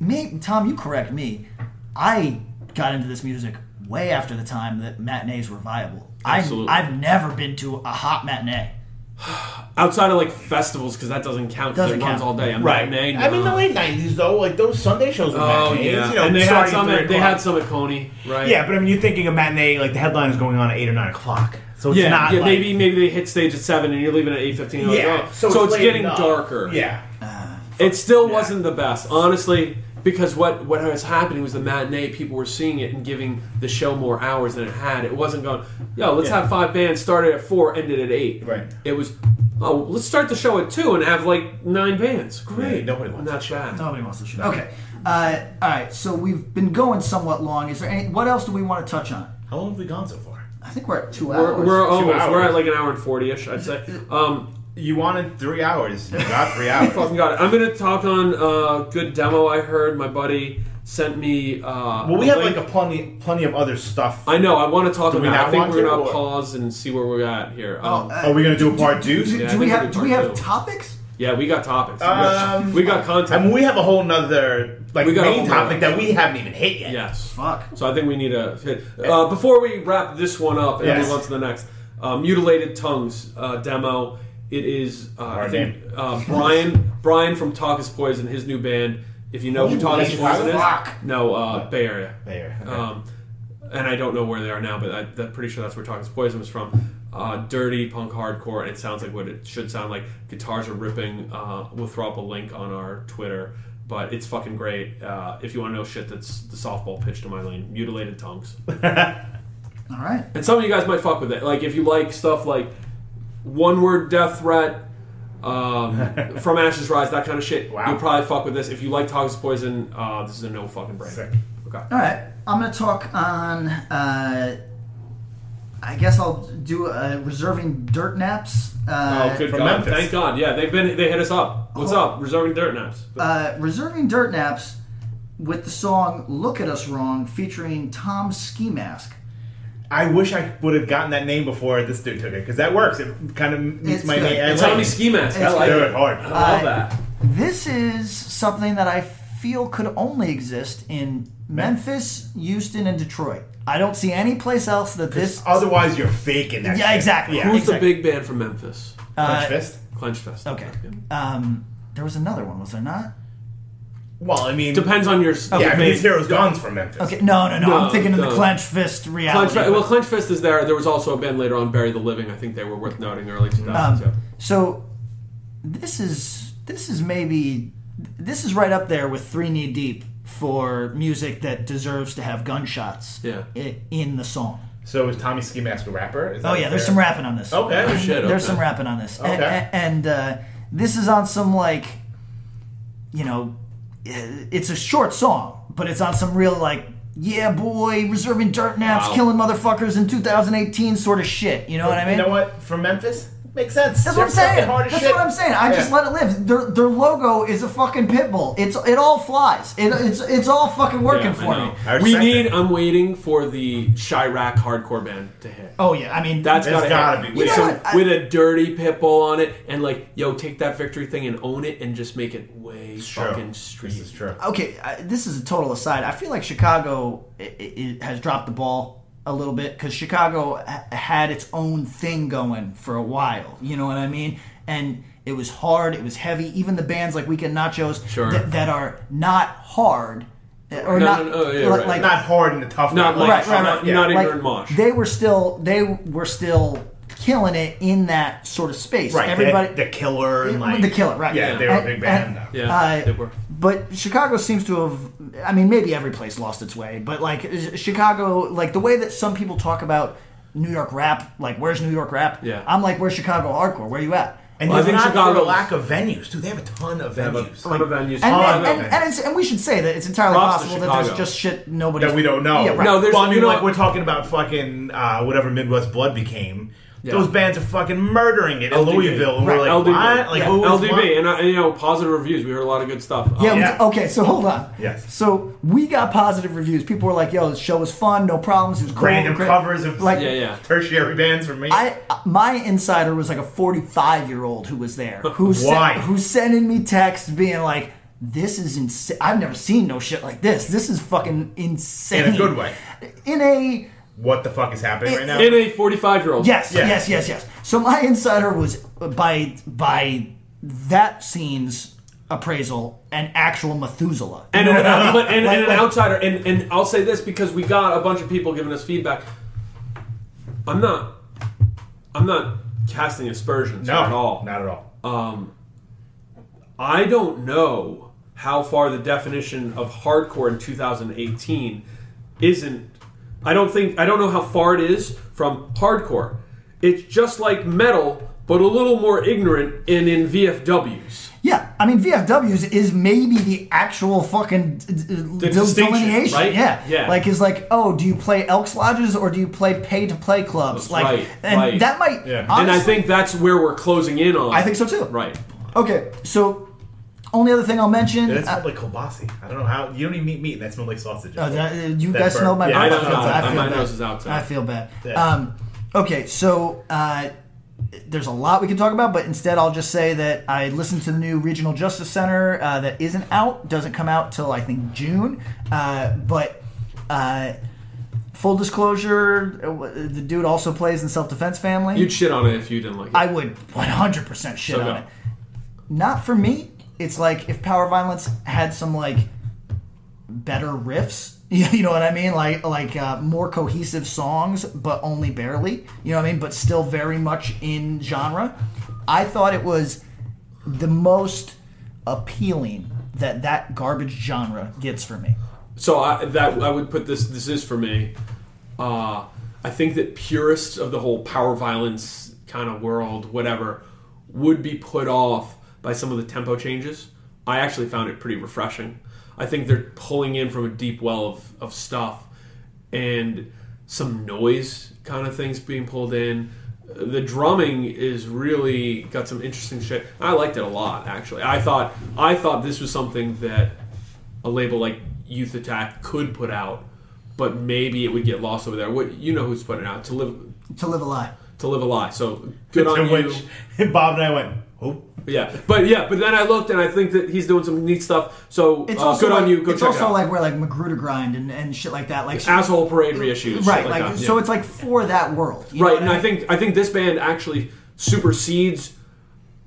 Speaker 3: me Tom, you correct me. I got into this music way after the time that matinees were viable. I've,
Speaker 4: Absolutely.
Speaker 3: I've never been to a hot matinee.
Speaker 4: outside of like festivals because that doesn't count. 'cause
Speaker 3: Doesn't
Speaker 4: it runs
Speaker 3: count.
Speaker 4: all day. I'm
Speaker 5: right.
Speaker 4: matinee,
Speaker 5: I mean,
Speaker 4: no.
Speaker 5: the late '90s though, like those Sunday shows. Were
Speaker 4: uh, Oh
Speaker 5: matinees,
Speaker 4: yeah,
Speaker 5: you know,
Speaker 4: and they had
Speaker 5: starting
Speaker 4: some.
Speaker 5: at
Speaker 4: At,
Speaker 5: three
Speaker 4: they
Speaker 5: o'clock.
Speaker 4: had some at Coney, right?
Speaker 5: Yeah, but I mean, you're thinking a matinee, like the headline is going on at eight or nine o'clock, so it's
Speaker 4: yeah,
Speaker 5: not.
Speaker 4: yeah,
Speaker 5: like,
Speaker 4: maybe maybe they hit stage at seven and you're leaving at eight fifteen.
Speaker 5: Yeah,
Speaker 4: Yeah, so,
Speaker 5: so it's
Speaker 4: it's,
Speaker 5: late
Speaker 4: getting
Speaker 5: enough.
Speaker 4: darker.
Speaker 5: Yeah.
Speaker 4: it still wasn't the best, honestly, because what what was happening was the matinee people were seeing it and giving the show more hours than it had. It wasn't going, yo, let's
Speaker 5: Yeah.
Speaker 4: have five bands started at four, ended at eight. Right. It was, oh, let's start the show at two and have like nine bands. Great. nobody wants Not bad.
Speaker 3: Nobody wants to shoot. Okay. Uh, all right. So we've been going somewhat long. Is there any? What else do we want to touch on?
Speaker 5: How long have we gone so far?
Speaker 3: I think we're at two
Speaker 4: We're,
Speaker 3: hours.
Speaker 4: we're almost.
Speaker 5: hours.
Speaker 4: We're at like an hour and forty ish, I'd say. Um,
Speaker 5: you wanted three hours. You got three hours.
Speaker 4: fucking got it. I'm gonna talk on uh, good demo. I heard my buddy sent me. Uh,
Speaker 5: Well, we have
Speaker 4: link.
Speaker 5: like a plenty, plenty of other stuff.
Speaker 4: I know. I want to talk
Speaker 5: Do we
Speaker 4: about. it.
Speaker 5: not
Speaker 4: I think
Speaker 5: want
Speaker 4: we're
Speaker 5: to,
Speaker 4: gonna
Speaker 5: or-
Speaker 4: pause and see where we're at here. Um,
Speaker 5: Are we gonna do a part two?
Speaker 4: Yeah, I
Speaker 3: do we
Speaker 4: think
Speaker 3: have? Do we
Speaker 4: we'll do
Speaker 3: have
Speaker 4: part two.
Speaker 3: topics?
Speaker 4: Yeah, we got topics. We got-
Speaker 5: Um,
Speaker 4: we got content.
Speaker 5: I mean, we have a whole nother like
Speaker 4: We got a
Speaker 5: main
Speaker 4: whole
Speaker 5: topic
Speaker 4: nother-
Speaker 5: that we haven't even hit yet.
Speaker 4: Yes.
Speaker 3: Fuck.
Speaker 4: So I think we need a hit. Uh, before we wrap this one up and
Speaker 5: Yes.
Speaker 4: move on to the next, uh, Mutilated Tongues uh, demo. It is uh, I
Speaker 5: Our
Speaker 4: think, uh, Brian Brian from Talk is Poison, his new band. If you know who Talk is
Speaker 5: Mutilated
Speaker 4: Poison is,
Speaker 5: Fuck.
Speaker 4: no, uh, Bay Area.
Speaker 5: Bay Area, okay.
Speaker 4: Um, and I don't know where they are now, but I, I'm pretty sure that's where Talk is Poison was from. Uh, dirty punk hardcore, and it sounds like what it should sound like. Guitars are ripping. Uh, we'll throw up a link on our Twitter. But it's fucking great. Uh, if you want to know shit that's the softball pitch to my lane, mutilated tongues.
Speaker 3: All right.
Speaker 4: And some of you guys might fuck with it. Like if you like stuff like one word death threat, um, from ashes rise, that kind of shit. You'll probably fuck with this. If you like toxic poison, uh, this is a no fucking brain. Okay.
Speaker 3: All right, I'm going to talk on. Uh, I guess I'll do uh, reserving dirt naps. Uh,
Speaker 4: oh, good God! Thank God. Yeah, they've been they hit us up. What's up? Reserving dirt naps.
Speaker 3: Oh. Uh, reserving dirt naps with the song "Look at Us Wrong" featuring Tom Ski Mask.
Speaker 5: I wish I would have gotten that name before this dude took it because that works. It kind of meets
Speaker 3: It's
Speaker 5: my
Speaker 3: good.
Speaker 5: name. I
Speaker 3: It's
Speaker 5: like
Speaker 3: Tommy
Speaker 5: it.
Speaker 3: Ski Mask. I
Speaker 5: It's
Speaker 3: like
Speaker 5: good.
Speaker 3: it.
Speaker 5: Hard.
Speaker 3: I love Uh, that. This is something that I feel could only exist in Memphis, Houston, and Detroit. I don't see any place else that this.
Speaker 5: Otherwise, you're faking that.
Speaker 3: Yeah,
Speaker 5: shit.
Speaker 3: exactly.
Speaker 4: Who's
Speaker 3: exactly.
Speaker 4: the big band from Memphis?
Speaker 3: Uh, Clench Fist?
Speaker 4: Clench Fist.
Speaker 3: Okay. Um, there was another one, was there not?
Speaker 5: Well, I mean,
Speaker 4: depends on your.
Speaker 5: Yeah, I mean, these heroes gone's from Memphis.
Speaker 3: Okay, no, no, no. I'm thinking of the Clench Fist reality.
Speaker 4: Clench, well, Clench Fist is there. There was also a band later on, Bury the Living. I think they were worth noting early 2000s.
Speaker 3: Um, so this is this is maybe this is right up there with Three Knee Deep for music that deserves to have gunshots
Speaker 4: Yeah.
Speaker 3: i- in the song.
Speaker 5: So is Tommy Ski Mask a rapper? Is
Speaker 3: Oh
Speaker 5: that
Speaker 3: yeah, there's
Speaker 5: fair?
Speaker 3: some rapping on this.
Speaker 5: Okay.
Speaker 3: there's
Speaker 5: okay.
Speaker 3: some rapping on this. A-
Speaker 5: Okay.
Speaker 3: a- and uh, this is on some like, you know, i- it's a short song, but it's on some real like, yeah, boy, reserving dirt naps,
Speaker 5: Wow.
Speaker 3: killing motherfuckers in 2018 sort of shit. You know what I mean?
Speaker 5: You know what? From Memphis, makes sense.
Speaker 3: That's what I'm
Speaker 5: They're fucking
Speaker 3: saying.
Speaker 5: hard as
Speaker 3: That's
Speaker 5: shit.
Speaker 3: what I'm saying. I just
Speaker 5: Yeah.
Speaker 3: let it live. Their, their logo is a fucking pit bull. It's it all flies. It, it's it's all fucking working
Speaker 4: Yeah,
Speaker 3: for
Speaker 4: I
Speaker 3: me.
Speaker 4: know. We need. I'm waiting for the Chirac hardcore band to hit.
Speaker 3: Oh yeah, I mean
Speaker 4: That's
Speaker 3: It's
Speaker 4: gotta,
Speaker 3: gotta
Speaker 4: hit.
Speaker 3: be. You
Speaker 4: with,
Speaker 3: know
Speaker 4: some-
Speaker 3: what? I-
Speaker 4: with a dirty pit bull on it, and like, yo, take that victory thing and own it, and just make it way fucking street. This is
Speaker 5: true.
Speaker 3: Okay, I, this is a total aside. I feel like Chicago i i has dropped the ball a little bit because Chicago ha- had its own thing going for a while. You know what I mean? And it was hard. It was heavy. Even the bands like Weekend Nachos
Speaker 4: Sure.
Speaker 3: that- that are not hard uh, or
Speaker 4: No,
Speaker 3: not
Speaker 4: no, no, yeah,
Speaker 3: like,
Speaker 4: right.
Speaker 3: like-
Speaker 5: Not hard in the tough.
Speaker 4: Not
Speaker 5: way.
Speaker 4: like- Right, right, right. not- not ignorant mosh.
Speaker 3: They were still they were still killing it in that sort of space.
Speaker 5: Right, they had
Speaker 3: Everybody
Speaker 5: The Killer and like
Speaker 3: the killer, right?
Speaker 5: Yeah, they were a big band.
Speaker 3: and-
Speaker 5: though.
Speaker 3: uh, But Chicago seems to have. I mean, maybe every place lost its way, but like is- Chicago, like the way that some people talk about New York rap, like where's New York rap?
Speaker 5: Yeah.
Speaker 3: I'm like, where's Chicago hardcore? Where you at?
Speaker 5: And
Speaker 3: Well,
Speaker 5: it's
Speaker 3: I think
Speaker 5: not for a
Speaker 3: Chicago's-
Speaker 5: lack of venues, dude. They have a ton of venues.
Speaker 4: ton of venues.
Speaker 3: And, and, and, and it's, and we should say that it's entirely
Speaker 5: Props to
Speaker 3: possible that there's
Speaker 5: Chicago.
Speaker 3: just shit nobody
Speaker 5: that we don't know.
Speaker 3: Yeah, right.
Speaker 5: well, I mean, like we're talking about fucking uh, whatever Midwest Blood became.
Speaker 4: Yeah.
Speaker 5: Those bands are fucking murdering it in
Speaker 4: LDB.
Speaker 5: Louisville, and we're like,
Speaker 4: LDB.
Speaker 5: what? Like,
Speaker 4: Yeah.
Speaker 5: who is what?
Speaker 4: LDB, and, uh, and, you know, positive reviews. We heard a lot of good stuff.
Speaker 3: Yeah,
Speaker 4: Um,
Speaker 3: we- okay, so hold on.
Speaker 5: Oh, Yes.
Speaker 3: So we got positive reviews. People were like, "Yo, the show was fun, no problems. It was cool,
Speaker 5: Random
Speaker 3: great."
Speaker 5: covers of
Speaker 3: like,
Speaker 5: yeah, tertiary bands for me.
Speaker 3: I my insider was like a 45 year old who was there who
Speaker 5: Why?
Speaker 3: sent, who's sending me texts being like this is insane I've never seen no shit like this this is fucking insane
Speaker 5: in a good way.
Speaker 3: in a
Speaker 5: What the fuck is happening
Speaker 3: In-
Speaker 5: right now?
Speaker 3: in
Speaker 4: a forty-five-year-old.
Speaker 3: yes yes yes yes so my insider was uh, by by that scene's appraisal an actual Methuselah
Speaker 4: and,
Speaker 3: You know
Speaker 4: an,
Speaker 3: what I mean?
Speaker 4: but, and,
Speaker 3: Like-
Speaker 4: and an
Speaker 3: like-
Speaker 4: outsider and, and i'll say this because we got a bunch of people giving us feedback i'm not i'm not casting aspersions
Speaker 5: No,
Speaker 4: at all
Speaker 5: not at all
Speaker 4: um, i don't know how far the definition of hardcore in 2018 isn't i don't think i don't know how far it is from hardcore it's just like metal but a little more ignorant and in vfws
Speaker 3: Yeah, I mean VFWs is maybe the actual fucking d- d- del-
Speaker 4: distinction,
Speaker 3: delineation.
Speaker 4: right?
Speaker 3: Yeah,
Speaker 4: Yeah.
Speaker 3: Like it's like, oh, do you play Elks lodges or do you play pay to play clubs? Like,
Speaker 4: right,
Speaker 3: and
Speaker 4: right.
Speaker 3: that might.
Speaker 4: and I
Speaker 3: honestly-
Speaker 4: think that's where we're closing in on.
Speaker 3: I think so too.
Speaker 4: Right.
Speaker 3: Okay, so only other thing I'll mention.
Speaker 5: Yeah, that smelled
Speaker 3: uh,
Speaker 5: like kielbasa. I don't know how you don't even eat meat, and that smelled like sausage.
Speaker 3: oh, that- uh, you
Speaker 5: That
Speaker 3: guys
Speaker 5: burn.
Speaker 3: smell my
Speaker 5: Yeah,
Speaker 3: mouth.
Speaker 5: I know. Uh,
Speaker 3: I feel
Speaker 5: My
Speaker 3: bad.
Speaker 5: nose is outside.
Speaker 3: I feel bad.
Speaker 5: Yeah.
Speaker 3: Um, okay, so uh, there's a lot we can talk about, but instead I'll just say that I listened to the new Regional Justice Center uh, that isn't out, doesn't come out till I think June, uh, but. Uh, Full disclosure, uh, w- the dude also plays in Self Defense Family.
Speaker 4: You'd shit on it if you didn't like it.
Speaker 3: I would 100% shit
Speaker 4: So
Speaker 3: on
Speaker 4: go.
Speaker 3: it. Not for me. It's like if Power Violence had some like better riffs, you know what I mean? Like like uh, more cohesive songs, but only barely. You know what I mean? But still very much in genre. I thought it was the most appealing that that garbage genre gets for me.
Speaker 4: So I, that I would put this. This is for me. Uh, I think that purists of the whole power violence kind of world, whatever, would be put off by some of the tempo changes. I actually found it pretty refreshing. I think they're pulling in from a deep well of, of stuff and some noise kind of things being pulled in. The drumming is really got some interesting shit. I liked it a lot actually. I thought I thought this was something that a label like Youth Attack could put out, but maybe it would get lost over there. What you know who's putting it out to live
Speaker 3: To live a lie.
Speaker 4: to live a lie. So good on
Speaker 5: To
Speaker 4: you.
Speaker 5: which Bob and I went, oh.
Speaker 4: Yeah, but yeah, but then I looked and I think that he's doing some neat stuff. So
Speaker 3: It's
Speaker 4: uh,
Speaker 3: also
Speaker 4: good
Speaker 3: like,
Speaker 4: on you. Go
Speaker 3: it's
Speaker 4: check
Speaker 3: also
Speaker 4: it out.
Speaker 3: like where like Magruder grind and, and shit like that. Like shit-
Speaker 4: asshole parade reissues, shit
Speaker 3: right?
Speaker 4: like
Speaker 3: Like,
Speaker 4: that,
Speaker 3: so,
Speaker 4: yeah.
Speaker 3: it's like for that world, you know
Speaker 4: right
Speaker 3: what
Speaker 4: and i think i think this band actually supersedes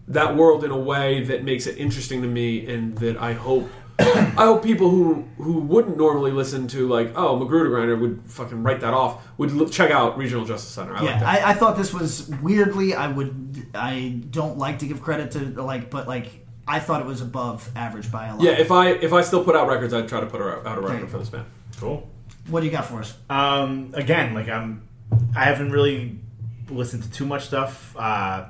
Speaker 4: that world in a way that makes it interesting to me and that i hope i hope people who who wouldn't normally listen to like oh magruder grinder would fucking write that off would look, check out regional justice center i like
Speaker 3: yeah,
Speaker 4: that
Speaker 3: I, I thought this was weirdly. I would. I don't like to give credit to like, but like, I thought it was above average by a lot.
Speaker 4: yeah if i if i still put out records i'd try to put out a record for this band
Speaker 5: cool
Speaker 3: What do you got for us?
Speaker 4: Uh,
Speaker 5: Um, again, like I'm, I haven't really listened to too much stuff. Uh,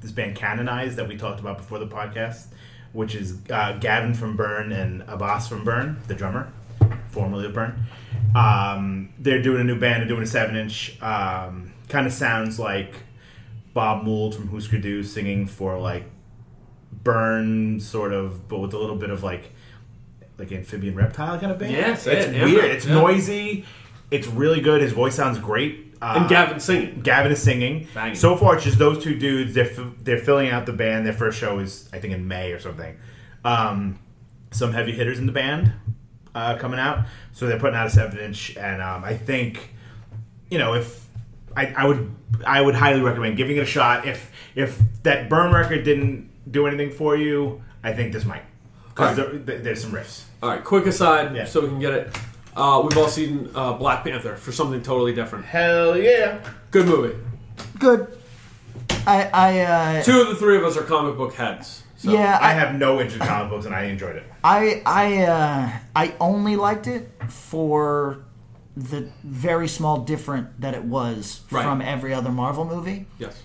Speaker 5: this band Canonized that we talked about before the podcast, which is uh, Gavin from Burn and Abbas from Burn, the drummer, formerly of Burn. Um, they're doing a new band. They're doing a seven-inch. Um, kind of sounds like Bob Mould from Husker Du singing for like Burn, sort of, but with a little bit of like like amphibian reptile kind of band.
Speaker 4: Yes,
Speaker 5: it's
Speaker 4: yeah,
Speaker 5: weird.
Speaker 4: yeah.
Speaker 5: It's
Speaker 4: Yeah.
Speaker 5: noisy. It's really good. His voice sounds great. Uh,
Speaker 4: And Gavin's singing.
Speaker 5: Gavin is singing.
Speaker 4: Banging.
Speaker 5: So far, it's just those two dudes. They're f- they're filling out the band. Their first show is I think in May or something. Um, some heavy hitters in the band uh, coming out. So they're putting out a seven inch, and um, I think you know if I, I would I would highly recommend giving it a shot. If if that burn record didn't do anything for you, I think this might because
Speaker 4: All right.
Speaker 5: there, there's some riffs.
Speaker 4: all right quick aside so we can get it uh, we've all seen uh, black panther for something totally different
Speaker 5: hell yeah
Speaker 4: good movie
Speaker 3: Good. I I uh,
Speaker 4: two of the three of us are comic book heads so
Speaker 3: Yeah, I I-
Speaker 5: have no interest in comic books, and I enjoyed it.
Speaker 3: I I uh, I only liked it for the very small different that it was
Speaker 4: Right.
Speaker 3: from every other Marvel movie.
Speaker 4: yes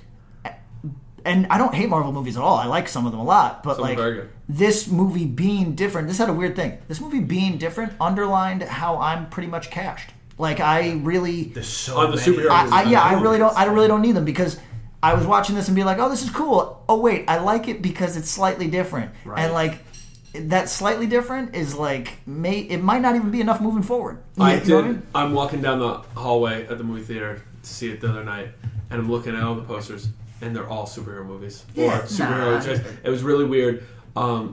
Speaker 3: And I don't hate Marvel movies at all. I like some of them a lot, but
Speaker 4: Some
Speaker 3: like
Speaker 4: very good.
Speaker 3: this movie being different, this had a weird thing. This movie being different underlined how I'm pretty much cashed. Like I really
Speaker 4: on the superhero
Speaker 3: I, I, yeah, I really don't. I really don't need them because I was watching this and being like, "Oh, this is cool." Oh, wait, I like it because it's slightly different, and like that slightly different is like may it might not even be enough moving forward. You
Speaker 4: I
Speaker 3: know what
Speaker 4: did. I'm walking down the hallway at the movie theater to see it the other night, and I'm looking at all the posters, and they're all superhero movies
Speaker 3: Yeah,
Speaker 4: or superhero.
Speaker 3: nah.
Speaker 4: just- It was really weird. Um,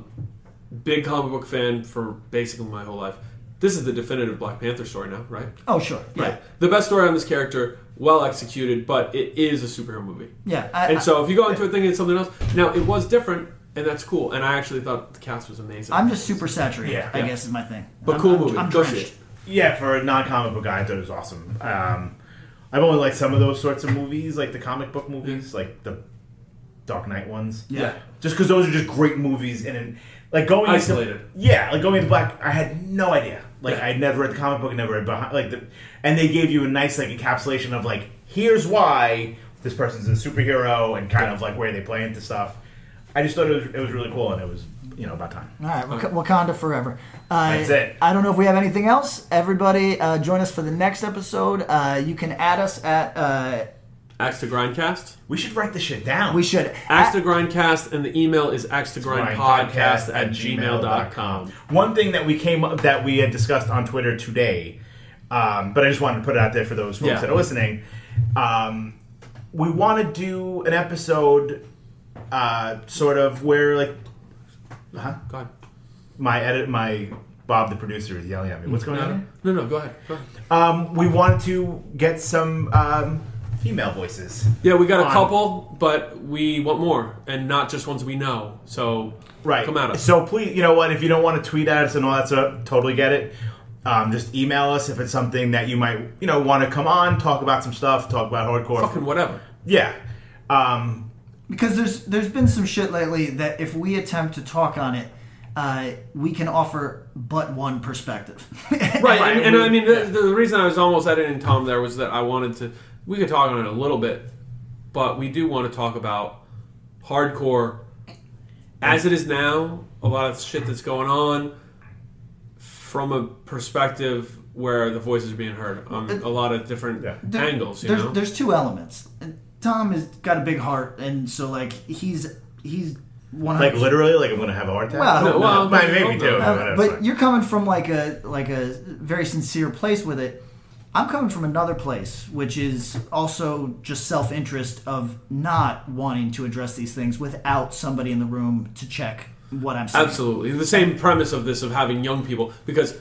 Speaker 4: big comic book fan for basically my whole life. This is the definitive Black Panther story now, right?
Speaker 3: Oh, sure, yeah.
Speaker 4: Right. The best story on this character, well executed, but it is a superhero movie.
Speaker 3: Yeah, I-
Speaker 4: and
Speaker 3: I-
Speaker 4: so if you go into it thinking it's something else, now it was different, and that's cool. And I actually thought the cast was amazing.
Speaker 3: I'm just super saturated.
Speaker 4: Yeah.
Speaker 3: I
Speaker 4: Yeah.
Speaker 3: guess is my thing.
Speaker 4: But
Speaker 3: I'm,
Speaker 4: cool
Speaker 3: I'm,
Speaker 4: movie.
Speaker 3: I'm
Speaker 4: Go
Speaker 3: drenched.
Speaker 4: see it.
Speaker 5: Yeah, for a non-comic book guy, I thought it was awesome. Um, I've only liked some of those sorts of movies, like the comic book movies, like the Dark Knight ones.
Speaker 4: Yeah.
Speaker 5: just because those are just great movies, and, and like going into-
Speaker 4: Isolated.
Speaker 5: yeah, like going into Black, I had no idea. Like
Speaker 4: Yeah.
Speaker 5: I had never read the comic book, never read behind, like the, and they gave you a nice like encapsulation of like here's why this person's a superhero and kind of like where they play into stuff. I just thought it was it was really cool, and it was you know about time.
Speaker 3: All right, Wak- Wakanda forever. Uh,
Speaker 5: That's it.
Speaker 3: I don't know if we have anything else. Everybody, uh, join us for the next episode. Uh, you can add us at. Uh,
Speaker 4: Axe to Grindcast.
Speaker 5: We should write this shit down.
Speaker 3: we should.
Speaker 4: Axe to Grindcast, and the email is axe to grind podcast at gmail.com.
Speaker 5: One thing that we came up that we had discussed on Twitter today, um, but I just wanted to put it out there for those folks
Speaker 4: Yeah.
Speaker 5: that are listening. Um, we want to do an episode, uh, sort of where like, huh?
Speaker 4: Go ahead.
Speaker 5: My edit, my Bob, the producer, is yelling at me. What's going on? here?
Speaker 4: Uh, No, no, go ahead. Go ahead.
Speaker 5: Um, we wanted to get some um, female voices.
Speaker 4: Yeah, we got a
Speaker 5: on-
Speaker 4: couple, but we want more, and not just ones we know. So
Speaker 5: Right.
Speaker 4: come at us.
Speaker 5: So please, you know what? If you don't want to tweet at us and all that stuff, totally get it. Um, just email us if it's something that you might, you know, want to come on, talk about some stuff, talk about hardcore.
Speaker 4: Fucking whatever.
Speaker 5: Yeah. Um,
Speaker 3: because there's there's been some shit lately that if we attempt to talk on it, uh, we can offer but one perspective.
Speaker 4: right, and, and I mean the, the reason I was almost editing Tom there was that I wanted to. We could talk on it a little bit, but we do want to talk about hardcore as it is now. A lot of shit that's going on from a perspective where the voices are being heard on a lot of different
Speaker 3: There-
Speaker 4: angles. You
Speaker 3: there's,
Speaker 4: know,
Speaker 3: there's two elements. Tom has got a big heart, and so like he's he's one
Speaker 5: Like literally, like I'm gonna have a heart attack.
Speaker 3: Well,
Speaker 5: no,
Speaker 3: well,
Speaker 5: my maybe
Speaker 3: uh,
Speaker 5: do.
Speaker 3: but you're coming from like a like a very sincere place with it. I'm coming from another place, which is also just self interest of not wanting to address these things without somebody in the room to check what I'm saying.
Speaker 4: Absolutely. The same premise of this of having young people because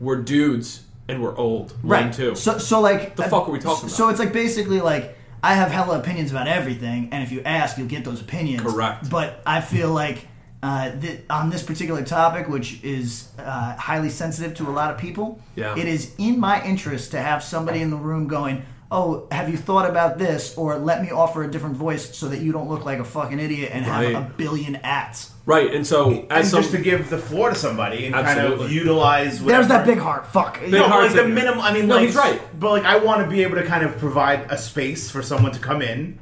Speaker 4: we're dudes and we're old. One,
Speaker 3: Right.
Speaker 4: too.
Speaker 3: So, so like uh,
Speaker 4: The fuck are we talking
Speaker 3: So it's like basically like I have hella opinions about everything, and if you ask, you'll get those opinions. Correct. But I feel like uh, th- on this particular topic, which is uh, highly sensitive to a lot of people,
Speaker 4: Yeah.
Speaker 3: it is in my interest to have somebody in the room going. Oh, have you thought about this? Or let me offer a different voice so that you don't look like a fucking idiot and
Speaker 4: Right.
Speaker 3: have a billion acts.
Speaker 4: Right, and so
Speaker 5: and
Speaker 4: as some,
Speaker 5: just to give the floor to somebody and kind of
Speaker 4: Absolutely.
Speaker 5: utilize.
Speaker 3: There's that big heart. Fuck.
Speaker 5: no, but like the minimum. I mean,
Speaker 3: No,
Speaker 5: like,
Speaker 3: he's right.
Speaker 5: But like, I want to be able to kind of provide a space for someone to come in.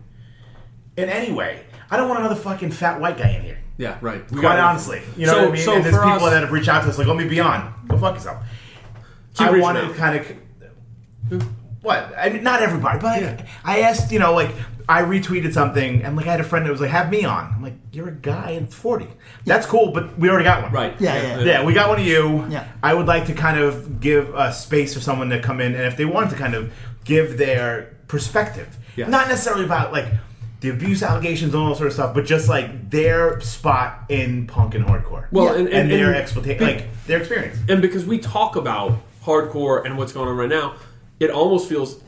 Speaker 5: In any way, I don't want another fucking fat white guy in here.
Speaker 4: yeah, right. We
Speaker 5: Quite
Speaker 4: got-
Speaker 5: honestly, you know
Speaker 4: So-
Speaker 5: what I mean.
Speaker 4: so
Speaker 5: and there's
Speaker 4: for
Speaker 5: people
Speaker 4: us-
Speaker 5: that have reached out to us like, "Let me be on." Go fuck yourself.
Speaker 4: Keep
Speaker 5: I
Speaker 4: reaching
Speaker 5: want
Speaker 4: out.
Speaker 5: to kind of what? I mean, not everybody, but I, I asked. You know, like I retweeted something, and like I had a friend that was like, "Have me on." I'm like, "You're a guy and 40. That's cool, but we already got one, right?
Speaker 3: Yeah, yeah, yeah.
Speaker 5: yeah. We got one of you.
Speaker 3: Yeah.
Speaker 5: I would like to kind of give a space for someone to come in, and if they want to kind of give their perspective, not necessarily about like the abuse allegations and all that sort of stuff, but just like their spot in punk and hardcore.
Speaker 4: Well, and, and,
Speaker 5: their
Speaker 4: and-
Speaker 5: exploitation,
Speaker 4: be-
Speaker 5: like their experience.
Speaker 4: and because we talk about hardcore and what's going on right now, it almost feels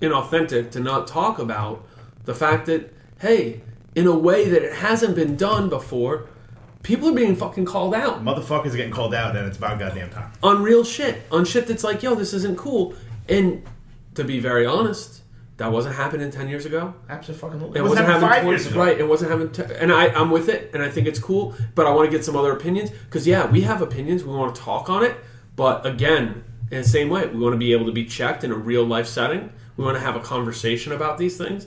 Speaker 4: inauthentic to not talk about the fact that hey, in a way that it hasn't been done before, people are being fucking called out.
Speaker 5: Motherfuckers are getting called out, and it's about goddamn time.
Speaker 4: on real shit, on shit that's like, yo, this isn't cool. And to be very honest, that wasn't happening ten years ago.
Speaker 5: Absolutely,
Speaker 4: It wasn't happening
Speaker 5: five
Speaker 4: 20
Speaker 5: years ago.
Speaker 4: Right, it wasn't happening. T- and I, I'm with it, and I think it's cool. But I want to get some other opinions because yeah, we have opinions. We want to talk on it. But again, in the same way, we want to be able to be checked in a real life setting. We want to have a conversation about these things,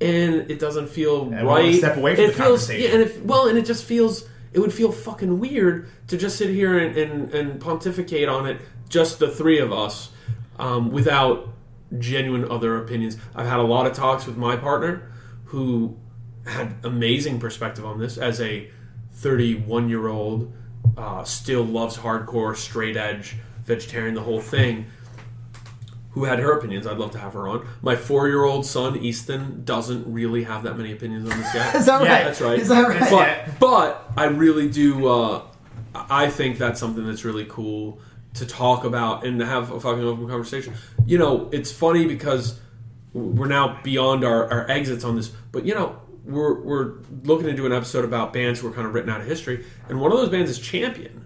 Speaker 4: and it doesn't feel
Speaker 5: And we wanna
Speaker 4: right.
Speaker 5: step away from
Speaker 4: it
Speaker 5: the
Speaker 4: feels,
Speaker 5: conversation.
Speaker 4: Yeah, and it, well, and it just feels it would feel fucking weird to just sit here and, and, and pontificate on it, just the three of us, um, without genuine other opinions. I've had a lot of talks with my partner, who had amazing perspective on this as a 31 year old, uh, still loves hardcore, straight edge, vegetarian, the whole thing who had her opinions. I'd love to have her on. My four year old son, Easton, doesn't really have that many opinions on this yet.
Speaker 3: Is that
Speaker 4: yeah,
Speaker 3: right?
Speaker 4: That's right.
Speaker 3: Is that right?
Speaker 4: But, but I really do, uh, I think that's something that's really cool to talk about and to have a fucking open conversation. You know, it's funny because we're now beyond our, our exits on this, but you know, we're, we're looking to do an episode about bands who are kind of written out of history, and one of those bands is Champion.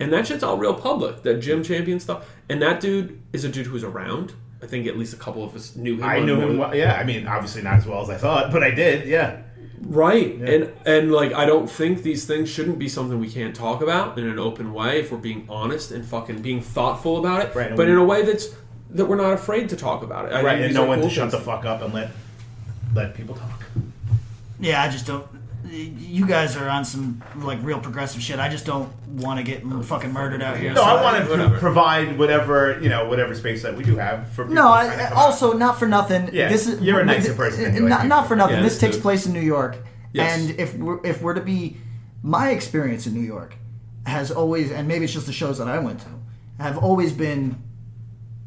Speaker 4: And that shit's all real public, that Jim Champion stuff. And that dude is a dude who's around. I think at least a couple of us knew him.
Speaker 5: I
Speaker 4: on
Speaker 5: knew
Speaker 4: more
Speaker 5: him.
Speaker 4: than-
Speaker 5: Well, yeah, I mean, obviously not as well as I thought, but I did. Yeah,
Speaker 4: Right. And and like I don't think these things shouldn't be something we can't talk about in an open way if we're being honest and fucking being thoughtful about it.
Speaker 5: Right.
Speaker 4: But in a way that's that we're not afraid to talk about it. I
Speaker 5: right.
Speaker 4: think
Speaker 5: And
Speaker 4: these
Speaker 5: no
Speaker 4: are
Speaker 5: one
Speaker 4: cool
Speaker 5: to shut
Speaker 4: things.
Speaker 5: the fuck up and let let people talk.
Speaker 3: Yeah, I just don't. You guys are on some like real progressive shit. I just don't want to get fucking murdered out here.
Speaker 5: No,
Speaker 3: So
Speaker 5: I want to provide whatever you know, whatever space that we do have for. people
Speaker 3: No,
Speaker 5: to
Speaker 3: I,
Speaker 5: kinda come
Speaker 3: also not for nothing.
Speaker 5: Yeah,
Speaker 3: this is
Speaker 5: you're a nicer
Speaker 3: th-
Speaker 5: person
Speaker 3: th-
Speaker 5: anyway,
Speaker 3: Not, not for nothing.
Speaker 5: Yeah,
Speaker 3: this
Speaker 5: that's
Speaker 3: takes
Speaker 5: good.
Speaker 3: place in New York,
Speaker 5: Yes.
Speaker 3: and if we're if we're to be, my experience in New York has always, and maybe it's just the shows that I went to, have always been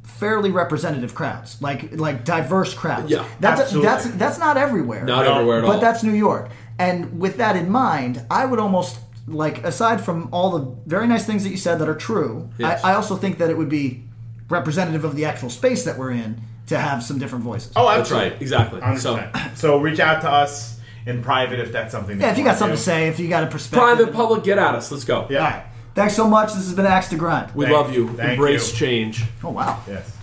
Speaker 3: fairly representative crowds, like like diverse crowds.
Speaker 4: Yeah,
Speaker 3: that's
Speaker 4: absolutely.
Speaker 3: that's that's not everywhere.
Speaker 4: Not everywhere at
Speaker 3: but
Speaker 4: all.
Speaker 3: that's New York. And with that in mind, I would almost like aside from all the very nice things that you said that are true,
Speaker 4: Yes.
Speaker 3: I, I also think that it would be representative of the actual space that we're in to have some different voices.
Speaker 5: Oh,
Speaker 4: That's
Speaker 5: absolutely.
Speaker 4: right, exactly. So
Speaker 5: 100%. so reach out to us in private if that's something. that
Speaker 3: yeah, if you got
Speaker 5: want
Speaker 3: something to
Speaker 5: do.
Speaker 3: say, if you got a perspective.
Speaker 4: private public get at us. Let's go.
Speaker 5: Yeah.
Speaker 3: Thanks so much. This has been Axe to Grind.
Speaker 4: We love you. Embrace change.
Speaker 3: Oh wow.
Speaker 5: Yes.